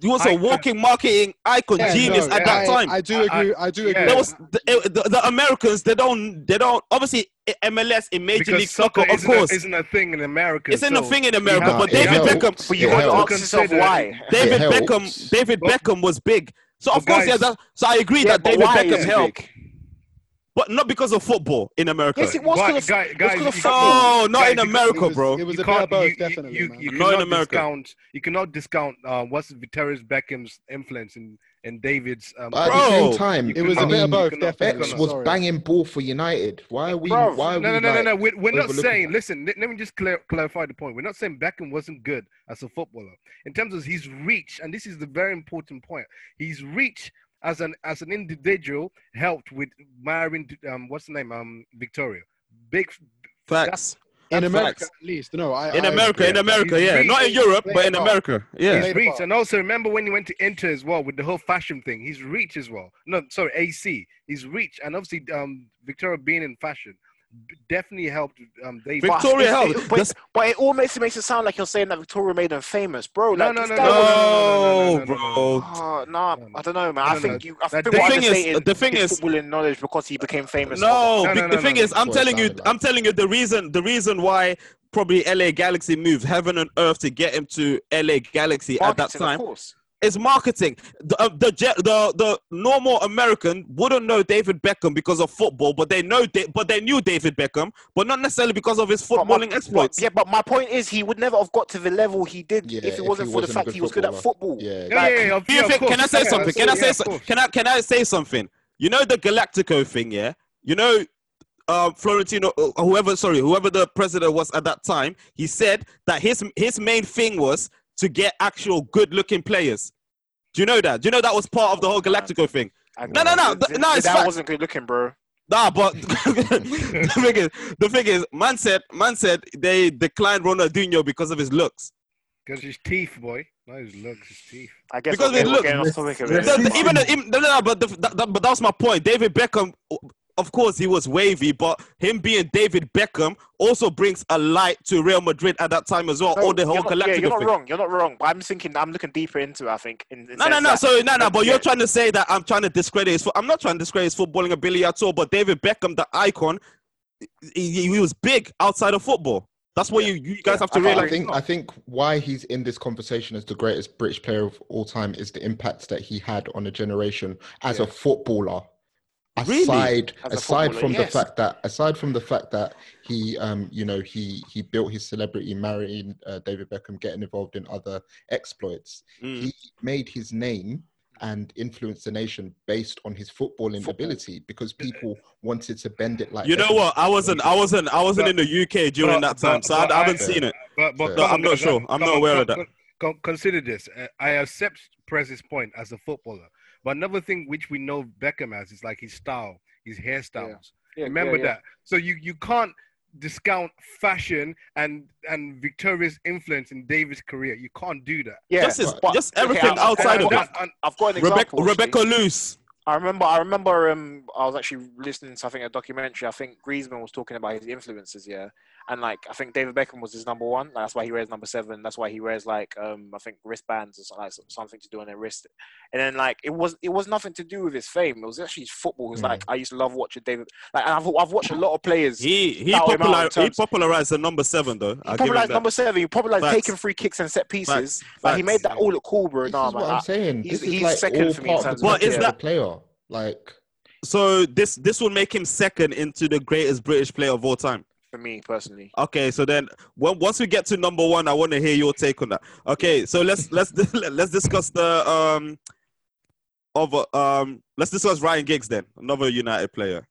[SPEAKER 3] He was a
[SPEAKER 5] Icon.
[SPEAKER 3] walking marketing icon
[SPEAKER 5] Yeah,
[SPEAKER 3] genius
[SPEAKER 5] no,
[SPEAKER 3] at that
[SPEAKER 5] yeah.
[SPEAKER 3] time.
[SPEAKER 10] I, I do
[SPEAKER 5] I-
[SPEAKER 10] agree. I, do
[SPEAKER 5] yeah.
[SPEAKER 10] agree.
[SPEAKER 3] there was the, the, the Americans. They don't. They don't. Obviously, MLS in Major
[SPEAKER 5] because
[SPEAKER 3] League Soccer,
[SPEAKER 5] soccer
[SPEAKER 3] of
[SPEAKER 5] isn't,
[SPEAKER 3] course,
[SPEAKER 5] A, isn't a thing in America.
[SPEAKER 3] it's in a
[SPEAKER 5] so
[SPEAKER 3] thing in America.
[SPEAKER 5] have-
[SPEAKER 3] but
[SPEAKER 5] you
[SPEAKER 3] David
[SPEAKER 5] have to-
[SPEAKER 3] Beckham,
[SPEAKER 8] But you
[SPEAKER 4] It
[SPEAKER 8] got to
[SPEAKER 4] helps.
[SPEAKER 8] ask yourself
[SPEAKER 5] Consider-
[SPEAKER 8] why.
[SPEAKER 3] David
[SPEAKER 4] helps.
[SPEAKER 3] Beckham, David
[SPEAKER 5] But-
[SPEAKER 3] Beckham was big. So of
[SPEAKER 5] But
[SPEAKER 3] course, yeah.
[SPEAKER 5] guys-
[SPEAKER 3] That, so I agree
[SPEAKER 8] Yeah,
[SPEAKER 3] that
[SPEAKER 8] but
[SPEAKER 3] David
[SPEAKER 8] why is
[SPEAKER 3] Beckham
[SPEAKER 8] he
[SPEAKER 3] helped,
[SPEAKER 8] big?
[SPEAKER 3] but not because of football in America.
[SPEAKER 8] Yes, it was
[SPEAKER 5] Guy-
[SPEAKER 8] because of,
[SPEAKER 5] guy-
[SPEAKER 8] it was
[SPEAKER 5] guys,
[SPEAKER 8] 'cause of
[SPEAKER 5] you-
[SPEAKER 8] football.
[SPEAKER 3] No, not
[SPEAKER 5] Guys,
[SPEAKER 3] in
[SPEAKER 5] it-
[SPEAKER 3] America,
[SPEAKER 10] it was,
[SPEAKER 3] bro.
[SPEAKER 10] It was
[SPEAKER 5] you
[SPEAKER 10] a bit
[SPEAKER 5] can't
[SPEAKER 10] of both,
[SPEAKER 5] you,
[SPEAKER 10] definitely,
[SPEAKER 5] you, you,
[SPEAKER 10] man.
[SPEAKER 5] you
[SPEAKER 3] Not in
[SPEAKER 5] cannot
[SPEAKER 3] America.
[SPEAKER 5] discount you cannot discount uh, what's Viter's Beckham's influence and in, David's um,
[SPEAKER 4] but at
[SPEAKER 3] Bro.
[SPEAKER 4] the same
[SPEAKER 5] you
[SPEAKER 4] time,
[SPEAKER 10] It was
[SPEAKER 4] I
[SPEAKER 10] a
[SPEAKER 5] cannot-
[SPEAKER 10] bit
[SPEAKER 4] mean,
[SPEAKER 10] of both,
[SPEAKER 5] you cannot- you
[SPEAKER 10] definitely.
[SPEAKER 4] Bex
[SPEAKER 5] cannot-
[SPEAKER 4] was
[SPEAKER 10] Sorry.
[SPEAKER 4] banging ball for United. Why are we?
[SPEAKER 8] Bro,
[SPEAKER 4] why are we?
[SPEAKER 5] No, no, no, no,
[SPEAKER 4] like,
[SPEAKER 5] no. We're, we're not
[SPEAKER 4] overlooking
[SPEAKER 5] saying.
[SPEAKER 4] that?
[SPEAKER 5] Listen, let, let me just clar- clarify the point. We're not saying Beckham wasn't good as a footballer in terms of his reach, and this is the very important point. His reach as an as an individual helped with Myron. Um, what's the name? Um, Victoria. Big.
[SPEAKER 3] Facts
[SPEAKER 10] in
[SPEAKER 3] that's
[SPEAKER 10] America,
[SPEAKER 3] facts.
[SPEAKER 10] at least. No, I.
[SPEAKER 3] in
[SPEAKER 10] I,
[SPEAKER 3] America, in America,
[SPEAKER 5] He's
[SPEAKER 3] yeah.
[SPEAKER 5] really-
[SPEAKER 3] Not in Europe, but in
[SPEAKER 10] Yeah.
[SPEAKER 3] America, yeah.
[SPEAKER 5] His
[SPEAKER 10] Later
[SPEAKER 5] reach,
[SPEAKER 10] part.
[SPEAKER 5] and also remember when you went to Inter as well with the whole fashion thing. His reach as well. No, sorry, AC. His reach, and obviously um, Victoria being in fashion b- definitely helped um, David.
[SPEAKER 8] But
[SPEAKER 3] Victoria
[SPEAKER 8] it's-
[SPEAKER 3] helped.
[SPEAKER 8] it-
[SPEAKER 3] That's-
[SPEAKER 8] But, but it all makes it makes it sound like you're saying that Victoria made him famous, bro.
[SPEAKER 5] No,
[SPEAKER 8] Like
[SPEAKER 5] no,
[SPEAKER 8] this
[SPEAKER 5] no,
[SPEAKER 8] guy was
[SPEAKER 5] no, no, no, no, no,
[SPEAKER 3] Oh,
[SPEAKER 5] no, no, no, no.
[SPEAKER 3] bro.
[SPEAKER 8] Oh, no,
[SPEAKER 5] No, no.
[SPEAKER 8] I don't know, man.
[SPEAKER 5] No,
[SPEAKER 8] I
[SPEAKER 5] no,
[SPEAKER 8] think
[SPEAKER 5] no.
[SPEAKER 8] you. I
[SPEAKER 5] That-
[SPEAKER 8] think
[SPEAKER 5] the
[SPEAKER 8] we're
[SPEAKER 3] thing is-
[SPEAKER 8] understating
[SPEAKER 3] the thing
[SPEAKER 8] his
[SPEAKER 3] is-
[SPEAKER 8] footballing knowledge because he became famous.
[SPEAKER 3] No,
[SPEAKER 5] No,
[SPEAKER 3] be-
[SPEAKER 5] no,
[SPEAKER 3] the
[SPEAKER 5] no,
[SPEAKER 3] thing
[SPEAKER 5] no,
[SPEAKER 3] is,
[SPEAKER 5] no.
[SPEAKER 3] I'm
[SPEAKER 4] That's what it
[SPEAKER 3] telling you,
[SPEAKER 4] sounded like.
[SPEAKER 3] I'm telling you, the reason, the reason why probably LA Galaxy moved heaven and earth to get him to LA Galaxy
[SPEAKER 8] marketing,
[SPEAKER 3] at that time
[SPEAKER 8] of course.
[SPEAKER 3] is marketing. The, uh, the Je- the the normal American wouldn't know David Beckham because of football, but they know, da- but they knew David Beckham, but not necessarily because of his
[SPEAKER 8] But my-
[SPEAKER 3] footballing exploits.
[SPEAKER 8] But, yeah, but my point is, he would never have got to the level he did
[SPEAKER 4] Yeah,
[SPEAKER 8] if it
[SPEAKER 4] if
[SPEAKER 8] wasn't
[SPEAKER 4] he
[SPEAKER 8] for the
[SPEAKER 4] wasn't a
[SPEAKER 8] fact
[SPEAKER 4] good
[SPEAKER 8] he was good at
[SPEAKER 4] footballer.
[SPEAKER 8] football.
[SPEAKER 4] Yeah,
[SPEAKER 5] Yeah, yeah, yeah, of-
[SPEAKER 3] Do you
[SPEAKER 5] yeah, of
[SPEAKER 3] think? Can I
[SPEAKER 5] course.
[SPEAKER 3] say
[SPEAKER 5] Yeah,
[SPEAKER 3] something? Can I
[SPEAKER 5] absolutely.
[SPEAKER 3] say
[SPEAKER 5] Yeah, of
[SPEAKER 3] so,
[SPEAKER 5] course.
[SPEAKER 3] Can I can I say something? You know the Galactico thing, yeah. You know, uh, Florentino, uh, whoever, sorry, whoever the president was at that time, he said that his his main thing was to get actual good-looking players. Do you know that? Do you know that was part of the whole Galactico thing?
[SPEAKER 8] I
[SPEAKER 3] No, no, no,
[SPEAKER 8] th-
[SPEAKER 3] th- no, it's
[SPEAKER 8] that
[SPEAKER 3] fact.
[SPEAKER 8] wasn't good looking, bro.
[SPEAKER 3] Nah, but the thing is, the thing is, man said, man said they declined Ronaldinho because of his looks.
[SPEAKER 5] Because his teeth, boy. No, his looks, his teeth.
[SPEAKER 8] I guess
[SPEAKER 3] Because
[SPEAKER 8] we're,
[SPEAKER 3] it
[SPEAKER 8] getting- we're
[SPEAKER 3] looked-
[SPEAKER 8] getting off
[SPEAKER 9] Yes,
[SPEAKER 8] topic a
[SPEAKER 9] yes,
[SPEAKER 8] bit.
[SPEAKER 3] The- the-
[SPEAKER 9] Yes.
[SPEAKER 3] even the, even- no, no, no, but the, that, that- but that was my point. David Beckham, of course, he was wavy, but him being David Beckham also brings a light to Real Madrid at that time as well.
[SPEAKER 8] No,
[SPEAKER 3] or the whole
[SPEAKER 8] you're not, yeah,
[SPEAKER 3] collective
[SPEAKER 8] you're not
[SPEAKER 3] thing.
[SPEAKER 8] wrong. You're not wrong. But I'm thinking, I'm looking deeper into. it, I think. In, in
[SPEAKER 3] No, no, no.
[SPEAKER 8] sense that-
[SPEAKER 3] Sorry, no, no. But
[SPEAKER 8] yeah.
[SPEAKER 3] you're trying to say that I'm trying to discredit his. Fo- I'm not trying to discredit his footballing ability at all. But David Beckham, the icon, he, he was big outside of football. That's what you, you guys
[SPEAKER 8] Yeah,
[SPEAKER 3] have to
[SPEAKER 4] But
[SPEAKER 8] I
[SPEAKER 4] I
[SPEAKER 3] realize.
[SPEAKER 4] think I think why he's in this conversation as the greatest British player of all time is the impact that he had on a generation as a footballer.
[SPEAKER 3] Really?
[SPEAKER 4] Aside,
[SPEAKER 8] As a
[SPEAKER 4] aside
[SPEAKER 8] footballer,
[SPEAKER 4] from
[SPEAKER 8] yes.
[SPEAKER 4] the fact that aside from the fact that he, um, you know, he he built his celebrity, marrying uh, David Beckham, getting involved in other exploits.
[SPEAKER 3] Mm.
[SPEAKER 4] He made his name and influenced the nation based on his footballing
[SPEAKER 8] Football.
[SPEAKER 4] ability because people wanted to bend it like.
[SPEAKER 3] You know
[SPEAKER 4] Beckham.
[SPEAKER 3] what? I wasn't. I wasn't. I wasn't in the UK during that
[SPEAKER 5] But-
[SPEAKER 3] time,
[SPEAKER 5] but-
[SPEAKER 3] so I,
[SPEAKER 5] but
[SPEAKER 3] I haven't
[SPEAKER 5] I-
[SPEAKER 3] seen it.
[SPEAKER 5] But, but
[SPEAKER 3] No,
[SPEAKER 4] Yeah.
[SPEAKER 5] come on,
[SPEAKER 3] I'm not
[SPEAKER 5] guys,
[SPEAKER 3] sure.
[SPEAKER 5] I-
[SPEAKER 3] I'm
[SPEAKER 5] come
[SPEAKER 3] not
[SPEAKER 5] on,
[SPEAKER 3] aware
[SPEAKER 5] come-
[SPEAKER 3] of that.
[SPEAKER 5] con- con- consider this. Uh, I accept Prez's point as a footballer. But another thing which we know Beckham as is like his style, his hairstyles.
[SPEAKER 8] Yeah,
[SPEAKER 5] Remember
[SPEAKER 8] yeah, yeah.
[SPEAKER 5] that. So you, you can't discount fashion and and Victoria's influence in David's career. You can't do that.
[SPEAKER 8] Yeah,
[SPEAKER 3] Just his,
[SPEAKER 8] but-
[SPEAKER 3] just
[SPEAKER 8] okay,
[SPEAKER 3] everything
[SPEAKER 8] I've-
[SPEAKER 3] outside
[SPEAKER 5] And
[SPEAKER 3] of
[SPEAKER 5] that-
[SPEAKER 3] it.
[SPEAKER 5] and-
[SPEAKER 8] I've got an
[SPEAKER 3] Rebecca,
[SPEAKER 8] example. actually.
[SPEAKER 3] Rebecca Luce.
[SPEAKER 8] I remember, I remember, um, I was actually listening to, I think, a documentary. I think Griezmann was talking about his influences, yeah, and like, I think David Beckham was his number one. Like, that's why he wears number seven. That's why he wears like, um, I think wristbands or something, like something to do on their wrist. And then like, it was, it was nothing to do with his fame. It was actually his football. It
[SPEAKER 3] Hmm.
[SPEAKER 8] was like, I used to love watching David. Like, and I've, I've watched a lot of players.
[SPEAKER 3] He he
[SPEAKER 8] Shout him out in
[SPEAKER 3] popularized he
[SPEAKER 8] terms-
[SPEAKER 3] popularized the number seven though.
[SPEAKER 8] He
[SPEAKER 3] I give him
[SPEAKER 8] popularized
[SPEAKER 3] that.
[SPEAKER 8] number seven. He popularized
[SPEAKER 3] Facts.
[SPEAKER 8] taking free kicks and set pieces.
[SPEAKER 3] Facts.
[SPEAKER 8] Like he
[SPEAKER 3] Facts.
[SPEAKER 8] made that all look cool, bro.
[SPEAKER 4] This
[SPEAKER 8] Nah,
[SPEAKER 4] is
[SPEAKER 8] man.
[SPEAKER 4] what I'm
[SPEAKER 8] Like,
[SPEAKER 4] saying.
[SPEAKER 8] he's
[SPEAKER 4] This is
[SPEAKER 8] he's
[SPEAKER 4] like
[SPEAKER 8] second
[SPEAKER 4] all
[SPEAKER 8] for me in
[SPEAKER 4] part
[SPEAKER 8] terms
[SPEAKER 4] of
[SPEAKER 8] of
[SPEAKER 4] the
[SPEAKER 3] But
[SPEAKER 4] package
[SPEAKER 3] is
[SPEAKER 4] of
[SPEAKER 8] yeah.
[SPEAKER 4] the
[SPEAKER 3] that-
[SPEAKER 4] player. Like
[SPEAKER 3] so this this will make him second into the greatest British player of all time.
[SPEAKER 8] for me personally.
[SPEAKER 3] Okay, so then when, once we get to number one, I want to hear your take on that. Okay, so let's let's let's discuss the um of um let's discuss Ryan Giggs then, another United player,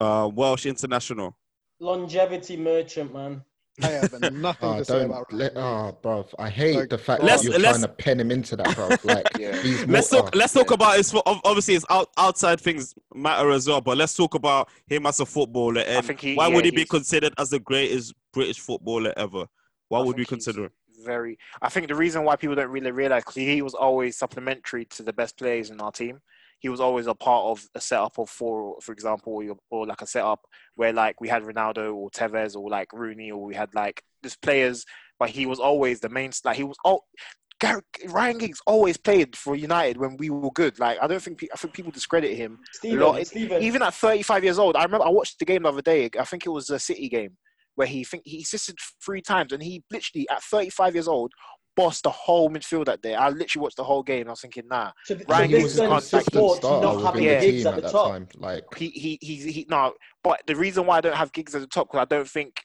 [SPEAKER 3] uh, Welsh international.
[SPEAKER 6] Longevity merchant, man.
[SPEAKER 7] I have nothing
[SPEAKER 4] Oh,
[SPEAKER 7] to say
[SPEAKER 4] don't
[SPEAKER 7] about
[SPEAKER 4] let,
[SPEAKER 7] Ryan
[SPEAKER 4] oh, bruv. I hate
[SPEAKER 7] Like,
[SPEAKER 4] the fact
[SPEAKER 3] Let's-
[SPEAKER 4] that you're
[SPEAKER 3] let's-
[SPEAKER 4] trying to pen him into that, bruv. Like,
[SPEAKER 8] Yeah.
[SPEAKER 4] he's
[SPEAKER 3] Let's
[SPEAKER 4] more-
[SPEAKER 3] talk.
[SPEAKER 4] oh,
[SPEAKER 3] Let's talk about his. fo- ob- Obviously, his out, outside things matter as well. But let's talk about him as a footballer. And
[SPEAKER 8] think he-
[SPEAKER 3] why
[SPEAKER 8] yeah,
[SPEAKER 3] would he be
[SPEAKER 8] he's-
[SPEAKER 3] considered as the greatest British footballer ever? Why
[SPEAKER 8] I
[SPEAKER 3] would we
[SPEAKER 8] think he's-
[SPEAKER 3] consider him?
[SPEAKER 8] Very, I think the reason why people don't really realize because he was always supplementary to the best players in our team. He was always a part of a setup of four, for example, or, your- or like a setup where like we had Ronaldo or Tevez or like Rooney or we had like just players, but he was always the main. Like he was all. Gar- Ryan Giggs always played for United when we were good. Like I don't think pe- I think people discredit him
[SPEAKER 6] Steven,
[SPEAKER 8] lot-
[SPEAKER 6] Steven.
[SPEAKER 8] even at 35 years old, I remember I watched the game the other day. I think it was a City game where he think he assisted three times, and he literally at 35 years old bossed the whole midfield that day. I literally watched the whole game. I was thinking, nah,
[SPEAKER 6] to, to
[SPEAKER 8] Ryan
[SPEAKER 4] he
[SPEAKER 6] this
[SPEAKER 8] Giggs
[SPEAKER 4] was a
[SPEAKER 8] is
[SPEAKER 6] extent of
[SPEAKER 8] constant
[SPEAKER 4] consistent
[SPEAKER 6] support,
[SPEAKER 4] starter
[SPEAKER 6] not
[SPEAKER 4] within
[SPEAKER 6] having
[SPEAKER 4] the
[SPEAKER 8] Yeah.
[SPEAKER 6] gigs
[SPEAKER 4] team
[SPEAKER 6] at
[SPEAKER 4] at
[SPEAKER 6] the
[SPEAKER 4] that
[SPEAKER 6] top.
[SPEAKER 4] time. Like,
[SPEAKER 8] he he he's he no. But the reason why I don't have gigs at the top because I don't think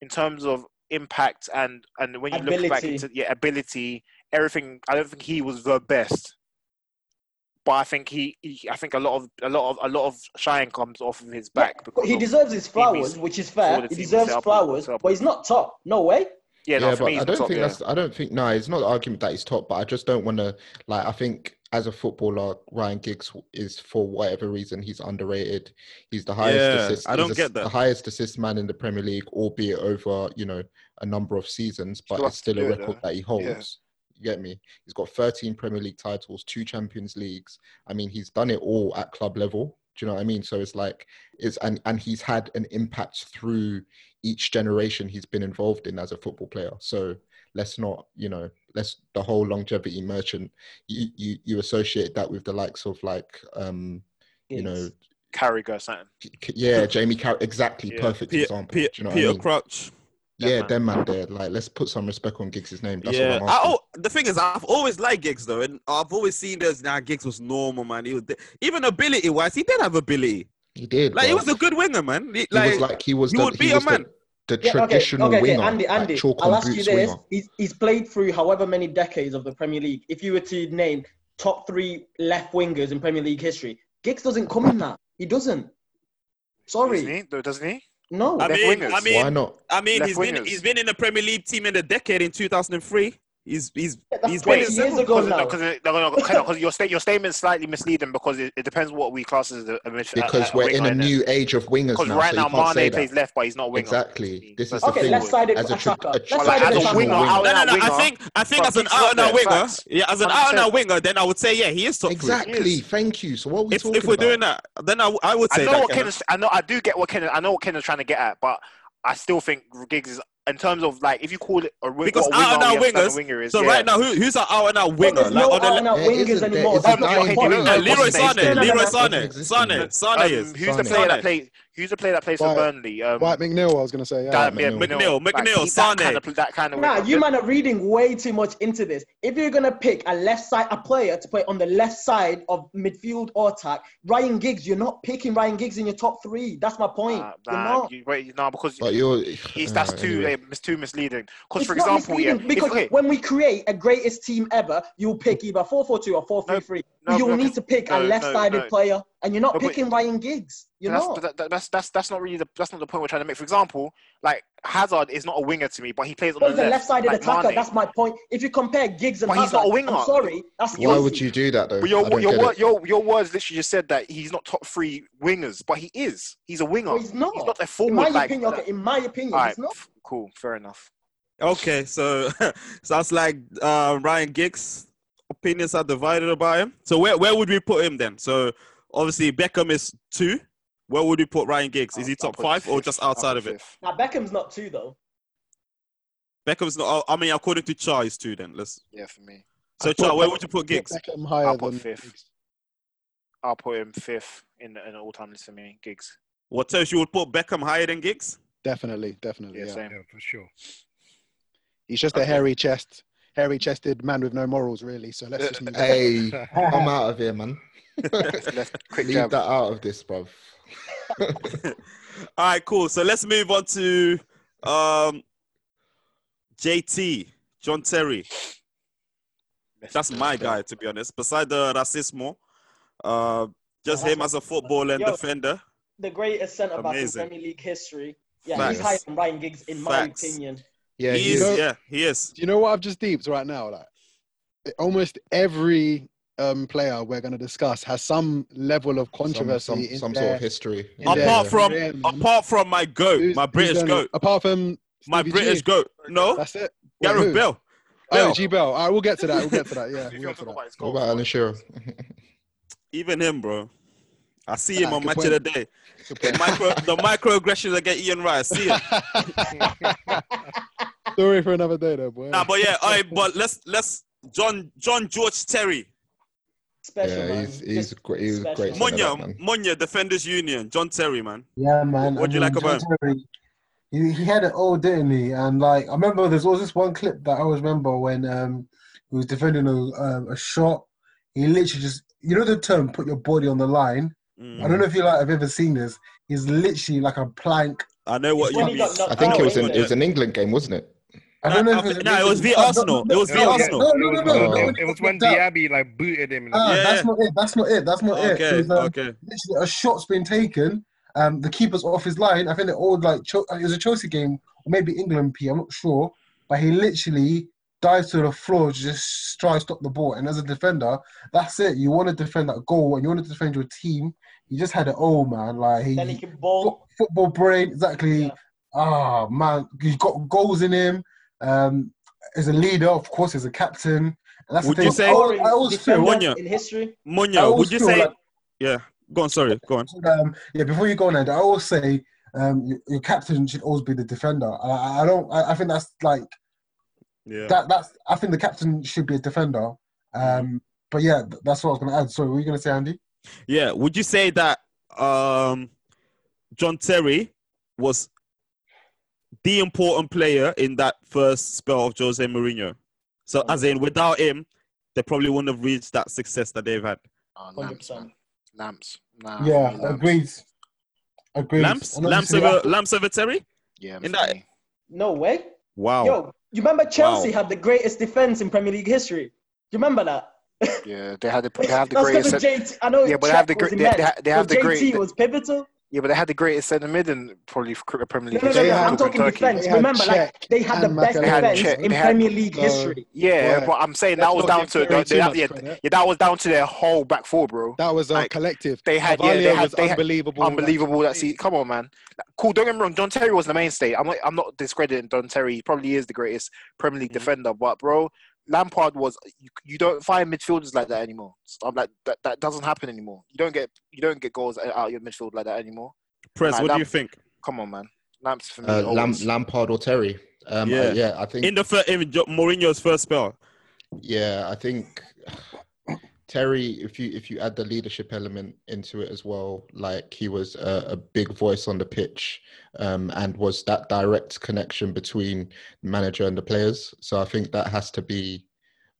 [SPEAKER 8] in terms of impact and and when you look back
[SPEAKER 6] Ability.
[SPEAKER 8] into yeah ability everything I don't think he was the best. But I think he, he, I think a lot of a lot of a lot of shine comes off of his back.
[SPEAKER 6] But he
[SPEAKER 8] of-
[SPEAKER 6] deserves his
[SPEAKER 8] team
[SPEAKER 6] flowers,
[SPEAKER 8] he's-
[SPEAKER 6] which is
[SPEAKER 8] for
[SPEAKER 6] fair.
[SPEAKER 8] the
[SPEAKER 6] He
[SPEAKER 8] team he's
[SPEAKER 6] deserves
[SPEAKER 8] set up with-
[SPEAKER 6] flowers,
[SPEAKER 8] set up
[SPEAKER 6] but
[SPEAKER 8] with.
[SPEAKER 6] he's not top. No way.
[SPEAKER 8] Yeah, no,
[SPEAKER 4] yeah,
[SPEAKER 8] for
[SPEAKER 4] but
[SPEAKER 8] me, he's
[SPEAKER 4] I
[SPEAKER 8] the
[SPEAKER 4] don't
[SPEAKER 8] top.
[SPEAKER 4] think
[SPEAKER 8] yeah.
[SPEAKER 4] that's. I don't think. No, it's not the argument that he's top, but I just don't want to. Like, I think as a footballer, Ryan Giggs is for whatever reason he's underrated. He's the highest
[SPEAKER 3] Yeah,
[SPEAKER 4] assist.
[SPEAKER 3] I
[SPEAKER 4] he's
[SPEAKER 3] don't
[SPEAKER 4] a-
[SPEAKER 3] get that.
[SPEAKER 4] The highest assist man in the Premier League, albeit over you know a number of seasons, but
[SPEAKER 8] Still has
[SPEAKER 4] it's
[SPEAKER 8] to
[SPEAKER 4] still a
[SPEAKER 8] do it,
[SPEAKER 4] record
[SPEAKER 8] though.
[SPEAKER 4] that he holds. You get me? He's got 13 Premier League titles, two Champions Leagues. I mean, he's done it all at club level. Do you know what I mean? So it's like it's and and he's had an impact through each generation he's been involved in as a football player. So let's not, you know, let's the whole longevity merchant. You you, you associate that with the likes of like, um, you know,
[SPEAKER 6] Giggs.
[SPEAKER 8] Carragher, something.
[SPEAKER 4] K- K- yeah, Jamie Carr, exactly,
[SPEAKER 8] Yeah.
[SPEAKER 4] perfect
[SPEAKER 3] Pe-
[SPEAKER 4] example.
[SPEAKER 3] Pe-
[SPEAKER 4] Do you know
[SPEAKER 3] Peter
[SPEAKER 4] what I mean?
[SPEAKER 3] Crouch.
[SPEAKER 8] That
[SPEAKER 4] yeah,
[SPEAKER 8] man.
[SPEAKER 4] them man there. Like, let's put some respect on Giggs' name. That's
[SPEAKER 3] yeah.
[SPEAKER 4] all I'm
[SPEAKER 3] I,
[SPEAKER 4] asking.
[SPEAKER 3] oh, the thing is, I've always liked Giggs though, and I've always seen this. Now nah, Giggs was normal, man. He was de- even ability wise, he did have ability.
[SPEAKER 4] He did.
[SPEAKER 3] Like he
[SPEAKER 4] bruv.
[SPEAKER 3] was a good winger, man. He-
[SPEAKER 4] He
[SPEAKER 3] like,
[SPEAKER 4] was like he was
[SPEAKER 3] you
[SPEAKER 4] the
[SPEAKER 3] would
[SPEAKER 4] he
[SPEAKER 3] be a
[SPEAKER 4] was
[SPEAKER 3] man.
[SPEAKER 4] the, the
[SPEAKER 6] Yeah, okay,
[SPEAKER 4] traditional
[SPEAKER 6] okay, okay.
[SPEAKER 4] winger,
[SPEAKER 6] Andy,
[SPEAKER 4] like
[SPEAKER 6] Andy,
[SPEAKER 4] chalk
[SPEAKER 6] I'll
[SPEAKER 4] on
[SPEAKER 6] ask you
[SPEAKER 4] boots
[SPEAKER 6] this.
[SPEAKER 4] winger.
[SPEAKER 6] He's, he's played through however many decades of the Premier League. If you were to name top three left wingers in Premier League history, Giggs doesn't come in that. He doesn't.
[SPEAKER 8] Doesn't
[SPEAKER 6] Sorry.
[SPEAKER 8] he? No, Doesn't he?
[SPEAKER 6] No.
[SPEAKER 3] I
[SPEAKER 8] Left
[SPEAKER 3] mean,
[SPEAKER 8] wingers.
[SPEAKER 3] I mean,
[SPEAKER 4] Why not?
[SPEAKER 3] I mean,
[SPEAKER 8] Left
[SPEAKER 3] he's been
[SPEAKER 8] wingers.
[SPEAKER 3] he's been in the Premier League team in the decade in 2003. He's he's
[SPEAKER 6] Yeah, that's
[SPEAKER 3] he's been
[SPEAKER 6] 20
[SPEAKER 3] in
[SPEAKER 6] years
[SPEAKER 3] several.
[SPEAKER 6] ago
[SPEAKER 8] Because
[SPEAKER 6] now.
[SPEAKER 8] no, 'cause it- no, no, 'cause- no, 'cause your, sta- your statement's slightly misleading because it, it depends what we class as a, a, midf- a,
[SPEAKER 4] Because
[SPEAKER 8] a
[SPEAKER 4] we're
[SPEAKER 8] winger,
[SPEAKER 4] in a
[SPEAKER 8] innit?
[SPEAKER 4] new age of wingers
[SPEAKER 8] Because
[SPEAKER 4] now,
[SPEAKER 8] right
[SPEAKER 4] so you
[SPEAKER 8] now
[SPEAKER 4] can't say
[SPEAKER 8] Mane
[SPEAKER 4] that.
[SPEAKER 8] plays left, but he's not a winger.
[SPEAKER 4] Exactly. This is
[SPEAKER 8] That's
[SPEAKER 4] the
[SPEAKER 8] the
[SPEAKER 6] Okay,
[SPEAKER 4] thing.
[SPEAKER 8] thing
[SPEAKER 6] left
[SPEAKER 8] with-
[SPEAKER 6] sided
[SPEAKER 4] As a, tra-
[SPEAKER 6] attacker.
[SPEAKER 4] a,
[SPEAKER 6] Left
[SPEAKER 8] Or like
[SPEAKER 6] sided
[SPEAKER 8] as a
[SPEAKER 4] traditional
[SPEAKER 6] attacker.
[SPEAKER 8] winger,
[SPEAKER 4] winger.
[SPEAKER 8] out
[SPEAKER 3] No,
[SPEAKER 8] and
[SPEAKER 3] no,
[SPEAKER 8] out
[SPEAKER 3] no. I
[SPEAKER 8] winger.
[SPEAKER 3] think I think
[SPEAKER 8] Bruv,
[SPEAKER 3] as an
[SPEAKER 8] Giggs was
[SPEAKER 3] out and out
[SPEAKER 8] there,
[SPEAKER 3] winger,
[SPEAKER 8] facts.
[SPEAKER 3] yeah, as an out and out
[SPEAKER 8] 100%.
[SPEAKER 3] winger, then I would say yeah, he is top three.
[SPEAKER 4] Exactly. Thank you. So what are we
[SPEAKER 3] If
[SPEAKER 4] talking
[SPEAKER 3] if we're
[SPEAKER 4] about?
[SPEAKER 3] doing that, then I, w- I would
[SPEAKER 8] I
[SPEAKER 3] say
[SPEAKER 8] know
[SPEAKER 3] that.
[SPEAKER 8] what
[SPEAKER 3] Kevin.
[SPEAKER 8] Ken is, I know I do get what Ken I know what Ken is trying to get at, but I still think Giggs is in terms of like if you call it a, wi-
[SPEAKER 3] because
[SPEAKER 8] what a winger
[SPEAKER 3] out and
[SPEAKER 8] we
[SPEAKER 3] out
[SPEAKER 8] understand a
[SPEAKER 3] wingers.
[SPEAKER 8] winger is.
[SPEAKER 3] So
[SPEAKER 8] yeah.
[SPEAKER 3] right now, who, who's our out and out winger?
[SPEAKER 6] There's no
[SPEAKER 3] Like, on the
[SPEAKER 6] out and
[SPEAKER 3] le-
[SPEAKER 4] There
[SPEAKER 6] out wingers
[SPEAKER 4] isn't. There is a dying
[SPEAKER 8] Um, okay, no,
[SPEAKER 6] anymore. That's the point.
[SPEAKER 4] winger.
[SPEAKER 8] no,
[SPEAKER 3] uh,
[SPEAKER 8] no, what's
[SPEAKER 3] Leroy
[SPEAKER 8] his name?
[SPEAKER 3] Sane,
[SPEAKER 2] No, no, no,
[SPEAKER 3] Leroy
[SPEAKER 2] no.
[SPEAKER 4] Doesn't
[SPEAKER 3] Sane,
[SPEAKER 4] exist
[SPEAKER 3] Sane,
[SPEAKER 4] anymore.
[SPEAKER 3] Sane
[SPEAKER 8] Um,
[SPEAKER 3] is
[SPEAKER 8] who's the
[SPEAKER 4] Sane.
[SPEAKER 8] player that
[SPEAKER 3] Sane.
[SPEAKER 8] played? Who's the player that plays for
[SPEAKER 7] White-
[SPEAKER 8] Burnley? Um,
[SPEAKER 7] White McNeil, I was going to say. Yeah.
[SPEAKER 8] that,
[SPEAKER 4] White
[SPEAKER 8] yeah,
[SPEAKER 4] McNeil.
[SPEAKER 8] McNeil.
[SPEAKER 3] McNeil,
[SPEAKER 8] Like,
[SPEAKER 3] McNeil,
[SPEAKER 8] he, that kind
[SPEAKER 3] Sane.
[SPEAKER 8] of that kind of
[SPEAKER 6] Nah,
[SPEAKER 8] winger.
[SPEAKER 6] you man are reading way too much into this. If you're gonna pick a left side, a player to play on the left side of midfield or attack, Ryan Giggs, you're not picking Ryan Giggs in your top three. That's my point.
[SPEAKER 8] Nah,
[SPEAKER 6] you're
[SPEAKER 8] nah,
[SPEAKER 6] not.
[SPEAKER 8] you, wait, nah, because
[SPEAKER 4] But you're.
[SPEAKER 8] it's, that's
[SPEAKER 4] uh,
[SPEAKER 8] too
[SPEAKER 4] anyway.
[SPEAKER 8] uh, it's too misleading. Because
[SPEAKER 6] It's
[SPEAKER 8] for
[SPEAKER 6] not
[SPEAKER 8] example, yeah,
[SPEAKER 6] misleading
[SPEAKER 8] it's
[SPEAKER 6] because
[SPEAKER 8] okay. Mm.
[SPEAKER 6] when we create a greatest team ever, you'll pick either 4-4-2 or 4-3-3.
[SPEAKER 8] no,
[SPEAKER 6] You'll
[SPEAKER 8] no,
[SPEAKER 6] need to pick a
[SPEAKER 8] no, no,
[SPEAKER 6] left-sided
[SPEAKER 8] no.
[SPEAKER 6] player, and you're not
[SPEAKER 8] No, but-
[SPEAKER 6] picking Ryan Giggs. You're
[SPEAKER 8] But that's,
[SPEAKER 6] not.
[SPEAKER 8] but that, that- that's that's that's not really the that's not the point we're trying to make. For example, like Hazard is not a winger to me, but he plays on
[SPEAKER 6] But
[SPEAKER 8] the
[SPEAKER 6] he's a
[SPEAKER 8] left.
[SPEAKER 6] left-sided
[SPEAKER 8] like
[SPEAKER 6] attacker.
[SPEAKER 8] Mane.
[SPEAKER 6] That's my point. If you compare Giggs and
[SPEAKER 8] But he's not
[SPEAKER 6] Hazard,
[SPEAKER 8] a winger.
[SPEAKER 6] I'm sorry, that's
[SPEAKER 4] Why
[SPEAKER 6] lazy.
[SPEAKER 4] would you do that though?
[SPEAKER 8] But
[SPEAKER 4] I
[SPEAKER 8] your
[SPEAKER 4] don't
[SPEAKER 8] your
[SPEAKER 4] get
[SPEAKER 8] word
[SPEAKER 4] it.
[SPEAKER 8] your your words literally just said that he's not top three wingers, but he is. He's a winger.
[SPEAKER 6] Well, he's not.
[SPEAKER 8] He's not a
[SPEAKER 6] in my
[SPEAKER 8] forward. Like,
[SPEAKER 6] opinion, okay, in my opinion,
[SPEAKER 8] all right,
[SPEAKER 6] he's not.
[SPEAKER 8] cool, fair enough.
[SPEAKER 3] Okay, so sounds like uh, Ryan Giggs' opinions are divided about him. So where where would we put him then? So obviously Beckham is two. Where would we put Ryan Giggs? Is he
[SPEAKER 8] I'll- I'll
[SPEAKER 3] top
[SPEAKER 8] put him
[SPEAKER 3] five or
[SPEAKER 8] fifth.
[SPEAKER 3] just
[SPEAKER 8] I'll
[SPEAKER 3] outside
[SPEAKER 8] put
[SPEAKER 3] of it?
[SPEAKER 8] fifth.
[SPEAKER 6] Now Beckham's not two though.
[SPEAKER 3] Beckham's not. I mean, according to Char, he's two then. Let's.
[SPEAKER 8] Yeah, for me,
[SPEAKER 3] So
[SPEAKER 7] I thought
[SPEAKER 3] Char, where
[SPEAKER 7] Beckham-
[SPEAKER 3] would you put
[SPEAKER 7] Put
[SPEAKER 3] Giggs?
[SPEAKER 7] Beckham higher
[SPEAKER 8] I'll put
[SPEAKER 7] than
[SPEAKER 8] fifth.
[SPEAKER 7] Giggs.
[SPEAKER 8] I'll put him fifth in the, in the all time list for me. Gigs.
[SPEAKER 3] What tells you would put Beckham higher than Giggs?
[SPEAKER 7] Definitely, definitely.
[SPEAKER 8] Yeah,
[SPEAKER 7] Yeah.
[SPEAKER 8] same.
[SPEAKER 5] Yeah, for sure.
[SPEAKER 7] He's just a
[SPEAKER 8] Okay.
[SPEAKER 7] hairy chest, hairy chested man with no morals, really. So let's just leave that.
[SPEAKER 4] Hey, I'm out of here, man.
[SPEAKER 8] Left quick
[SPEAKER 4] Leave
[SPEAKER 8] jab.
[SPEAKER 4] that out of this, bruv.
[SPEAKER 3] All right, cool. So let's move on to um, JT, John Terry. That's my guy, to be honest. Beside the racismo, uh, just
[SPEAKER 7] Uh-huh.
[SPEAKER 3] him as a footballer and
[SPEAKER 6] Yo.
[SPEAKER 3] defender.
[SPEAKER 6] The greatest centre back in
[SPEAKER 3] Amazing.
[SPEAKER 6] Premier League history. Yeah, he's higher
[SPEAKER 4] Facts.
[SPEAKER 6] than Ryan Giggs in
[SPEAKER 3] Facts.
[SPEAKER 6] my opinion.
[SPEAKER 4] Yeah,
[SPEAKER 3] he
[SPEAKER 4] he
[SPEAKER 3] is,
[SPEAKER 4] is.
[SPEAKER 3] yeah, he is.
[SPEAKER 7] Do you know what I've just deeped right now? Like almost every um, player we're going to discuss has some level of
[SPEAKER 4] Some-
[SPEAKER 7] controversy
[SPEAKER 4] Some,
[SPEAKER 7] in
[SPEAKER 4] some
[SPEAKER 7] their-
[SPEAKER 4] sort of history.
[SPEAKER 7] in their
[SPEAKER 3] Apart from-
[SPEAKER 7] career, man.
[SPEAKER 3] Apart from my goat,
[SPEAKER 7] Who's-
[SPEAKER 3] my
[SPEAKER 7] who's
[SPEAKER 3] British
[SPEAKER 7] done it?
[SPEAKER 3] goat,
[SPEAKER 7] apart from
[SPEAKER 3] my
[SPEAKER 7] Stevie G.
[SPEAKER 3] British goat. No,
[SPEAKER 7] That's it. Wait,
[SPEAKER 3] Gareth
[SPEAKER 7] who?
[SPEAKER 3] Bell.
[SPEAKER 7] Oh,
[SPEAKER 3] Bell.
[SPEAKER 7] G Bell. All right, we'll get to that. We'll get to that. Yeah,
[SPEAKER 8] If
[SPEAKER 7] we'll
[SPEAKER 8] you're
[SPEAKER 7] get to
[SPEAKER 8] talking
[SPEAKER 7] that.
[SPEAKER 8] about his
[SPEAKER 4] What
[SPEAKER 8] goals,
[SPEAKER 4] about Alan Shearer?
[SPEAKER 3] Even him, bro. I see him
[SPEAKER 7] Ah,
[SPEAKER 3] on
[SPEAKER 7] good
[SPEAKER 3] match
[SPEAKER 7] point.
[SPEAKER 3] of the day.
[SPEAKER 7] Good
[SPEAKER 3] The
[SPEAKER 7] point.
[SPEAKER 3] micro, the microaggressions against Ian Rice. See him.
[SPEAKER 7] Story for another day, though, boy.
[SPEAKER 3] Nah, but yeah, all right, but let's let's John John George Terry.
[SPEAKER 6] Special
[SPEAKER 4] yeah,
[SPEAKER 6] man.
[SPEAKER 4] he's he's
[SPEAKER 6] Just
[SPEAKER 4] great. He's a great.
[SPEAKER 6] special.
[SPEAKER 4] centre back,
[SPEAKER 3] Monya,
[SPEAKER 4] man.
[SPEAKER 3] Monya, Defenders Union, John Terry, man.
[SPEAKER 9] Yeah, man.
[SPEAKER 3] What do you like about
[SPEAKER 9] John Terry, he, he had it all, didn't he? And like, I remember there's always this one clip that I always remember when um he was defending a um, a shot. He literally just, you know, the term "put your body on the line."
[SPEAKER 3] Mm.
[SPEAKER 9] I don't know if you like have ever seen this. He's literally like a plank.
[SPEAKER 3] I know what
[SPEAKER 6] It's
[SPEAKER 3] you
[SPEAKER 6] when he
[SPEAKER 3] mean.
[SPEAKER 6] got knocked
[SPEAKER 4] I think
[SPEAKER 6] out,
[SPEAKER 4] it was an
[SPEAKER 6] isn't
[SPEAKER 4] it was an England game, wasn't it?
[SPEAKER 9] I don't
[SPEAKER 3] Nah,
[SPEAKER 9] know
[SPEAKER 3] I
[SPEAKER 9] if
[SPEAKER 3] think-
[SPEAKER 9] it was
[SPEAKER 3] nah, it was
[SPEAKER 9] England.
[SPEAKER 3] via
[SPEAKER 9] No, no,
[SPEAKER 3] Arsenal.
[SPEAKER 9] no,
[SPEAKER 3] It was
[SPEAKER 9] no,
[SPEAKER 3] via
[SPEAKER 9] yeah,
[SPEAKER 3] Arsenal.
[SPEAKER 9] No,
[SPEAKER 5] It
[SPEAKER 9] no,
[SPEAKER 5] was,
[SPEAKER 9] no, no.
[SPEAKER 4] Oh.
[SPEAKER 9] no.
[SPEAKER 5] it, it was when
[SPEAKER 9] That-
[SPEAKER 5] Diaby like booted him. in the-
[SPEAKER 9] Ah,
[SPEAKER 3] Yeah,
[SPEAKER 9] that's
[SPEAKER 3] yeah.
[SPEAKER 9] not it. That's not it. That's not it. It
[SPEAKER 3] Okay,
[SPEAKER 9] was, um,
[SPEAKER 3] okay.
[SPEAKER 9] literally a shot's been taken. Um, the keeper's off his line. I think it all like Chel- it was a Chelsea game, or maybe England P. I'm not sure, but he literally dives to the floor to just try to stop the ball. And as a defender, that's it. You want to defend that goal, and you want to defend your team. He just had it all, man. Like he,
[SPEAKER 6] Then he can
[SPEAKER 9] fo-
[SPEAKER 6] ball.
[SPEAKER 9] football brain, exactly.
[SPEAKER 6] Yeah.
[SPEAKER 9] Ah man, he's got goals in him. Um, as a leader, of course, as a captain. And that's
[SPEAKER 3] Would
[SPEAKER 9] the
[SPEAKER 3] you
[SPEAKER 9] thing.
[SPEAKER 3] say-
[SPEAKER 9] I always, I always feel
[SPEAKER 6] defender
[SPEAKER 3] Monya.
[SPEAKER 6] in history.
[SPEAKER 9] I
[SPEAKER 3] Monya,
[SPEAKER 9] always
[SPEAKER 3] would you
[SPEAKER 9] feel
[SPEAKER 3] say?
[SPEAKER 9] like-
[SPEAKER 3] yeah, go on. Sorry, go on.
[SPEAKER 9] um, yeah, before you go on, Ed, I always say um, your, your captain should always be the defender. I- I, I don't. I, I think that's like
[SPEAKER 3] Yeah.
[SPEAKER 9] that. That's. I think the captain should be a defender. Um, but yeah, th- that's what I was going to add. Sorry, what were you going to say, Andy?
[SPEAKER 3] Yeah. Would you say that um, John Terry was the important player in that first spell of Jose Mourinho? So,
[SPEAKER 9] Oh.
[SPEAKER 3] as in, without him, they probably wouldn't have reached that success that they've had.
[SPEAKER 8] Oh, Lamps,
[SPEAKER 6] 100%.
[SPEAKER 8] man. Lamps. Nah,
[SPEAKER 9] yeah,
[SPEAKER 8] for me, Lamps.
[SPEAKER 9] agreed. Agreed.
[SPEAKER 3] Lamps,
[SPEAKER 9] And
[SPEAKER 3] lamps
[SPEAKER 9] obviously,
[SPEAKER 3] over, lamps over Terry.
[SPEAKER 8] Yeah,
[SPEAKER 3] In
[SPEAKER 8] for
[SPEAKER 3] that-
[SPEAKER 8] me.
[SPEAKER 6] No way.
[SPEAKER 3] Wow.
[SPEAKER 6] Yo, you remember Chelsea had the greatest defense in Premier League history? Do you remember that?
[SPEAKER 8] yeah, they had the they had the
[SPEAKER 6] That's because
[SPEAKER 8] greatest.
[SPEAKER 6] of JT. I know
[SPEAKER 8] Yeah, but they
[SPEAKER 6] Czech
[SPEAKER 8] have the gre-
[SPEAKER 6] was
[SPEAKER 8] they- they
[SPEAKER 6] immense,
[SPEAKER 8] ha- they have
[SPEAKER 6] but
[SPEAKER 8] the great-
[SPEAKER 6] JT was pivotal.
[SPEAKER 8] Yeah, but they had the greatest centre mid in probably f- Premier
[SPEAKER 6] No,
[SPEAKER 8] League.
[SPEAKER 6] no, no,
[SPEAKER 8] history.
[SPEAKER 6] no.
[SPEAKER 7] had-
[SPEAKER 6] I'm talking
[SPEAKER 8] Turkey.
[SPEAKER 6] defense.
[SPEAKER 7] they had
[SPEAKER 6] Remember, like
[SPEAKER 7] Czech
[SPEAKER 6] they had the
[SPEAKER 7] and
[SPEAKER 6] best
[SPEAKER 8] They had
[SPEAKER 6] defense
[SPEAKER 8] Czech-
[SPEAKER 6] in
[SPEAKER 8] they had-
[SPEAKER 6] Premier League
[SPEAKER 7] so-
[SPEAKER 6] history.
[SPEAKER 8] Yeah,
[SPEAKER 7] Right.
[SPEAKER 8] but I'm saying
[SPEAKER 7] Let's
[SPEAKER 8] that was
[SPEAKER 7] not
[SPEAKER 8] down
[SPEAKER 7] give
[SPEAKER 8] to
[SPEAKER 7] Terry
[SPEAKER 8] that,
[SPEAKER 7] too
[SPEAKER 8] that,
[SPEAKER 7] much
[SPEAKER 8] yeah,
[SPEAKER 7] credit.
[SPEAKER 8] yeah, that was down to their whole back four, bro.
[SPEAKER 7] That was a
[SPEAKER 8] Like,
[SPEAKER 7] collective.
[SPEAKER 8] They had yeah,
[SPEAKER 7] Cavalier
[SPEAKER 8] they had
[SPEAKER 7] was
[SPEAKER 8] they had
[SPEAKER 7] unbelievable.
[SPEAKER 8] unbelievable that season. Come on, man. Cool. Don't get me wrong. John Terry was the mainstay. I'm not I'm not discrediting John Terry. He probably is the greatest Premier
[SPEAKER 6] Mm-hmm.
[SPEAKER 8] League defender, but bro, Lampard was. You, you don't find midfielders like that anymore. So I'm like that, that doesn't happen anymore. You don't get you don't get goals out of your midfield like that anymore.
[SPEAKER 3] Press.
[SPEAKER 8] Nah,
[SPEAKER 3] what do
[SPEAKER 8] Lam-
[SPEAKER 3] you think?
[SPEAKER 8] Come on, man. Lamps for me.
[SPEAKER 4] Uh, Lam-
[SPEAKER 8] always.
[SPEAKER 4] Lampard or Terry? Um,
[SPEAKER 3] Yeah.
[SPEAKER 4] yeah, yeah. I think
[SPEAKER 3] In the first, in Jo- Mourinho's first spell.
[SPEAKER 4] Yeah, I think Terry, if you if you add the leadership element into it as well, like he was a, a big voice on the pitch, um, and was that direct connection between manager and the players. So I think that has to be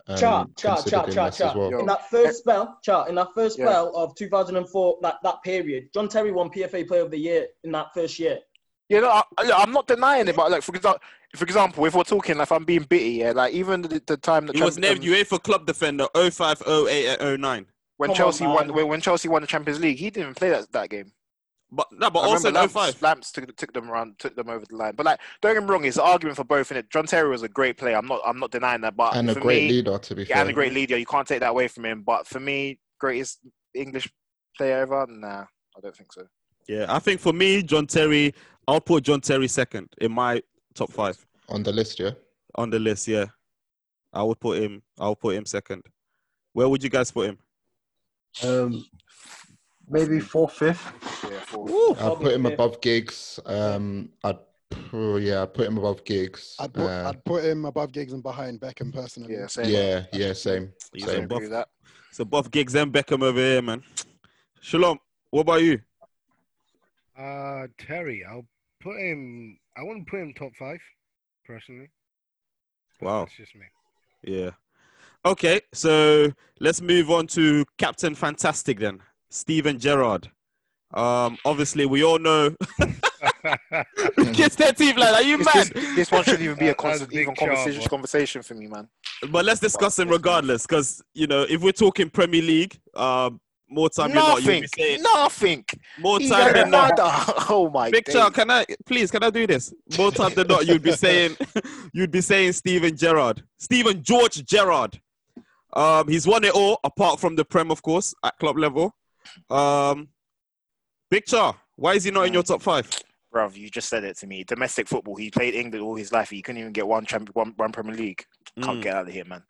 [SPEAKER 4] um,
[SPEAKER 6] Chart, chart,
[SPEAKER 4] considered
[SPEAKER 6] chart,
[SPEAKER 4] in
[SPEAKER 6] chart,
[SPEAKER 4] this
[SPEAKER 6] chart.
[SPEAKER 4] as well.
[SPEAKER 8] Yo.
[SPEAKER 6] In that first spell, chart, in that first
[SPEAKER 8] Yeah.
[SPEAKER 6] spell of 2004, that, that period, John Terry won PFA Player of the Year in that first year.
[SPEAKER 8] Yeah, no, I, I- look, I'm not denying it, but like for example, for example, if we're talking, like, if I'm being bitty, yeah, like even the, the time that
[SPEAKER 3] He was
[SPEAKER 8] Champ-
[SPEAKER 3] named
[SPEAKER 8] um,
[SPEAKER 3] UEFA Club Defender 05, 08, and 09.
[SPEAKER 8] when
[SPEAKER 6] E Come on,
[SPEAKER 8] Chelsea won,
[SPEAKER 6] man.
[SPEAKER 8] when, when Chelsea won the Champions League, he didn't even play that that game.
[SPEAKER 3] But no, but
[SPEAKER 8] I
[SPEAKER 3] also
[SPEAKER 8] remember
[SPEAKER 3] in
[SPEAKER 8] Lamps,
[SPEAKER 3] 05.
[SPEAKER 8] Lamps took, took them around, took them over the line. But like, don't get me wrong, it's an argument for both. In it, John Terry was a great player. I'm not, I'm not denying that. But
[SPEAKER 4] And a
[SPEAKER 8] for
[SPEAKER 4] great
[SPEAKER 8] me,
[SPEAKER 4] leader, to be
[SPEAKER 8] yeah,
[SPEAKER 4] fair.
[SPEAKER 8] and a great leader, you can't take that away from him. But for me, greatest English player ever, nah, I don't think so.
[SPEAKER 3] Yeah, I think for me, John Terry, I'll put John Terry second in my top five
[SPEAKER 4] on the list, yeah.
[SPEAKER 3] on the list. Yeah, I would put him. I'll put him second. Where would you guys put him?
[SPEAKER 9] um, maybe fourth, fifth.
[SPEAKER 8] Yeah, for,
[SPEAKER 4] I'd put him
[SPEAKER 6] Probably.
[SPEAKER 4] above gigs. Um, I'd oh, yeah, I'd put him above gigs.
[SPEAKER 7] I'd put,
[SPEAKER 4] Uh,
[SPEAKER 7] I'd put him above gigs and behind Beckham personally.
[SPEAKER 8] yeah, same.
[SPEAKER 4] yeah, yeah, same,
[SPEAKER 3] He's
[SPEAKER 8] I don't
[SPEAKER 4] same.
[SPEAKER 8] agree with that.
[SPEAKER 3] So both gigs and Beckham over here, man. Shalom. What about you?
[SPEAKER 5] Uh, Terry, I'll put him. I wouldn't put him top five, personally.
[SPEAKER 3] Wow.
[SPEAKER 5] That's just me.
[SPEAKER 3] Yeah. Okay, so let's move on to Captain Fantastic then, Steven Gerrard. Um, obviously, we all know kiss their teeth like that. You
[SPEAKER 8] This,
[SPEAKER 3] mad?
[SPEAKER 8] this one shouldn't even be a,
[SPEAKER 5] That- that's a
[SPEAKER 8] constant, even
[SPEAKER 5] big job,
[SPEAKER 8] conversation,
[SPEAKER 5] man.
[SPEAKER 8] conversation for me, man.
[SPEAKER 3] But let's discuss him regardless, because you know if we're talking Premier League, um, more time than not, you'll
[SPEAKER 8] Nothing.
[SPEAKER 3] be saying
[SPEAKER 8] Nothing.
[SPEAKER 3] more
[SPEAKER 8] He
[SPEAKER 3] time
[SPEAKER 8] got
[SPEAKER 3] than not.
[SPEAKER 8] nada. Oh my
[SPEAKER 3] Big
[SPEAKER 8] days.
[SPEAKER 3] Charles, can I please? Can I do this? More time than not, you'd be saying, you'd be saying Steven Gerrard, Steven George Gerrard. Um, he's won it all, apart from the Prem, of course, at club level. Um, Big Char, why is he not in your top five?
[SPEAKER 8] Bruv, you just said it to me. Domestic football. He played England all his life. He couldn't even get one champ, one, one Premier League. Can't
[SPEAKER 3] Mm.
[SPEAKER 8] get out of here, man.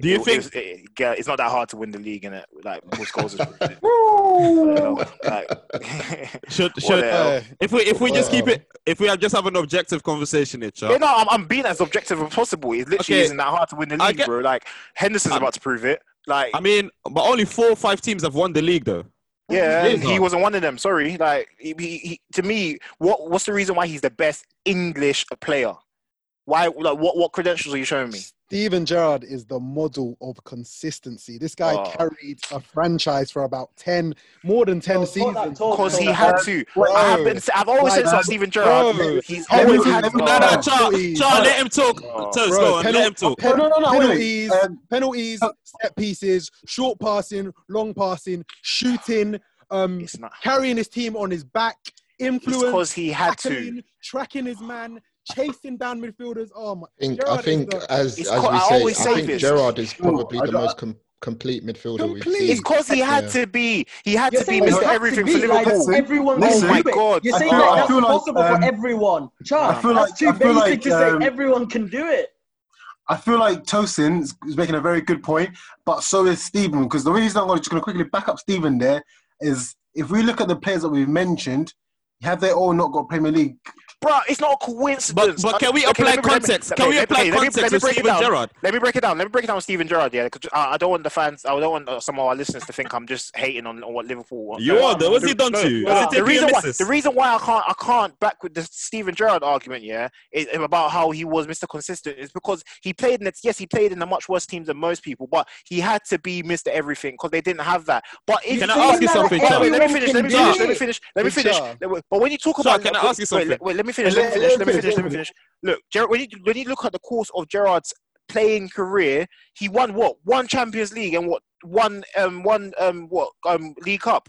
[SPEAKER 3] Do you
[SPEAKER 8] It- it
[SPEAKER 3] think-
[SPEAKER 8] was- it- it- yeah, it's not that hard to win the league, and like most goals is like,
[SPEAKER 3] Should
[SPEAKER 8] What
[SPEAKER 3] should
[SPEAKER 8] the
[SPEAKER 7] Uh,
[SPEAKER 8] hell?
[SPEAKER 3] if we if we just keep
[SPEAKER 4] Well.
[SPEAKER 3] it if we have just have an objective conversation here, Char.
[SPEAKER 8] yeah, no, I'm, I'm being as objective as possible. It literally
[SPEAKER 3] Okay.
[SPEAKER 8] isn't that hard to win the
[SPEAKER 3] I
[SPEAKER 8] league,
[SPEAKER 3] get-
[SPEAKER 8] bro. Like Henderson's
[SPEAKER 3] I'm-
[SPEAKER 8] about to prove it. Like,
[SPEAKER 3] I mean, but only four or five teams have won the league though.
[SPEAKER 8] yeah,
[SPEAKER 3] Really
[SPEAKER 8] he
[SPEAKER 3] not.
[SPEAKER 8] wasn't one of them. Sorry, like he, he, he- to me, what what's the reason why he's the best English player? Why, like, what what credentials are you showing me?
[SPEAKER 7] Steven Gerrard is the model of consistency. This guy
[SPEAKER 8] Oh.
[SPEAKER 7] carried a franchise for about 10, more than 10
[SPEAKER 6] Talk that
[SPEAKER 7] seasons.
[SPEAKER 6] talk,
[SPEAKER 8] Because he
[SPEAKER 6] talk
[SPEAKER 8] had
[SPEAKER 6] that.
[SPEAKER 8] to.
[SPEAKER 7] Bro.
[SPEAKER 8] I
[SPEAKER 6] Oh.
[SPEAKER 8] have been, I've always said
[SPEAKER 7] Like,
[SPEAKER 8] about Steven Gerrard.
[SPEAKER 7] bro.
[SPEAKER 8] he's
[SPEAKER 9] Let me-
[SPEAKER 8] always had.
[SPEAKER 9] let me-
[SPEAKER 3] No, no,
[SPEAKER 8] Oh,
[SPEAKER 3] Char,
[SPEAKER 7] please.
[SPEAKER 3] Char, let him talk.
[SPEAKER 8] Oh.
[SPEAKER 3] Terz,
[SPEAKER 7] Bro,
[SPEAKER 3] go on,
[SPEAKER 7] penal-
[SPEAKER 3] let him talk.
[SPEAKER 7] Pen-
[SPEAKER 9] No, no, no, wait,
[SPEAKER 7] penalties,
[SPEAKER 9] wait. Um,
[SPEAKER 7] penalties,
[SPEAKER 3] oh.
[SPEAKER 7] set pieces, short passing, long passing, shooting, um,
[SPEAKER 8] it's not.
[SPEAKER 7] carrying his team on his back,
[SPEAKER 8] It's
[SPEAKER 7] influence,
[SPEAKER 8] because he had to.
[SPEAKER 7] tackling, tracking his man, chasing down midfielders. Oh my!
[SPEAKER 4] I think, I
[SPEAKER 7] Gerrard is
[SPEAKER 4] think
[SPEAKER 7] the-
[SPEAKER 4] as,
[SPEAKER 8] It's
[SPEAKER 4] as
[SPEAKER 8] co-
[SPEAKER 4] we
[SPEAKER 8] I
[SPEAKER 4] say,
[SPEAKER 8] always
[SPEAKER 4] I
[SPEAKER 8] say
[SPEAKER 4] think
[SPEAKER 8] this.
[SPEAKER 4] Gerard is probably
[SPEAKER 9] I
[SPEAKER 4] the
[SPEAKER 9] got-
[SPEAKER 4] most com- complete midfielder we've
[SPEAKER 7] Complete.
[SPEAKER 8] It's
[SPEAKER 4] seen.
[SPEAKER 8] because he had
[SPEAKER 4] Yeah.
[SPEAKER 8] to be. He had
[SPEAKER 6] You're
[SPEAKER 8] to be
[SPEAKER 6] saying
[SPEAKER 8] Mr.
[SPEAKER 6] it
[SPEAKER 9] Listen,
[SPEAKER 6] has to
[SPEAKER 8] Everything for
[SPEAKER 6] be like
[SPEAKER 8] Liverpool.
[SPEAKER 9] Listen,
[SPEAKER 6] everyone can
[SPEAKER 8] Oh
[SPEAKER 9] listen.
[SPEAKER 8] my
[SPEAKER 6] do it.
[SPEAKER 8] God.
[SPEAKER 6] You're
[SPEAKER 8] I
[SPEAKER 6] saying
[SPEAKER 9] feel-
[SPEAKER 6] that
[SPEAKER 9] I
[SPEAKER 6] that's
[SPEAKER 9] feel like,
[SPEAKER 6] possible for
[SPEAKER 9] um,
[SPEAKER 6] everyone. Char,
[SPEAKER 9] I feel
[SPEAKER 6] that's
[SPEAKER 9] like-
[SPEAKER 6] too
[SPEAKER 9] I feel
[SPEAKER 6] basic
[SPEAKER 9] like,
[SPEAKER 6] to say
[SPEAKER 9] um,
[SPEAKER 6] everyone can do it.
[SPEAKER 9] I feel like Tosin is is making a very good point, but so is Stephen. Because the reason I'm just going to quickly back up Stephen there is if we look at the players that we've mentioned, have they all not got Premier League?
[SPEAKER 8] Bro, it's not a
[SPEAKER 3] But
[SPEAKER 8] coincidence.
[SPEAKER 3] but can we
[SPEAKER 8] Okay,
[SPEAKER 3] apply
[SPEAKER 8] let me- let me-
[SPEAKER 3] context?
[SPEAKER 8] okay,
[SPEAKER 3] Can we
[SPEAKER 8] let me-
[SPEAKER 3] apply
[SPEAKER 8] okay, let me- let
[SPEAKER 3] context
[SPEAKER 8] me
[SPEAKER 3] with
[SPEAKER 8] break it
[SPEAKER 3] Steven
[SPEAKER 8] down.
[SPEAKER 3] Gerrard?
[SPEAKER 8] Let me break it down. Let me break it down with Steven Gerrard. Yeah, 'cause I, I don't want the fans. I don't want uh, some of our listeners to think I'm just hating on, on what Liverpool. uh, want.
[SPEAKER 3] You
[SPEAKER 8] No,
[SPEAKER 3] are though. What's
[SPEAKER 8] the-
[SPEAKER 3] he done to you?
[SPEAKER 8] no,
[SPEAKER 3] Has he
[SPEAKER 8] the
[SPEAKER 3] taken your
[SPEAKER 8] reason why
[SPEAKER 3] missus?
[SPEAKER 8] the reason why I can't I can't back with the Steven Gerrard argument, yeah, is about how he was Mr. Consistent is because he played in the, yes he played in a much worse team than most people, but he had to be Mr. Everything because they didn't have that. But if
[SPEAKER 3] Can I
[SPEAKER 8] you-
[SPEAKER 3] ask you something,
[SPEAKER 8] Wait, wait,
[SPEAKER 3] Charles?
[SPEAKER 8] let me finish. Let me
[SPEAKER 3] Charles.
[SPEAKER 8] finish. Let me finish. Let me
[SPEAKER 7] Charles.
[SPEAKER 8] finish. Let me- But when you talk about,
[SPEAKER 3] Charles, can I ask you
[SPEAKER 8] wait,
[SPEAKER 3] something?
[SPEAKER 8] Wait, wait, let me finish. Let me finish. Let me finish. Let me finish. Look, Gerard, when you when you look at the course of Gerard's playing career, he won what one Champions League and what one um one um what um League Cup.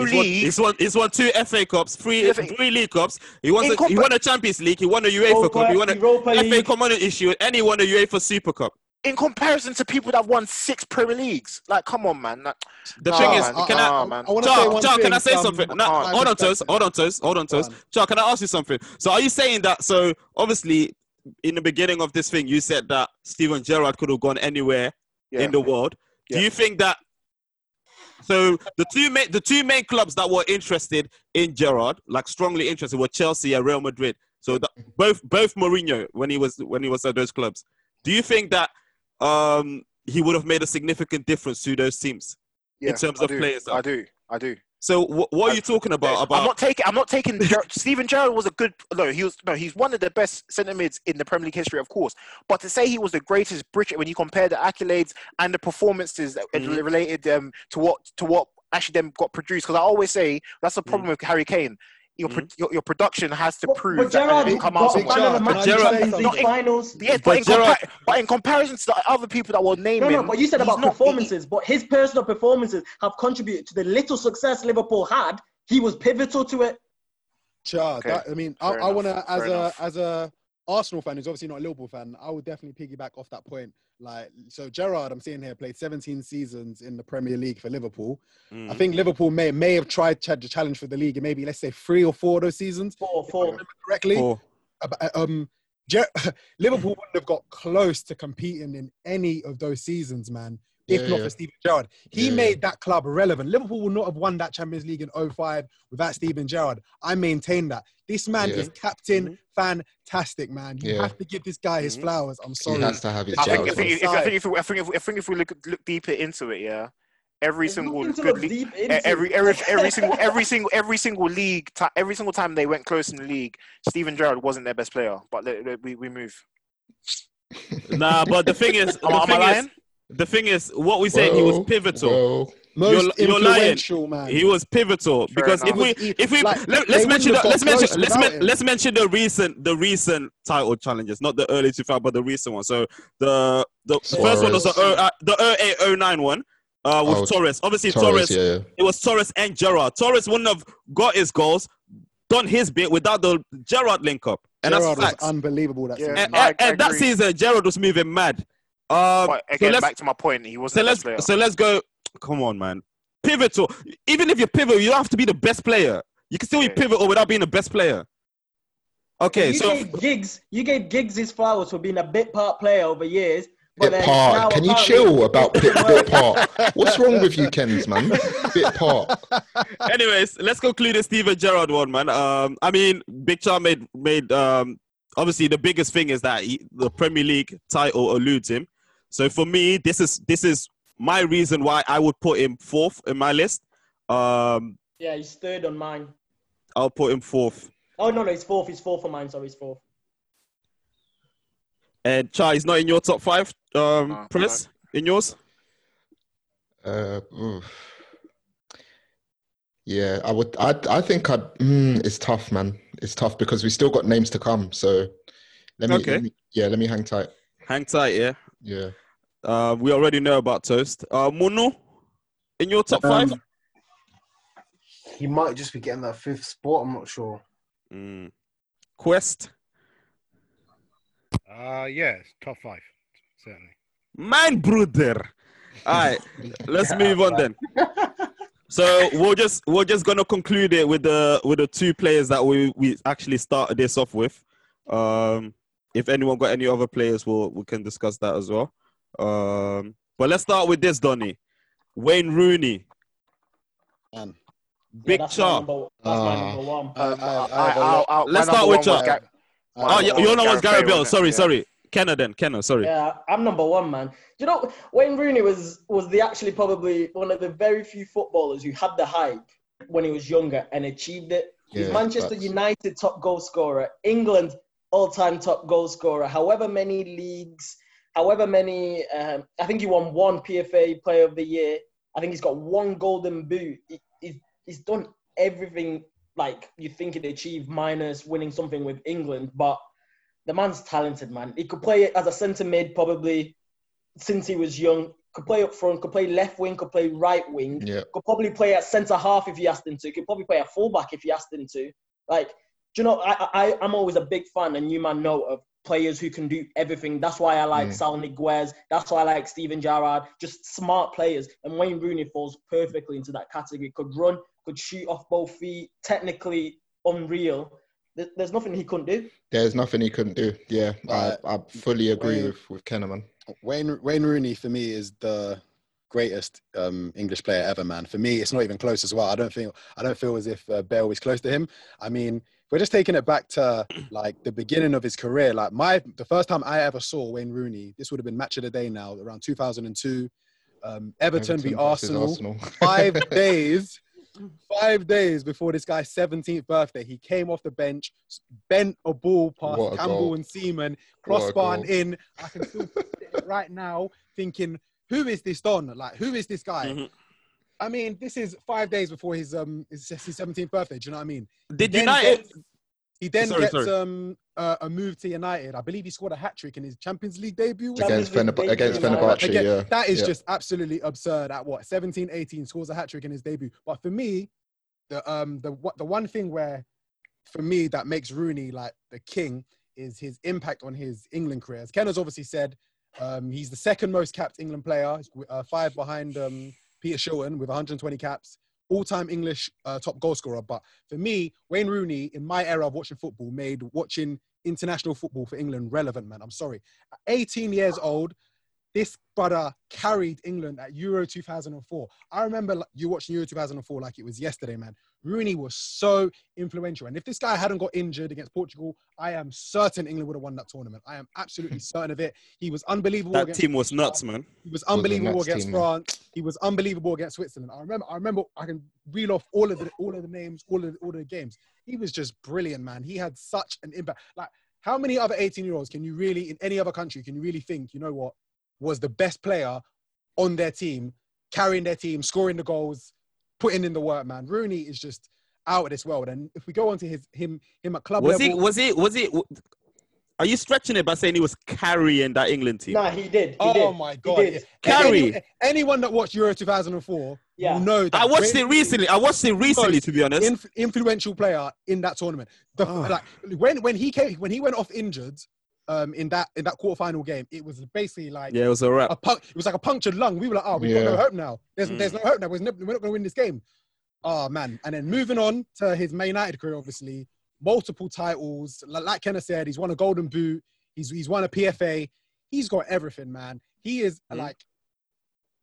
[SPEAKER 3] He's won,
[SPEAKER 8] league.
[SPEAKER 3] he's won. He's won two FA Cups, three
[SPEAKER 8] FA
[SPEAKER 3] three League Cups. He won.
[SPEAKER 8] In
[SPEAKER 3] A, he
[SPEAKER 8] Copa-
[SPEAKER 3] won a Champions League. He won a UEFA Cup. He won a
[SPEAKER 6] Europa
[SPEAKER 3] FA
[SPEAKER 6] League.
[SPEAKER 3] Common Issue, and he won a UEFA Super Cup.
[SPEAKER 8] in comparison to people that won six Premier Leagues. Like, come on, man. Like,
[SPEAKER 3] The
[SPEAKER 8] nah,
[SPEAKER 3] thing is,
[SPEAKER 8] man.
[SPEAKER 3] can
[SPEAKER 8] nah,
[SPEAKER 3] I?
[SPEAKER 8] man.
[SPEAKER 7] I want to say
[SPEAKER 3] Charles,
[SPEAKER 7] one
[SPEAKER 3] Charles,
[SPEAKER 7] thing.
[SPEAKER 3] can I say
[SPEAKER 7] from
[SPEAKER 3] something? No,
[SPEAKER 8] can't.
[SPEAKER 7] my
[SPEAKER 3] hold on, Toes.
[SPEAKER 7] perspective.
[SPEAKER 3] Hold on, Toes. Hold on,
[SPEAKER 7] Go
[SPEAKER 3] Toes.
[SPEAKER 7] on.
[SPEAKER 3] Charles, can I ask you something? So, are you saying that? So, obviously, in the beginning of this thing, you said that Steven Gerrard could have gone anywhere
[SPEAKER 8] Yeah.
[SPEAKER 3] in the world. Do
[SPEAKER 8] Yeah.
[SPEAKER 3] you think that? So the two main the two main clubs that were interested in Gerrard, like strongly interested, were Chelsea and Real Madrid. So that, both both Mourinho when he was when he was at those clubs. Do you think that um, he would have made a significant difference to those teams?
[SPEAKER 8] yeah,
[SPEAKER 3] terms
[SPEAKER 8] I
[SPEAKER 3] of
[SPEAKER 8] do,
[SPEAKER 3] players, though.
[SPEAKER 8] I do. I do.
[SPEAKER 3] So wh- what are you talking about? Uh, About
[SPEAKER 8] I'm not taking. I'm not taking. Ger- Steven Gerrard was a good. No, he was. No, he's one of the best centre mids in the Premier League history, of course. But to say he was the greatest British, when you compare the accolades and the performances that
[SPEAKER 3] Mhm.
[SPEAKER 8] related um, to what to what actually then got produced, because I always say that's the
[SPEAKER 3] Mm.
[SPEAKER 8] problem with Harry Kane. Your, pro- your, your production has to
[SPEAKER 6] But,
[SPEAKER 8] prove
[SPEAKER 6] but
[SPEAKER 8] that and
[SPEAKER 6] Gerard
[SPEAKER 8] it come out
[SPEAKER 6] got
[SPEAKER 8] somewhere.
[SPEAKER 6] man of the
[SPEAKER 7] Gerrard-
[SPEAKER 6] match
[SPEAKER 3] Gerrard-
[SPEAKER 6] in Champions
[SPEAKER 7] not
[SPEAKER 6] League
[SPEAKER 8] in-
[SPEAKER 6] finals.
[SPEAKER 8] Yes, but,
[SPEAKER 3] But
[SPEAKER 8] in compar-
[SPEAKER 3] Gerrard-
[SPEAKER 8] but in comparison to the other people that were naming,
[SPEAKER 6] No, no, but you said
[SPEAKER 8] he's
[SPEAKER 6] about
[SPEAKER 8] not-
[SPEAKER 6] performances, but his personal performances have contributed to the little success Liverpool had. He was pivotal to it.
[SPEAKER 7] Char,
[SPEAKER 8] Okay,
[SPEAKER 7] that, I mean, I,
[SPEAKER 8] fair
[SPEAKER 7] I
[SPEAKER 8] enough,
[SPEAKER 7] want to, as
[SPEAKER 8] fair
[SPEAKER 7] a
[SPEAKER 8] enough.
[SPEAKER 7] as a Arsenal fan who's obviously not a Liverpool fan, I would definitely piggyback off that point. Like, so Gerard, I'm seeing here, played 17 seasons in the Premier League for Liverpool. I
[SPEAKER 8] Mm.
[SPEAKER 7] think Liverpool may may have tried ch- to challenge for the league in maybe let's say three or four of those seasons
[SPEAKER 6] Four, four.
[SPEAKER 7] correctly.
[SPEAKER 3] Or-
[SPEAKER 7] Ab- uh, Um, Ger- Liverpool wouldn't have got close to competing in any of those seasons, man. If
[SPEAKER 4] Yeah,
[SPEAKER 7] not
[SPEAKER 4] yeah.
[SPEAKER 7] for Steven Gerrard, he
[SPEAKER 4] Yeah, yeah.
[SPEAKER 7] made that club relevant. Liverpool would not have won that Champions League in 05 without Steven Gerrard. I maintain that. This man
[SPEAKER 4] Yeah.
[SPEAKER 7] is captain
[SPEAKER 3] Mm-hmm.
[SPEAKER 7] fantastic, man. You
[SPEAKER 4] Yeah.
[SPEAKER 7] have to give this guy his
[SPEAKER 3] Mhm.
[SPEAKER 7] flowers. I'm
[SPEAKER 4] He
[SPEAKER 7] sorry.
[SPEAKER 4] has to have his
[SPEAKER 8] I
[SPEAKER 7] That
[SPEAKER 8] think,
[SPEAKER 7] was
[SPEAKER 4] flowers.
[SPEAKER 8] I think,
[SPEAKER 4] man.
[SPEAKER 8] if, I think, if, we- I think, if, I think if we look look deeper into it, yeah, every
[SPEAKER 6] There's
[SPEAKER 8] single
[SPEAKER 6] nothing to
[SPEAKER 8] good
[SPEAKER 6] look
[SPEAKER 8] league,
[SPEAKER 6] deep into.
[SPEAKER 8] E-, every every every single every single every single league, ti- every single time they went close in the league, Steven Gerrard wasn't their best player. But let- let- we we move.
[SPEAKER 3] nah, but the thing is,
[SPEAKER 8] Am,
[SPEAKER 3] the
[SPEAKER 8] am I
[SPEAKER 3] thing is,
[SPEAKER 8] lying?
[SPEAKER 3] the thing is, what we said, he was
[SPEAKER 4] Well,
[SPEAKER 3] pivotal.
[SPEAKER 4] well,
[SPEAKER 7] Most
[SPEAKER 3] You're- you're lying.
[SPEAKER 7] influential man.
[SPEAKER 3] He was pivotal because if
[SPEAKER 1] enough.
[SPEAKER 3] we,
[SPEAKER 7] He was-
[SPEAKER 3] if we,
[SPEAKER 7] like,
[SPEAKER 3] let,
[SPEAKER 7] they
[SPEAKER 3] us
[SPEAKER 7] wouldn't
[SPEAKER 3] mention, the,
[SPEAKER 7] have got
[SPEAKER 3] let's mention,
[SPEAKER 7] close
[SPEAKER 3] let's,
[SPEAKER 7] without
[SPEAKER 3] men-
[SPEAKER 7] him.
[SPEAKER 3] let's mention the recent, the recent title challenges, not the early 2000, but the recent one. So the the first one was the
[SPEAKER 4] Suarez.
[SPEAKER 3] uh, the 08 09 one uh, with
[SPEAKER 4] Oh,
[SPEAKER 3] Torres. Obviously,
[SPEAKER 4] Torres,
[SPEAKER 3] Torres,
[SPEAKER 4] yeah, yeah.
[SPEAKER 3] it was Torres and Gerard. Torres wouldn't have got his goals, done his bit without the Gerard link up, and
[SPEAKER 7] Gerrard
[SPEAKER 3] that's facts. Eh,
[SPEAKER 7] was unbelievable. That
[SPEAKER 8] Yeah.
[SPEAKER 7] season.
[SPEAKER 3] and,
[SPEAKER 8] I-
[SPEAKER 3] and-
[SPEAKER 8] I
[SPEAKER 3] and that
[SPEAKER 8] agree.
[SPEAKER 3] season, Gerard was moving mad. Um,
[SPEAKER 8] But
[SPEAKER 3] so
[SPEAKER 8] again,
[SPEAKER 3] let's
[SPEAKER 8] back to my point, he
[SPEAKER 3] so
[SPEAKER 8] wasn't the
[SPEAKER 3] let's
[SPEAKER 8] best player.
[SPEAKER 3] so let's go. Come on, man. Pivotal. Even if you're pivotal, you don't have to be the best player. You can still be
[SPEAKER 8] Okay.
[SPEAKER 3] pivotal without being the best player. Okay,
[SPEAKER 6] you
[SPEAKER 3] so
[SPEAKER 6] gave gigs, you gave gigs his flowers for being a bit part player over years.
[SPEAKER 4] Bit
[SPEAKER 6] But then now
[SPEAKER 4] part. Can you
[SPEAKER 6] apparently
[SPEAKER 4] chill about
[SPEAKER 6] it's
[SPEAKER 4] bit,
[SPEAKER 6] the
[SPEAKER 4] bit
[SPEAKER 6] worst.
[SPEAKER 4] part? What's wrong with you, Kens, man? Bit part.
[SPEAKER 3] anyways, let's conclude the Steven Gerrard one, man. Um, I mean, Big Char made made um obviously the biggest thing is that he, the Premier League title eludes him. So for me, this is this is my reason why I would put him fourth in my list. Um,
[SPEAKER 6] Yeah, he's third on mine.
[SPEAKER 3] I'll put him fourth.
[SPEAKER 6] Oh no, no, he's fourth. He's fourth on mine. Sorry, he's fourth.
[SPEAKER 3] And Char, he's not in your top five. Um,
[SPEAKER 8] No,
[SPEAKER 3] Prince, in yours.
[SPEAKER 4] Uh, oof. yeah, I would. I I think I'd. Mm, it's tough, man. It's tough because we still got names to come. So let me.
[SPEAKER 3] Okay.
[SPEAKER 4] let me- yeah, let me hang tight.
[SPEAKER 3] Hang tight, yeah.
[SPEAKER 4] Yeah.
[SPEAKER 3] Uh, we already know about Toast. Uh, Mono, in your top five?
[SPEAKER 10] Um, He might just be getting that fifth spot. I'm not sure.
[SPEAKER 3] Mm. Quest.
[SPEAKER 5] Uh, yes, top five, certainly.
[SPEAKER 3] Mein Bruder. All right, let's move on then. So we're just we're just gonna conclude it with the with the two players that we we actually started this off with. Um, if anyone got any other players, we'll we can discuss that as well. Um, but let's start with this, Donny. Wayne Rooney,
[SPEAKER 7] Man.
[SPEAKER 3] Big
[SPEAKER 6] yeah, that's My
[SPEAKER 3] Char.
[SPEAKER 6] number, that's my
[SPEAKER 4] Ah.
[SPEAKER 6] number one.
[SPEAKER 7] I, I,
[SPEAKER 4] uh,
[SPEAKER 7] I,
[SPEAKER 8] I,
[SPEAKER 7] have a
[SPEAKER 8] I,
[SPEAKER 7] lot-
[SPEAKER 8] I,
[SPEAKER 3] um, Let's
[SPEAKER 8] my
[SPEAKER 3] start
[SPEAKER 8] number
[SPEAKER 3] with
[SPEAKER 8] one was
[SPEAKER 3] Jack.
[SPEAKER 8] Gar-
[SPEAKER 7] I
[SPEAKER 8] my
[SPEAKER 3] Oh,
[SPEAKER 7] have a
[SPEAKER 3] yeah,
[SPEAKER 8] number
[SPEAKER 7] lot-
[SPEAKER 8] one
[SPEAKER 3] your
[SPEAKER 8] was
[SPEAKER 3] one was
[SPEAKER 8] Gareth
[SPEAKER 3] Gareth
[SPEAKER 8] Bale,
[SPEAKER 3] Bale.
[SPEAKER 8] innit?
[SPEAKER 3] Sorry,
[SPEAKER 8] Yeah.
[SPEAKER 3] sorry. Kenner then, Kenner. Sorry.
[SPEAKER 6] Yeah, I'm number one, man. You know, Wayne Rooney was was the actually probably one of the very few footballers who had the hype when he was younger and achieved it. He's
[SPEAKER 4] Yeah,
[SPEAKER 6] Manchester
[SPEAKER 4] facts.
[SPEAKER 6] United top goal scorer, England all-time top goal scorer. However many leagues, however many, um, I think he won one PFA Player of the Year. I think he's got one Golden Boot. He, he's, he's done everything like you think he'd achieve, minus winning something with England, but the man's talented, man. He could play as a centre mid probably since he was young. Could play up front, could play left wing, could play right wing.
[SPEAKER 4] Yeah.
[SPEAKER 6] Could probably play at centre half if you asked him to. Could probably play a fullback if you asked him to. Like, do you know? I, I I'm always a big fan, and you man know of players who can do everything. That's why I like
[SPEAKER 4] Mm.
[SPEAKER 6] Sal Niguez. That's why I like Steven Gerrard. Just smart players, and Wayne Rooney falls perfectly into that category. Could run, could shoot off both feet. Technically unreal. There- There's nothing he couldn't do.
[SPEAKER 4] There's nothing he couldn't do. Yeah, I,
[SPEAKER 7] Right.
[SPEAKER 4] I fully agree
[SPEAKER 7] Wayne.
[SPEAKER 4] with with Kenner, man.
[SPEAKER 7] Wayne Wayne Rooney for me is the greatest um, English player ever, man. For me, it's not even close as well. I don't think I don't feel as if uh, Bale is close to him. I mean, we're just taking it back to like the beginning of his career. Like my the first time I ever saw Wayne Rooney, this would have been match of the day now, around 2002. Um, Everton,
[SPEAKER 4] Everton
[SPEAKER 7] beat
[SPEAKER 4] versus
[SPEAKER 7] Arsenal five days, five days before this guy's 17th birthday, he came off the bench, s- bent a ball past
[SPEAKER 4] What a
[SPEAKER 7] Campbell
[SPEAKER 4] goal.
[SPEAKER 7] and Seaman,
[SPEAKER 4] What a
[SPEAKER 7] crossbar and
[SPEAKER 4] goal.
[SPEAKER 7] in. I can still sit there right now thinking, who is this Don? Like, who is this guy?
[SPEAKER 3] Mhm.
[SPEAKER 7] I mean, this is five days before his um his, his 17th birthday. Do you know what I mean?
[SPEAKER 3] Did
[SPEAKER 7] Then
[SPEAKER 3] United?
[SPEAKER 7] gets- he then
[SPEAKER 3] Sorry,
[SPEAKER 7] gets
[SPEAKER 3] sorry.
[SPEAKER 7] um uh, a move to United. I believe he scored a hat trick in his Champions League debut.
[SPEAKER 6] Champions
[SPEAKER 4] against Fenerbahce,
[SPEAKER 6] League debut,
[SPEAKER 4] against
[SPEAKER 6] man.
[SPEAKER 4] Fenerbahce.
[SPEAKER 7] Again,
[SPEAKER 4] Yeah,
[SPEAKER 7] that is
[SPEAKER 4] yeah.
[SPEAKER 7] just absolutely absurd at what 17 18 scores a hat trick in his debut but for me the um the what the one thing where for me that makes Rooney like the king is his impact on his England career as Ken has obviously said um he's the second most capped England player uh, five behind um Peter Shilton with 120 caps all-time English uh, top goal scorer but for me Wayne Rooney in my era of watching football made watching international football for England relevant man I'm sorry At 18 years old this brother carried England at Euro 2004. I remember like, you watching Euro 2004 like it was yesterday, man. Rooney was so influential. And if this guy hadn't got injured against Portugal, I am certain England would have won that tournament. I am absolutely certain of it. He was unbelievable.
[SPEAKER 3] That
[SPEAKER 7] against,
[SPEAKER 3] team was nuts, man.
[SPEAKER 7] He was
[SPEAKER 4] a
[SPEAKER 7] unbelievable
[SPEAKER 4] nuts
[SPEAKER 7] against
[SPEAKER 4] team, man.
[SPEAKER 7] France. He was unbelievable against Switzerland. I remember. I remember. I can reel off all of the all of the names, all of all of the games. He was just brilliant, man. He had such an impact. Like How many other 18 year olds can you really, in any other country, can you really think, you know what, was the best player on their team, carrying their team, scoring the goals, putting in the work, man? Rooney is just out of this world. And if we go on to his, him, him at club
[SPEAKER 3] Was
[SPEAKER 7] level.
[SPEAKER 3] he? Was he? Was he? w- Are you stretching it by saying he was carrying that England team?
[SPEAKER 6] Nah, he did. He
[SPEAKER 7] Oh
[SPEAKER 6] did.
[SPEAKER 7] my
[SPEAKER 6] He
[SPEAKER 7] god!
[SPEAKER 6] did.
[SPEAKER 7] yeah.
[SPEAKER 3] Carry.
[SPEAKER 7] Any- anyone that watched Euro 2004
[SPEAKER 6] Yeah.
[SPEAKER 7] will know that
[SPEAKER 3] I watched
[SPEAKER 7] great-
[SPEAKER 3] it recently. I watched it recently, to be honest.
[SPEAKER 7] inf- influential player in that tournament. The,
[SPEAKER 3] Oh.
[SPEAKER 7] Like when when he came when he went off injured, um, in that in that quarterfinal game, it was basically like
[SPEAKER 3] Yeah, it was a wrap.
[SPEAKER 7] a punk, It was like a punctured lung. We were like, oh, we've got no
[SPEAKER 4] Yeah.
[SPEAKER 7] hope now. There's
[SPEAKER 3] Mm.
[SPEAKER 7] there's no hope now. We're, never, we're not going to win this game. Oh man! And then moving on to his Man United career, obviously multiple titles. Like, like Kenneth said, he's won a Golden Boot. He's he's won a PFA. He's got everything, man. He is
[SPEAKER 3] Mm.
[SPEAKER 7] like,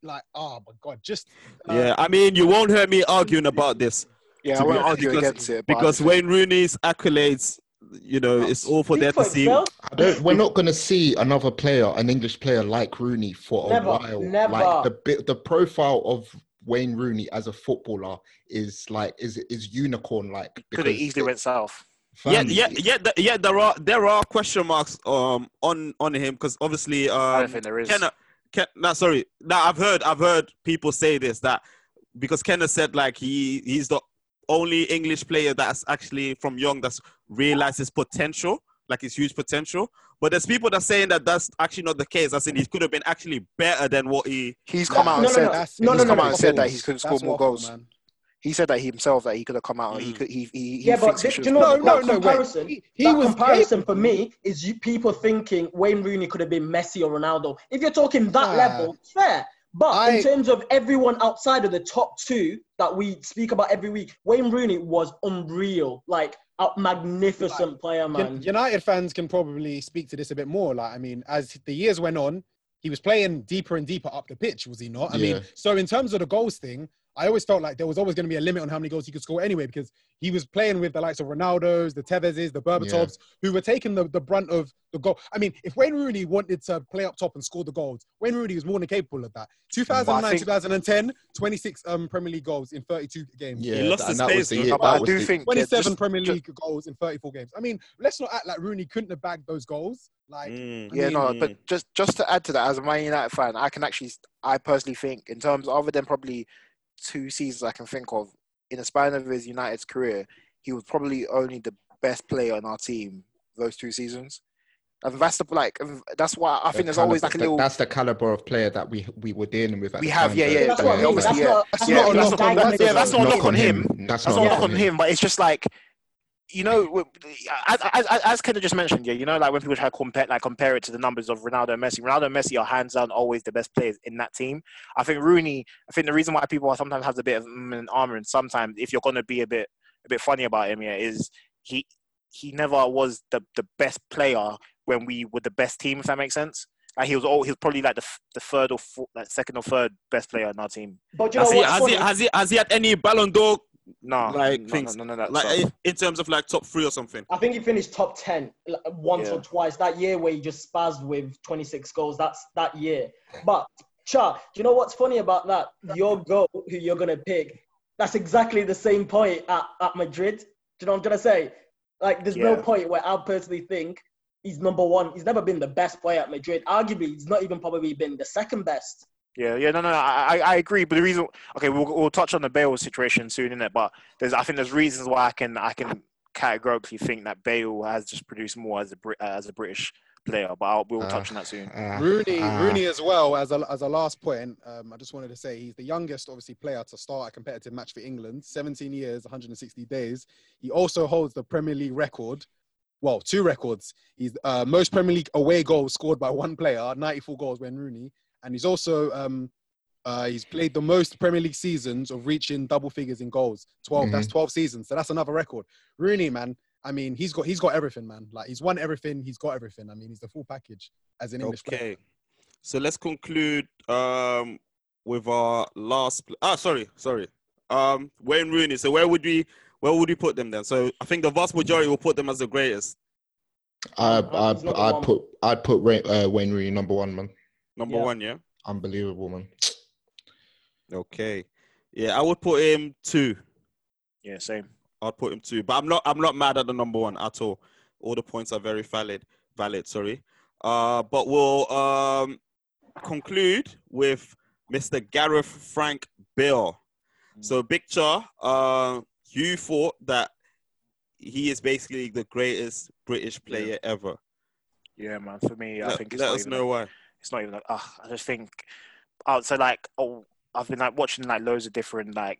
[SPEAKER 7] like oh my god, just uh,
[SPEAKER 3] Yeah, I mean, you won't hear me arguing about this
[SPEAKER 8] Yeah,
[SPEAKER 3] To
[SPEAKER 8] I
[SPEAKER 3] be
[SPEAKER 8] won't
[SPEAKER 3] honest,
[SPEAKER 8] argue
[SPEAKER 3] because-
[SPEAKER 8] against it. But I
[SPEAKER 3] because
[SPEAKER 8] just think-
[SPEAKER 3] Wayne Rooney's accolades, you know, it's all for
[SPEAKER 6] Speak
[SPEAKER 3] there
[SPEAKER 6] for
[SPEAKER 3] to see.
[SPEAKER 6] itself.
[SPEAKER 4] I don't, we're not going to see another player, an English player like Rooney for a
[SPEAKER 6] Never,
[SPEAKER 4] while.
[SPEAKER 6] never.
[SPEAKER 4] Like the bit, the profile of Wayne Rooney as a footballer is like is is unicorn like
[SPEAKER 8] could have easily went south.
[SPEAKER 3] Yeah,
[SPEAKER 4] fam,
[SPEAKER 3] yeah, yeah, th- yeah. There are there are question marks um on on him because obviously
[SPEAKER 8] I
[SPEAKER 3] um
[SPEAKER 8] don't think there is.
[SPEAKER 3] Kenna, Ken, no, sorry, no, I've heard I've heard people say this that because Kenna said like he he's the only English player that's actually from young that's realized his potential, like his huge potential. But there's people that saying that that's actually not the case. I said he could have been actually better than what he.
[SPEAKER 8] He's come out and
[SPEAKER 6] No, no,
[SPEAKER 8] said
[SPEAKER 6] no.
[SPEAKER 7] that's-
[SPEAKER 8] he's
[SPEAKER 6] no,
[SPEAKER 8] come
[SPEAKER 6] no,
[SPEAKER 8] out
[SPEAKER 6] no.
[SPEAKER 8] and said that he
[SPEAKER 7] That's
[SPEAKER 8] could score more
[SPEAKER 7] awful,
[SPEAKER 8] goals. He said that he himself that he could have come out. and He
[SPEAKER 3] Mm.
[SPEAKER 8] could. He he, he
[SPEAKER 6] Yeah, but
[SPEAKER 8] thinks he
[SPEAKER 6] do, do
[SPEAKER 8] should have
[SPEAKER 6] you know
[SPEAKER 7] No,
[SPEAKER 8] scored
[SPEAKER 6] what
[SPEAKER 8] more
[SPEAKER 7] no,
[SPEAKER 6] that
[SPEAKER 8] goals.
[SPEAKER 7] no, wait.
[SPEAKER 6] comparison?
[SPEAKER 7] He- he
[SPEAKER 6] that
[SPEAKER 7] was
[SPEAKER 6] comparison for
[SPEAKER 7] capable.
[SPEAKER 6] me is you people thinking Wayne Rooney could have been Messi or Ronaldo. If you're talking that
[SPEAKER 7] Nah.
[SPEAKER 6] level, fair. But
[SPEAKER 7] I-
[SPEAKER 6] in terms of everyone outside of the top two that we speak about every week, Wayne Rooney was unreal, like a magnificent player,
[SPEAKER 7] Un-
[SPEAKER 6] man.
[SPEAKER 7] United fans can probably speak to this a bit more. Like, I mean, as the years went on, he was playing deeper and deeper up the pitch, was he not? I
[SPEAKER 4] Yeah.
[SPEAKER 7] mean, so in terms of the goals thing, I always felt like there was always going to be a limit on how many goals he could score anyway, because he was playing with the likes of Ronaldo's, the Tevez's, the Berbatovs, who were taking the, the brunt of the goal. I mean, if Wayne Rooney wanted to play up top and score the goals, Wayne Rooney was more than capable of that. 2009,
[SPEAKER 8] think-
[SPEAKER 7] 2010, 26 um,
[SPEAKER 9] Premier League goals in 32 games.
[SPEAKER 4] yeah,
[SPEAKER 3] lost
[SPEAKER 4] and
[SPEAKER 3] his
[SPEAKER 4] that was
[SPEAKER 3] pace,
[SPEAKER 4] the
[SPEAKER 3] though.
[SPEAKER 4] year.
[SPEAKER 8] No,
[SPEAKER 4] that
[SPEAKER 8] but I
[SPEAKER 4] was
[SPEAKER 8] do
[SPEAKER 4] the-
[SPEAKER 8] think yeah,
[SPEAKER 9] 27
[SPEAKER 8] just-
[SPEAKER 9] Premier
[SPEAKER 8] ju-
[SPEAKER 9] League goals in 34 games. I mean, let's not act like Rooney couldn't have bagged those goals. Like,
[SPEAKER 3] Mm.
[SPEAKER 7] I
[SPEAKER 8] yeah,
[SPEAKER 7] mean,
[SPEAKER 8] no, but just just to add to that, as a Man United fan, I can actually, I personally think, in terms other than probably two seasons, I can think of in the span of his United's career, he was probably only the best player on our team those two seasons. And that's the like, that's why I think
[SPEAKER 4] the
[SPEAKER 8] there's always
[SPEAKER 4] caliber-
[SPEAKER 8] like a
[SPEAKER 4] that-
[SPEAKER 8] little.
[SPEAKER 4] that's the caliber of player that we we were dealing with. At
[SPEAKER 8] We
[SPEAKER 4] the
[SPEAKER 8] have,
[SPEAKER 4] time,
[SPEAKER 8] yeah,
[SPEAKER 4] though.
[SPEAKER 8] yeah,
[SPEAKER 6] That's what I mean.
[SPEAKER 8] obviously,
[SPEAKER 6] that's
[SPEAKER 8] yeah.
[SPEAKER 6] what,
[SPEAKER 7] That's
[SPEAKER 6] that's
[SPEAKER 8] Yeah,
[SPEAKER 7] not a
[SPEAKER 6] what
[SPEAKER 7] knock on
[SPEAKER 6] dynamic
[SPEAKER 7] Ronaldo,
[SPEAKER 8] yeah, that's
[SPEAKER 7] though.
[SPEAKER 8] not a knock on him.
[SPEAKER 4] That's,
[SPEAKER 8] That's
[SPEAKER 4] not a
[SPEAKER 8] not a knock on him, but it's just like, you know, w- as, as, as Kendra just mentioned, yeah, you know, like when people try to compare, like compare it to the numbers of Ronaldo and Messi. Ronaldo and Messi are hands down always the best players in that team. I think Rooney. I think the reason why people are sometimes has a bit of mm, an armor, and sometimes if you're gonna be a bit a bit funny about him, yeah, is he he never was the the best player when we were the best team. If that makes sense. Like he was all he was probably like the, f- the third or four, like second or third best player in our team.
[SPEAKER 6] But you know
[SPEAKER 3] Has he,
[SPEAKER 6] what's
[SPEAKER 3] has, he,
[SPEAKER 6] funny?
[SPEAKER 3] has, he, has he had any Ballon d'Or
[SPEAKER 8] No,
[SPEAKER 3] Like,
[SPEAKER 8] no,
[SPEAKER 3] things-
[SPEAKER 8] no, no, no, no,
[SPEAKER 3] like
[SPEAKER 8] so-
[SPEAKER 3] in- in terms of like top three or something?
[SPEAKER 6] I think he finished top ten like, once
[SPEAKER 8] Yeah.
[SPEAKER 6] or twice that year where he just spazzed with 26 goals. That's that year. But Cha, do you know what's funny about that? Your goal, who you're gonna pick, that's exactly the same point at, at Madrid. Do you know what I'm trying to say? Like, there's no
[SPEAKER 8] Yeah.
[SPEAKER 6] point where I personally think he's number one. He's never been the best player at Madrid. Arguably, he's not even probably been the second best.
[SPEAKER 8] Yeah, yeah, no, no, I, I I agree. But the reason, okay, we'll, we'll touch on the Bale situation soon, innit? But there's, I think there's reasons why I can, I can categorically think that Bale has just produced more as a Brit, as a British player. But I'll, we'll touch on that soon.
[SPEAKER 7] Rooney,
[SPEAKER 8] Ah.
[SPEAKER 7] Rooney as well as a, as a last point. Um, I just wanted to say he's the youngest, obviously, player to start a competitive match for England. 17 years, 160 days. He also holds the Premier League record. Well, two records. He's uh, most Premier League away goals scored by one player, 94 goals when Rooney, and he's also um, uh, he's played the most Premier League seasons of reaching double figures in goals. 12.
[SPEAKER 8] Mm.
[SPEAKER 7] That's 12 seasons. So that's another record. Rooney, man. I mean, he's got he's got everything, man. Like he's won everything. He's got everything. I mean, he's the full package as an English player.
[SPEAKER 3] Okay. So let's conclude um, with our last. Pl- ah, sorry, sorry. Um, Wayne Rooney. So where would we where would we put them then? So I think the vast majority will put them as the greatest.
[SPEAKER 4] I
[SPEAKER 6] Uh, he's number
[SPEAKER 4] I I
[SPEAKER 6] one.
[SPEAKER 4] put I'd put Ray, uh, Wayne Rooney number one man.
[SPEAKER 3] Number
[SPEAKER 6] Yeah.
[SPEAKER 3] one, yeah.
[SPEAKER 4] Unbelievable man.
[SPEAKER 3] Okay. Yeah, I would put him two.
[SPEAKER 8] Yeah, same.
[SPEAKER 3] I'd put him two, but I'm not. I'm not mad at the number one at all. All the points are very valid. Valid, sorry. Uh, but we'll um, conclude with Mr. Gareth Frank Bill. So, picture, uh, you thought that he is basically the greatest British player ever.
[SPEAKER 8] Yeah, man. For me, I
[SPEAKER 3] let
[SPEAKER 8] think it's
[SPEAKER 3] let
[SPEAKER 8] not
[SPEAKER 3] us
[SPEAKER 8] even
[SPEAKER 3] know why.
[SPEAKER 8] it's not even like ah. I just think oh, so like oh, I've been like watching like loads of different like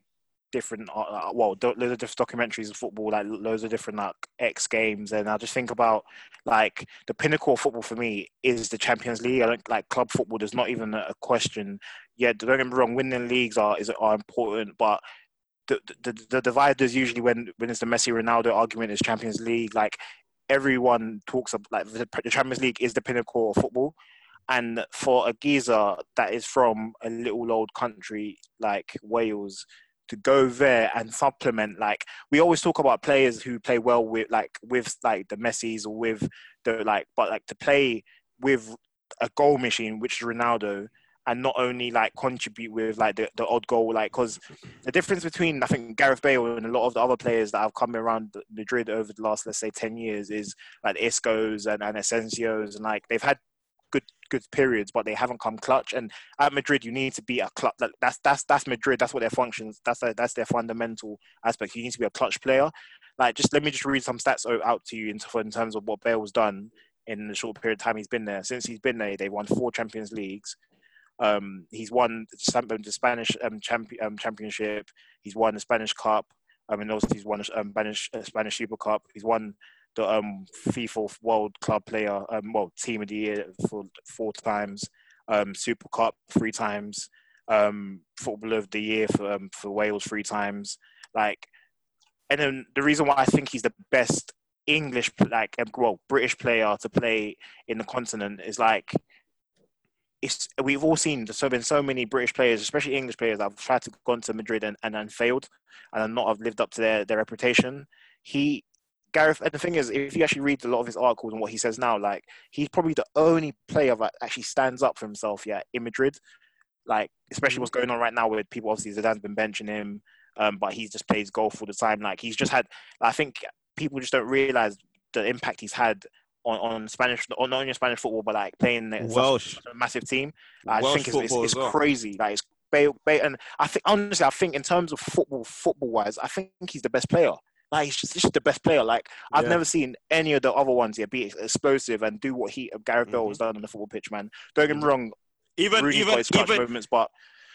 [SPEAKER 8] different uh, uh, well do- loads of different documentaries of football like loads of different like X games and I just think about like the pinnacle of football for me is the Champions League. I don't like club football. There's not even a question. Yeah, don't get me wrong. Winning leagues are is are important, but the the, the, the divide is usually when when it's the Messi Ronaldo argument is Champions League. Like everyone talks about like the, the Champions League is the pinnacle of football and for a geezer that is from a little old country like Wales to go there and supplement like we always talk about players who play well with like with like the Messi's or with the like but like to play with a goal machine which is Ronaldo and not only like contribute with like the, the odd goal like because the difference between I think Gareth Bale and a lot of the other players that have come around Madrid over the last let's say 10 years is like Isco's and, and Asensio's and like they've had good good periods, but they haven't come clutch. And at Madrid, you need to be a clutch. Like, that's that's that's Madrid. That's what their functions. That's their, that's their fundamental aspect. You need to be a clutch player. Like just let me just read some stats o- out to you in, for- in terms of what Bale's done in the short period of time he's been there. Since he's been there, they won four Champions Leagues. Um, he's won the Sp- um, the Spanish um, champion, um, championship. He's won the Spanish Cup. Um, and also he's won the um, Spanish uh, Spanish Super Cup. He's won the um, FIFA World Club Player, um, well, Team of the Year for four times, um, Super Cup three times, um, Footballer of the Year for um, for Wales three times. Like, and then the reason why I think he's the best English, like, um, well, British player to play in the continent is like. It's, we've all seen there's so been so many British players, especially English players, that have tried to go to Madrid and, and, and failed, and have not have lived up to their, their reputation. He Gareth, and the thing is, if you actually read a lot of his articles and what he says now, like he's probably the only player that actually stands up for himself, yeah, in Madrid. Like, especially what's going on right now with people, obviously Zidane's been benching him, um, but he just plays golf all the time. Like, he's just had, I think people just don't realize the impact he's had on, on Spanish, on not only Spanish football, but like playing such-
[SPEAKER 3] Welsh.
[SPEAKER 8] such a massive team. I
[SPEAKER 3] Welsh
[SPEAKER 8] think it's, it's,
[SPEAKER 3] football
[SPEAKER 8] it's
[SPEAKER 3] as well.
[SPEAKER 8] crazy. Like, it's Bale, Bale, and I think honestly, I think in terms of football, football wise, I think he's the best player. Like he's just, he's just the best player. Like I've
[SPEAKER 3] Yeah.
[SPEAKER 8] never seen any of the other ones here be explosive and do what he Gareth Bale has done on the football pitch, man. Don't get me wrong,
[SPEAKER 3] Mm-hmm. Even
[SPEAKER 8] Rooney's got
[SPEAKER 3] even
[SPEAKER 8] his clutch
[SPEAKER 3] even
[SPEAKER 8] moments, but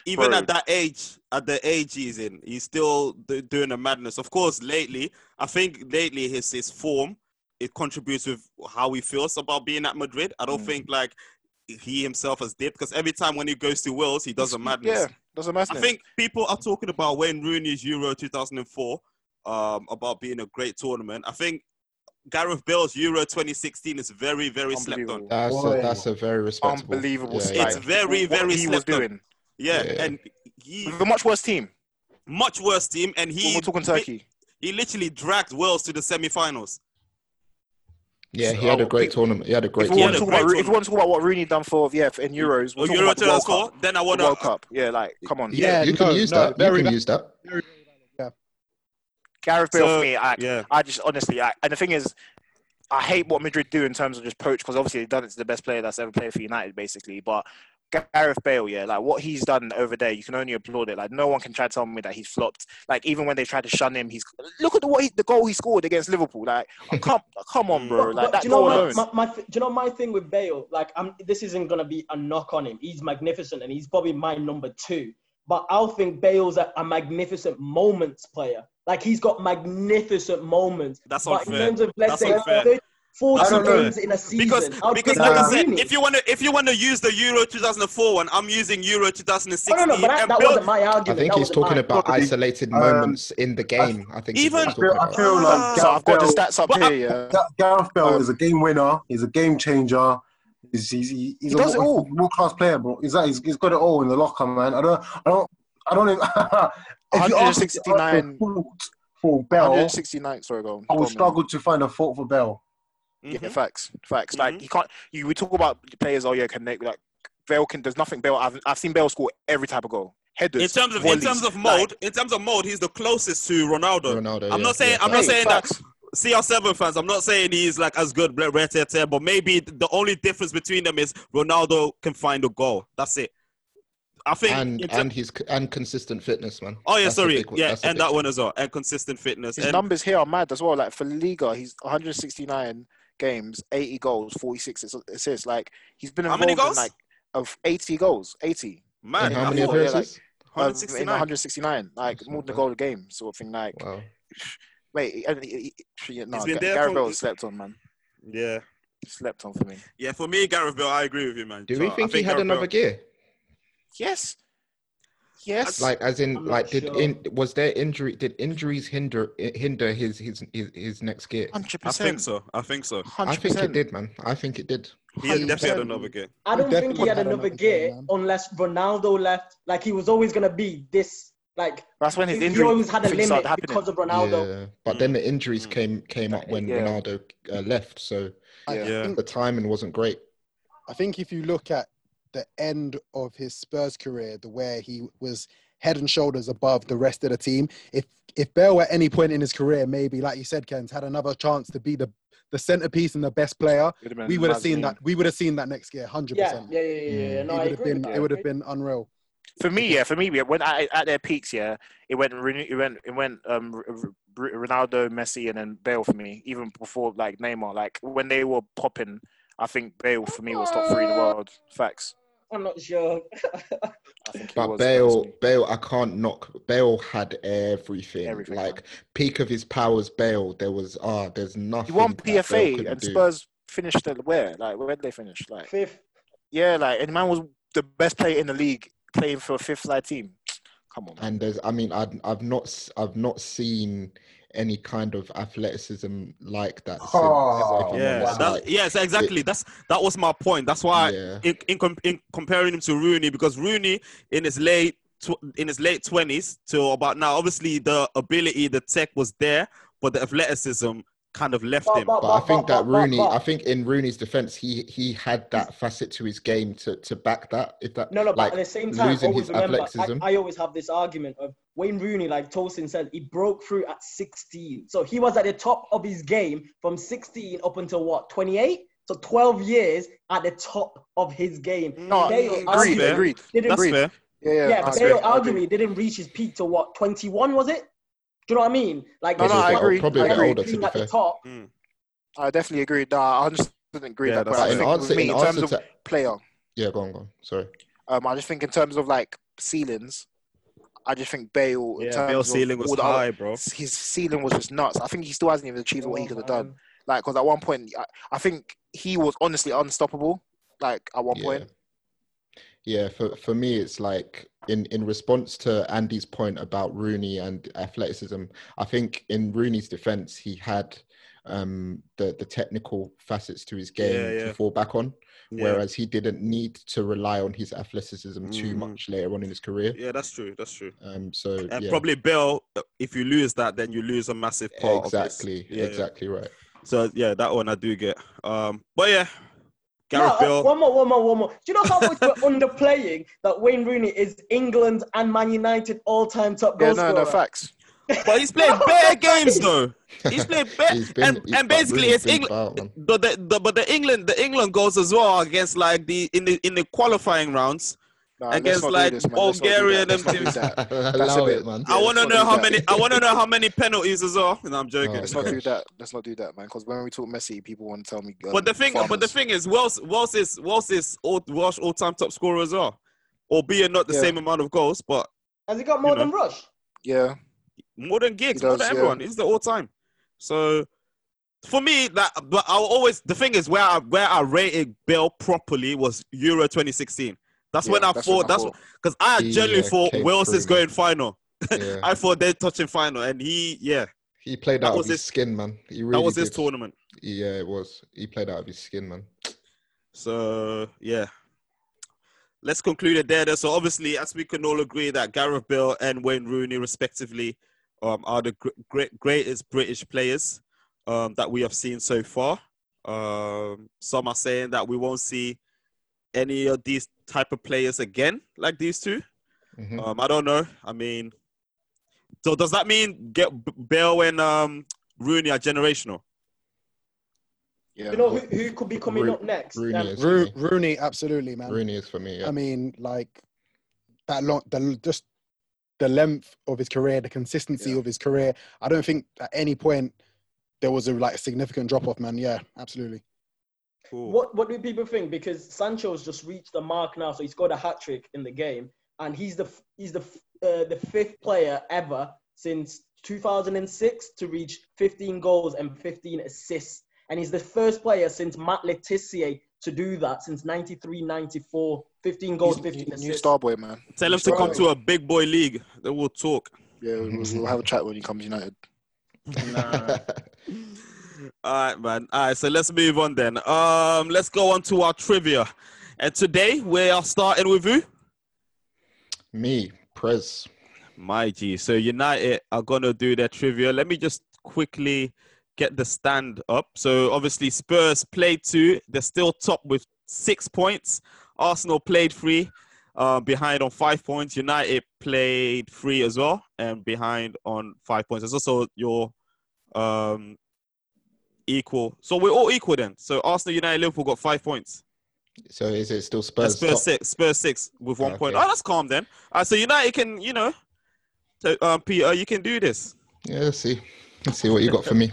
[SPEAKER 3] even
[SPEAKER 8] Bro.
[SPEAKER 3] at that age, at the age he's in, he's still do- doing a madness. Of course, lately, I think lately his his form it contributes with how he feels about being at Madrid. I don't
[SPEAKER 8] Mm.
[SPEAKER 3] think like he himself has dipped because every time when he goes to Wales, he does a madness.
[SPEAKER 8] yeah, doesn't matter.
[SPEAKER 3] I think people are talking about Wayne Rooney's Euro 2004 um, about being a great tournament. I think Gareth Bale's Euro 2016 is very very slept on.
[SPEAKER 8] Unbelievable.
[SPEAKER 4] That's a,
[SPEAKER 10] Boy.
[SPEAKER 4] that's a very respectable.
[SPEAKER 8] Unbelievable.
[SPEAKER 4] Yeah,
[SPEAKER 8] stat.
[SPEAKER 3] It's
[SPEAKER 4] yeah.
[SPEAKER 3] very,
[SPEAKER 8] What
[SPEAKER 3] very
[SPEAKER 8] he was
[SPEAKER 3] slept on.
[SPEAKER 8] doing.
[SPEAKER 3] Yeah,
[SPEAKER 4] Yeah.
[SPEAKER 3] and he
[SPEAKER 8] The much worse team.
[SPEAKER 3] much worse team, and he
[SPEAKER 8] We're talking Turkey.
[SPEAKER 3] He literally dragged Wales to the semi-finals.
[SPEAKER 4] Yeah,
[SPEAKER 3] So,
[SPEAKER 4] he had
[SPEAKER 3] uh,
[SPEAKER 4] a great
[SPEAKER 3] pe-
[SPEAKER 4] tournament. He had a
[SPEAKER 8] If
[SPEAKER 4] great
[SPEAKER 8] we want
[SPEAKER 3] Yeah,
[SPEAKER 8] to
[SPEAKER 4] tournament.
[SPEAKER 8] talk about,
[SPEAKER 3] great
[SPEAKER 8] Roo- if we want to talk about what Rooney done for, yeah, in Euros, we're
[SPEAKER 3] Or
[SPEAKER 8] talking
[SPEAKER 3] Oh, Euro
[SPEAKER 8] about the World
[SPEAKER 3] 2004,
[SPEAKER 8] Cup.
[SPEAKER 3] Then I
[SPEAKER 8] The
[SPEAKER 3] want to.
[SPEAKER 8] World Cup, yeah, like come on,
[SPEAKER 7] Yeah,
[SPEAKER 4] you can
[SPEAKER 7] no,
[SPEAKER 4] use
[SPEAKER 7] no,
[SPEAKER 4] that. You
[SPEAKER 7] very
[SPEAKER 4] can
[SPEAKER 7] bad.
[SPEAKER 4] use that.
[SPEAKER 8] Gareth Bale
[SPEAKER 3] So,
[SPEAKER 8] for me. I,
[SPEAKER 3] yeah.
[SPEAKER 8] I just honestly, I, and the thing is, I hate what Madrid do in terms of just poach because obviously they've done it to the best player that's ever played for United, basically. But Gareth Bale, yeah, like what he's done over there, you can only applaud it. Like no one can try to tell me that he's flopped. Like even when they tried to shun him, he's look at the what he, the goal he scored against Liverpool. Like come come on, bro,
[SPEAKER 6] But-
[SPEAKER 8] like
[SPEAKER 6] but
[SPEAKER 8] that
[SPEAKER 6] do you know
[SPEAKER 8] goal
[SPEAKER 6] my,
[SPEAKER 8] alone.
[SPEAKER 6] My, my, th- do you know my thing with Bale? Like, I'm, this isn't gonna be a knock on him. He's magnificent, and he's probably my number two. But I think Bale's a, a magnificent moments player. Like, he's got magnificent moments.
[SPEAKER 3] That's
[SPEAKER 6] but in
[SPEAKER 3] unfair.
[SPEAKER 6] terms of let's
[SPEAKER 3] That's
[SPEAKER 6] say
[SPEAKER 3] unfair.
[SPEAKER 6] 30, 40
[SPEAKER 3] That's unfair.
[SPEAKER 6] games in a season,
[SPEAKER 3] Because,
[SPEAKER 6] I'll
[SPEAKER 3] because
[SPEAKER 6] pick
[SPEAKER 3] like I
[SPEAKER 6] Wayne
[SPEAKER 3] said,
[SPEAKER 6] Rooney.
[SPEAKER 3] if you want to, if you want to use the Euro 2004 one, I'm using Euro 2016.
[SPEAKER 6] Oh, no, no, but that,
[SPEAKER 3] and
[SPEAKER 6] that
[SPEAKER 3] Bill-
[SPEAKER 6] wasn't my
[SPEAKER 4] I
[SPEAKER 6] argument.
[SPEAKER 4] think
[SPEAKER 6] That
[SPEAKER 4] he's
[SPEAKER 6] wasn't
[SPEAKER 4] talking
[SPEAKER 6] mine.
[SPEAKER 4] about
[SPEAKER 9] Sorry,
[SPEAKER 4] isolated
[SPEAKER 9] um,
[SPEAKER 4] moments in the game. I think is what
[SPEAKER 3] Even-
[SPEAKER 4] he's
[SPEAKER 9] I feel,
[SPEAKER 4] talking
[SPEAKER 9] I
[SPEAKER 4] about.
[SPEAKER 9] feel
[SPEAKER 3] Ah.
[SPEAKER 9] like
[SPEAKER 8] So
[SPEAKER 9] Gareth
[SPEAKER 8] I've got the
[SPEAKER 9] Bale,
[SPEAKER 8] stats up
[SPEAKER 3] But I-
[SPEAKER 8] here. Yeah,
[SPEAKER 9] Ga- Gareth Bale
[SPEAKER 8] Um,
[SPEAKER 9] is a game winner. He's a game changer. He's he's, he- he's
[SPEAKER 8] He does it
[SPEAKER 9] a
[SPEAKER 8] all.
[SPEAKER 9] world class player, bro. He's, that, he's he's got it all in the locker, man. I don't I don't I don't. Even, if you ask me to ask a
[SPEAKER 8] 169
[SPEAKER 9] fault for Bell,
[SPEAKER 8] 169. Sorry, go on.
[SPEAKER 9] I
[SPEAKER 8] Go on,
[SPEAKER 9] would
[SPEAKER 8] man.
[SPEAKER 9] struggle to find a fault for Bell.
[SPEAKER 8] Yeah,
[SPEAKER 3] Mhm.
[SPEAKER 8] facts, facts. Like you can't. You we talk about players. Oh yeah, can make like Bale can. There's nothing Bale. I've I've seen Bale score every type of goal. Headers.
[SPEAKER 3] in terms of in
[SPEAKER 8] volleys,
[SPEAKER 3] terms of
[SPEAKER 8] like,
[SPEAKER 3] mode, in terms of mode, he's the closest to Ronaldo.
[SPEAKER 4] Ronaldo.
[SPEAKER 3] I'm
[SPEAKER 4] yeah,
[SPEAKER 3] not saying
[SPEAKER 4] yeah,
[SPEAKER 3] I'm not
[SPEAKER 4] facts.
[SPEAKER 8] hey,
[SPEAKER 3] saying
[SPEAKER 8] facts.
[SPEAKER 3] that CR7 fans, I'm not saying he's like as good, blah, blah, blah, blah, but maybe the only difference between them is Ronaldo can find a goal. That's it. I think.
[SPEAKER 4] and
[SPEAKER 3] in ter-
[SPEAKER 4] and he's and consistent fitness, man.
[SPEAKER 3] oh yeah,
[SPEAKER 4] That's the
[SPEAKER 3] sorry,
[SPEAKER 4] big one.
[SPEAKER 3] yeah,
[SPEAKER 4] That's the
[SPEAKER 3] and
[SPEAKER 4] big
[SPEAKER 3] that one as well, and consistent fitness.
[SPEAKER 8] His
[SPEAKER 3] And
[SPEAKER 8] numbers here are mad as well. Like for Liga, he's 169 games, 80 goals, 46 ass- assists. Like he's been
[SPEAKER 3] How
[SPEAKER 8] involved
[SPEAKER 3] many
[SPEAKER 8] in
[SPEAKER 3] goals?
[SPEAKER 8] like of 80 goals, 80
[SPEAKER 3] man,
[SPEAKER 4] And how
[SPEAKER 3] I
[SPEAKER 4] many
[SPEAKER 3] thought, yeah, like,
[SPEAKER 4] appearances?
[SPEAKER 8] um,
[SPEAKER 3] 169.
[SPEAKER 8] in 169, like
[SPEAKER 4] That's
[SPEAKER 8] more
[SPEAKER 4] not
[SPEAKER 8] than a
[SPEAKER 4] bad.
[SPEAKER 8] goal a game, sort of thing. Like
[SPEAKER 4] Wow.
[SPEAKER 8] wait, and he, he, he, yeah, nah,
[SPEAKER 3] been
[SPEAKER 8] Ga-
[SPEAKER 3] there
[SPEAKER 8] Gareth
[SPEAKER 3] for-
[SPEAKER 8] Bale slept on, man.
[SPEAKER 3] Yeah,
[SPEAKER 8] He slept on for me.
[SPEAKER 3] yeah. For me, Gareth Bale, I agree with you, man.
[SPEAKER 4] Do
[SPEAKER 3] So,
[SPEAKER 4] we
[SPEAKER 3] I
[SPEAKER 4] think he had
[SPEAKER 3] Gareth
[SPEAKER 4] another
[SPEAKER 3] Bale-
[SPEAKER 4] gear?
[SPEAKER 8] Yes, yes.
[SPEAKER 4] Like, as in,
[SPEAKER 6] I'm not
[SPEAKER 4] like, did
[SPEAKER 6] sure.
[SPEAKER 4] in was there injury? Did injuries hinder hinder his his his, his next gear?
[SPEAKER 8] Hundred
[SPEAKER 3] I
[SPEAKER 8] percent.
[SPEAKER 3] think so. I think so.
[SPEAKER 4] I
[SPEAKER 8] Hundred
[SPEAKER 4] think it
[SPEAKER 8] percent.
[SPEAKER 4] did, man. I think it did.
[SPEAKER 3] He had
[SPEAKER 8] 100%.
[SPEAKER 3] definitely had another game.
[SPEAKER 6] I don't think he
[SPEAKER 9] definitely
[SPEAKER 6] had
[SPEAKER 9] had
[SPEAKER 6] another
[SPEAKER 9] another
[SPEAKER 6] gear
[SPEAKER 9] game, man.
[SPEAKER 6] unless Ronaldo left. Like he was always gonna be this. Like
[SPEAKER 8] That's when his
[SPEAKER 6] he-
[SPEAKER 8] injury
[SPEAKER 6] he always had a
[SPEAKER 8] thing
[SPEAKER 6] limit
[SPEAKER 8] started happening.
[SPEAKER 6] because of Ronaldo.
[SPEAKER 4] Yeah, but then the injuries
[SPEAKER 3] Mm.
[SPEAKER 4] came came up when
[SPEAKER 8] Yeah.
[SPEAKER 4] Ronaldo uh, left, so
[SPEAKER 7] I
[SPEAKER 8] Yeah.
[SPEAKER 3] Yeah.
[SPEAKER 7] think
[SPEAKER 4] the timing wasn't great.
[SPEAKER 7] I think if you look at the end of his Spurs career, the where he was head and shoulders above the rest of the team, if if Bale at any point in his career, maybe like you said, Ken's had another chance to be the the centerpiece and the best player,
[SPEAKER 8] Would've been
[SPEAKER 7] we would have
[SPEAKER 8] mad
[SPEAKER 7] seen
[SPEAKER 8] meme.
[SPEAKER 7] that. We would have seen that next year, hundred
[SPEAKER 6] Yeah,
[SPEAKER 7] percent.
[SPEAKER 6] yeah, yeah, yeah. yeah, yeah. No,
[SPEAKER 7] It
[SPEAKER 6] I
[SPEAKER 7] would have
[SPEAKER 6] agree.
[SPEAKER 7] been.
[SPEAKER 6] I
[SPEAKER 7] It would have
[SPEAKER 6] agree.
[SPEAKER 7] been unreal.
[SPEAKER 8] For me, yeah, for me, yeah, when I, at their peaks, yeah, it went Ren- it went it went um R- R- Ronaldo, Messi, and then Bale for me. Even before like Neymar, like when they were popping, I think Bale for me was top three in the world. Facts,
[SPEAKER 6] I'm not sure.
[SPEAKER 8] I think he
[SPEAKER 4] But
[SPEAKER 8] was.
[SPEAKER 4] Bale,
[SPEAKER 8] personally.
[SPEAKER 4] Bale, I can't knock. Bale had everything.
[SPEAKER 8] Everything,
[SPEAKER 4] like peak of his powers, Bale. There was ah, there's
[SPEAKER 8] you
[SPEAKER 4] nothing
[SPEAKER 8] won
[SPEAKER 4] that Bale
[SPEAKER 8] PFA
[SPEAKER 4] couldn't
[SPEAKER 8] and
[SPEAKER 4] do.
[SPEAKER 8] Spurs finished at where? Like where did they finish? Like
[SPEAKER 6] Fifth.
[SPEAKER 8] yeah, like and man was the best player in the league playing for a fifth side team. Come on, man.
[SPEAKER 4] And there's, I mean, I've, I've not, s- I've not seen any kind of athleticism like that since.
[SPEAKER 10] Oh,
[SPEAKER 4] if I'm
[SPEAKER 3] Yeah,
[SPEAKER 4] honest,
[SPEAKER 3] that's,
[SPEAKER 4] like,
[SPEAKER 3] yes, exactly. that's that was my point. That's why
[SPEAKER 4] yeah,
[SPEAKER 3] in, in, com- in comparing him to Rooney, because Rooney in his late tw- in his late twenties till about now, obviously the ability, the tech was there, but the athleticism kind of left
[SPEAKER 6] But,
[SPEAKER 3] him.
[SPEAKER 6] but,
[SPEAKER 4] but I
[SPEAKER 6] but,
[SPEAKER 4] think
[SPEAKER 6] but,
[SPEAKER 4] that
[SPEAKER 6] but, but,
[SPEAKER 4] Rooney,
[SPEAKER 6] but.
[SPEAKER 4] I think in Rooney's defense, he he had that facet to his game to to back that. If that,
[SPEAKER 6] No, no, but
[SPEAKER 4] like,
[SPEAKER 6] at the same time,
[SPEAKER 4] losing
[SPEAKER 6] always
[SPEAKER 4] his
[SPEAKER 6] remember, I,
[SPEAKER 4] athleticism.
[SPEAKER 6] I always have this argument of Wayne Rooney, like Tolson said, he broke through at 16. So he was at the top of his game from 16 up until what, 28? So 12 years at the top of his game.
[SPEAKER 8] No,
[SPEAKER 6] Bale
[SPEAKER 8] agreed,
[SPEAKER 6] arguably
[SPEAKER 8] agreed.
[SPEAKER 6] didn't,
[SPEAKER 3] That's
[SPEAKER 8] Agreed.
[SPEAKER 3] fair.
[SPEAKER 8] Yeah, yeah,
[SPEAKER 6] yeah,
[SPEAKER 8] I agree,
[SPEAKER 6] Bale
[SPEAKER 8] I agree.
[SPEAKER 6] arguably didn't reach his peak to what, 21 was it? Do you know what I mean? Like,
[SPEAKER 8] No,
[SPEAKER 6] the
[SPEAKER 8] no, I
[SPEAKER 4] Probably a bit, ol-
[SPEAKER 8] agree.
[SPEAKER 6] struggle
[SPEAKER 4] probably a
[SPEAKER 8] I
[SPEAKER 4] bit
[SPEAKER 8] agree.
[SPEAKER 4] older, to
[SPEAKER 6] being
[SPEAKER 4] be
[SPEAKER 6] at the
[SPEAKER 4] fair.
[SPEAKER 6] top.
[SPEAKER 8] I definitely agree. No, I just didn't agree
[SPEAKER 3] Yeah,
[SPEAKER 8] that point.
[SPEAKER 3] that's
[SPEAKER 8] I
[SPEAKER 4] But in
[SPEAKER 8] think with
[SPEAKER 4] answer,
[SPEAKER 8] me,
[SPEAKER 4] in
[SPEAKER 8] in terms
[SPEAKER 4] answer
[SPEAKER 8] of
[SPEAKER 4] to,
[SPEAKER 8] player,
[SPEAKER 4] yeah, go on, go on. Sorry.
[SPEAKER 8] um, I just think in terms of like ceilings, I just think Bale in
[SPEAKER 3] Yeah,
[SPEAKER 8] terms
[SPEAKER 3] Bale's
[SPEAKER 8] of
[SPEAKER 3] ceiling was
[SPEAKER 8] all the other,
[SPEAKER 3] high, bro.
[SPEAKER 8] his ceiling was just nuts. I think he still hasn't even achieved what he
[SPEAKER 6] Oh,
[SPEAKER 8] could have
[SPEAKER 6] man.
[SPEAKER 8] done. Like, because at one point, I, I think he was honestly unstoppable. Like at one
[SPEAKER 4] Yeah.
[SPEAKER 8] point,
[SPEAKER 4] Yeah, for, for me, it's like in, in response to Andy's point about Rooney and athleticism, I think in Rooney's defense, he had um, the, the technical facets to his game
[SPEAKER 3] Yeah, yeah.
[SPEAKER 4] to fall back on,
[SPEAKER 3] Yeah.
[SPEAKER 4] whereas he didn't need to rely on his athleticism too
[SPEAKER 3] Mhm.
[SPEAKER 4] much later on in his career.
[SPEAKER 3] Yeah, that's true. That's true.
[SPEAKER 4] Um, so,
[SPEAKER 3] And
[SPEAKER 4] yeah,
[SPEAKER 3] Uh, probably Bale, if you lose that, then you lose a massive part
[SPEAKER 4] exactly,
[SPEAKER 3] of this. Yeah, yeah.
[SPEAKER 4] exactly right.
[SPEAKER 3] So yeah, that one I do get. Um, but yeah,
[SPEAKER 6] No,
[SPEAKER 3] Gareth
[SPEAKER 6] uh,
[SPEAKER 3] Bale.
[SPEAKER 6] one more, one more, one more. Do you know how much we're underplaying that Wayne Rooney is England and Man United all-time top
[SPEAKER 8] yeah,
[SPEAKER 6] goal
[SPEAKER 8] no, no,
[SPEAKER 6] scorer?
[SPEAKER 8] facts.
[SPEAKER 3] But he's played
[SPEAKER 6] No,
[SPEAKER 3] bare
[SPEAKER 6] that's not
[SPEAKER 3] games
[SPEAKER 6] it.
[SPEAKER 3] though. He's played bare,
[SPEAKER 4] He's been,
[SPEAKER 3] Eh, and,
[SPEAKER 4] he-
[SPEAKER 3] and
[SPEAKER 4] but
[SPEAKER 3] basically
[SPEAKER 4] Rooney's
[SPEAKER 3] it's
[SPEAKER 4] been
[SPEAKER 3] England.
[SPEAKER 4] foul, man.
[SPEAKER 3] But the, the but the England the England goals as well against like the in the in the qualifying rounds
[SPEAKER 8] Nah,
[SPEAKER 3] against
[SPEAKER 8] let's not
[SPEAKER 3] like
[SPEAKER 8] do this, man. Let's not do
[SPEAKER 3] Bulgaria
[SPEAKER 8] that.
[SPEAKER 3] and
[SPEAKER 8] Let's
[SPEAKER 3] them
[SPEAKER 8] not do
[SPEAKER 3] teams.
[SPEAKER 8] that. That's a
[SPEAKER 4] Allow
[SPEAKER 8] bit.
[SPEAKER 4] it, man.
[SPEAKER 8] yeah,
[SPEAKER 3] I want
[SPEAKER 8] let's
[SPEAKER 3] to
[SPEAKER 8] not
[SPEAKER 3] know
[SPEAKER 8] do
[SPEAKER 3] how
[SPEAKER 8] that.
[SPEAKER 3] many I want to know how many penalties as well. No, I'm joking.
[SPEAKER 4] Oh,
[SPEAKER 8] Let's not do
[SPEAKER 4] gosh.
[SPEAKER 8] that. Let's not do that, man. Because when we talk Messi, people want to tell me. Um,
[SPEAKER 3] But the thing but the
[SPEAKER 8] farmers.
[SPEAKER 3] thing is Welsh Welsh is Welsh is all, Welsh all time top scorer as well, albeit not the
[SPEAKER 8] Yeah.
[SPEAKER 3] same amount of goals, but
[SPEAKER 6] Has he got more
[SPEAKER 3] You know.
[SPEAKER 6] than Rush?
[SPEAKER 8] Yeah,
[SPEAKER 3] more than gigs,
[SPEAKER 8] He
[SPEAKER 3] more
[SPEAKER 8] does,
[SPEAKER 3] than
[SPEAKER 8] yeah.
[SPEAKER 3] everyone. He's the all time. So for me, that but I will always the thing is where I where I rated Bell properly was Euro 2016. That's when
[SPEAKER 8] yeah,
[SPEAKER 3] I thought
[SPEAKER 8] when I
[SPEAKER 3] that's because I
[SPEAKER 4] He,
[SPEAKER 3] generally
[SPEAKER 4] uh,
[SPEAKER 3] thought
[SPEAKER 4] came
[SPEAKER 3] Wales
[SPEAKER 4] through,
[SPEAKER 3] is
[SPEAKER 4] man.
[SPEAKER 3] going final.
[SPEAKER 4] Yeah.
[SPEAKER 3] I thought they're touching final, and he yeah
[SPEAKER 4] He played
[SPEAKER 3] That
[SPEAKER 4] out
[SPEAKER 3] was
[SPEAKER 4] of his
[SPEAKER 3] his-
[SPEAKER 4] skin, man. He really
[SPEAKER 3] that was his
[SPEAKER 4] did.
[SPEAKER 3] tournament.
[SPEAKER 4] Yeah, it was. He played out of his skin, man.
[SPEAKER 3] So yeah. Let's conclude it there. then. So obviously, as we can all agree that Gareth Bale and Wayne Rooney, respectively, um, are the gr- great, greatest British players um, that we have seen so far. Um, some are saying that we won't see any of these type of players again, like these two.
[SPEAKER 4] Mhm.
[SPEAKER 3] Um, I don't know. I mean, so does that mean get B- Bale and um, Rooney are generational.
[SPEAKER 8] Yeah.
[SPEAKER 6] You know who, who could be coming
[SPEAKER 4] Ru-
[SPEAKER 6] up next?
[SPEAKER 4] Rooney
[SPEAKER 6] Um,
[SPEAKER 4] is
[SPEAKER 7] Ro-
[SPEAKER 4] for me.
[SPEAKER 7] Rooney, absolutely, man.
[SPEAKER 4] Rooney is for me. Yeah.
[SPEAKER 7] I mean, like that long, the just the length of his career, the consistency
[SPEAKER 8] Yeah.
[SPEAKER 7] of his career. I don't think at any point there was a like significant drop off, man. Yeah, absolutely.
[SPEAKER 3] Cool.
[SPEAKER 6] What what do people think? Because Sancho's just reached the mark now, so he scored a hat trick in the game, and he's the f- he's the f- uh, the fifth player ever since 2006 to reach 15 goals and 15 assists, and he's the first player since Matt Letizier to do that since 93-94. 15 goals,
[SPEAKER 8] He's-
[SPEAKER 6] 15
[SPEAKER 8] new
[SPEAKER 6] assists.
[SPEAKER 8] star boy, man.
[SPEAKER 3] Tell him to come to a big boy league. Then we'll talk.
[SPEAKER 8] Yeah, we'll, we'll have a chat when he comes United.
[SPEAKER 3] Nah. All right, man. All right, so let's move on then. Um, let's go on to our trivia. And today we are starting with who?
[SPEAKER 4] me, Prez.
[SPEAKER 3] My G. So United are gonna do their trivia. Let me just quickly get the stand up. So obviously Spurs played two. They're still top with six points. Arsenal played three, uh, behind on five points. United played three as well, and behind on five points. There's also your um, equal. So we're all equal then. So Arsenal, United, Liverpool got five points.
[SPEAKER 4] So is it still
[SPEAKER 3] And
[SPEAKER 4] Spurs?
[SPEAKER 3] Spurs
[SPEAKER 4] top?
[SPEAKER 3] six, Spurs six with one point.
[SPEAKER 4] Okay.
[SPEAKER 3] Oh, that's calm then. Uh, so United can, you know, so, um, Peter, you can do this.
[SPEAKER 4] Yeah, let's see. Let's see what you got for me.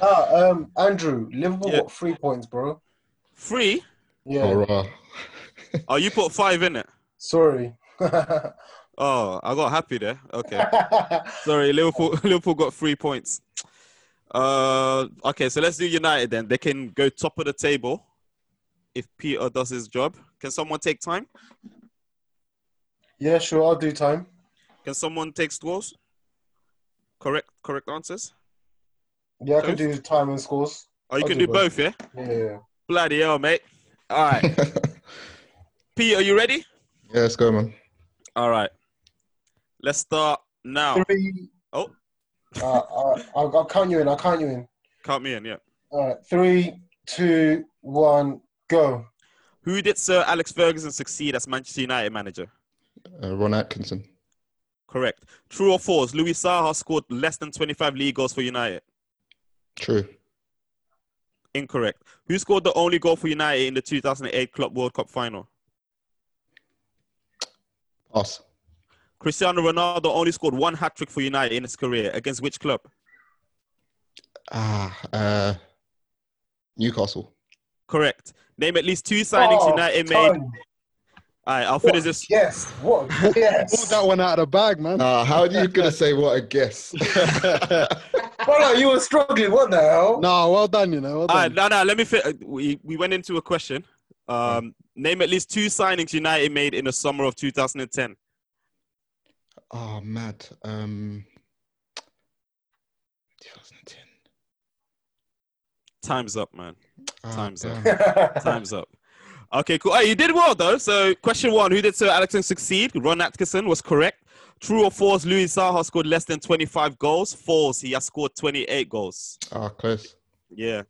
[SPEAKER 10] Ah, um, Andrew, Liverpool
[SPEAKER 3] Yeah.
[SPEAKER 10] got three points, bro.
[SPEAKER 3] Three?
[SPEAKER 10] Yeah,
[SPEAKER 4] Hurrah.
[SPEAKER 3] Oh, you put five in it.
[SPEAKER 10] sorry.
[SPEAKER 3] Oh, I got happy there. Okay. Sorry, Liverpool. Liverpool got three points. Uh, okay, so let's do United then. They can go top of the table if Peter does his job. Can someone take time?
[SPEAKER 10] yeah, sure, I'll do time.
[SPEAKER 3] Can someone take scores? Correct, correct answers.
[SPEAKER 10] Yeah, I can do
[SPEAKER 3] Both?
[SPEAKER 10] time and scores.
[SPEAKER 3] Oh, you
[SPEAKER 10] I'll
[SPEAKER 3] can
[SPEAKER 10] do
[SPEAKER 3] do both, yeah.
[SPEAKER 10] Yeah, yeah, yeah.
[SPEAKER 3] Bloody hell, mate. All right, Pete, are you ready?
[SPEAKER 4] Yeah, let's go, man.
[SPEAKER 3] All right, let's start now.
[SPEAKER 10] Three.
[SPEAKER 3] Oh.
[SPEAKER 10] Ah, ah, I'll, I'll count you in. I'll count you in.
[SPEAKER 3] Count me in, yeah.
[SPEAKER 10] All right, three, two, one, go.
[SPEAKER 3] Who did Sir Alex Ferguson succeed as Manchester United manager?
[SPEAKER 4] Uh, Ron Atkinson.
[SPEAKER 3] Correct. True or false? Louis Saha scored less than 25 league goals for United.
[SPEAKER 4] True.
[SPEAKER 3] Incorrect. Who scored the only goal for United in the 2008 Club World Cup final?
[SPEAKER 4] Pass.
[SPEAKER 3] Cristiano Ronaldo only scored one hat trick for United in his career. Against which club?
[SPEAKER 4] Ah, uh, Newcastle.
[SPEAKER 3] Correct. Name at least two signings
[SPEAKER 10] Oh,
[SPEAKER 3] United made. All
[SPEAKER 10] time.
[SPEAKER 3] right, I'll finish
[SPEAKER 10] What?
[SPEAKER 3] this.
[SPEAKER 10] Yes. What?
[SPEAKER 7] Pulled
[SPEAKER 10] Yes.
[SPEAKER 7] that one out of the bag, man.
[SPEAKER 4] Nah, Ah, how are you gonna say what a guess?
[SPEAKER 10] Bro, you were struggling. What the hell?
[SPEAKER 7] No, well done, you know. Well
[SPEAKER 3] All
[SPEAKER 7] done.
[SPEAKER 3] right, no, no, let me. Fi- we, we went into a question. Um, name at least two signings United made in the summer of 2010.
[SPEAKER 4] oh, mad. Um, 2010.
[SPEAKER 3] Time's up, man.
[SPEAKER 4] Ah,
[SPEAKER 3] Time's up.
[SPEAKER 4] damn.
[SPEAKER 3] Time's up. Okay, cool. Oh, you did well though. So, question one: Who did Sir Alex succeed? Ron Atkinson was correct. True or false? Louis Saha scored less than 25 goals. False. He has scored 28 goals.
[SPEAKER 4] Ah, close.
[SPEAKER 3] Yeah.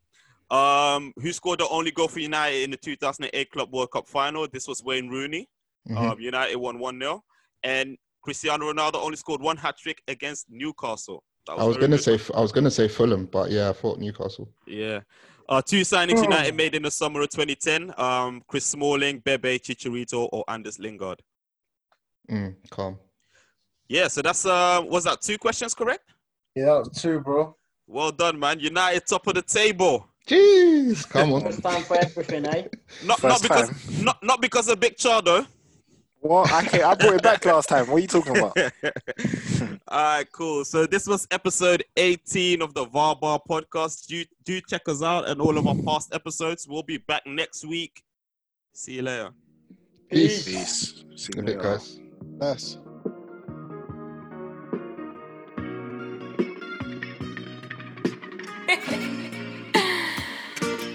[SPEAKER 3] Um, who scored the only goal for United in the 2008 Club World Cup final? This was Wayne Rooney.
[SPEAKER 4] Mhm.
[SPEAKER 3] Um, United won 1 0. And Cristiano Ronaldo only scored one hat trick against Newcastle. That
[SPEAKER 4] I was
[SPEAKER 3] very
[SPEAKER 4] gonna
[SPEAKER 3] good.
[SPEAKER 4] say I was gonna say Fulham, but yeah, I thought Newcastle.
[SPEAKER 3] Yeah. Uh, two signings
[SPEAKER 10] Hmm.
[SPEAKER 3] United made in the summer of 2010 um, Chris Smalling, Bebe, Chicharito, or Anders Lingard.
[SPEAKER 4] Mm, calm.
[SPEAKER 3] Yeah, so that's, uh, was that two questions correct?
[SPEAKER 10] yeah, that was two, bro.
[SPEAKER 3] Well done, man. United top of the table.
[SPEAKER 4] Jeez, come on.
[SPEAKER 6] First time for everything, eh?
[SPEAKER 3] Not, not
[SPEAKER 8] First
[SPEAKER 3] because not not because of Big Char though.
[SPEAKER 8] What? I, can't, I brought it back last time. What are you talking about?
[SPEAKER 3] All right, cool. So this was episode 18 of the Varbar podcast. Do do check us out and all of our past episodes. We'll be back next week. See you later.
[SPEAKER 4] Peace.
[SPEAKER 8] Peace. See you
[SPEAKER 4] Good bit,
[SPEAKER 8] later.
[SPEAKER 4] guys.
[SPEAKER 7] Yes.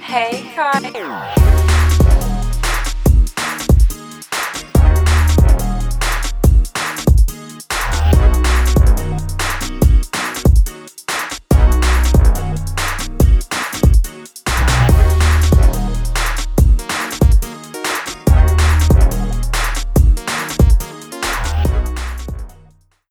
[SPEAKER 2] Hey, Kyle.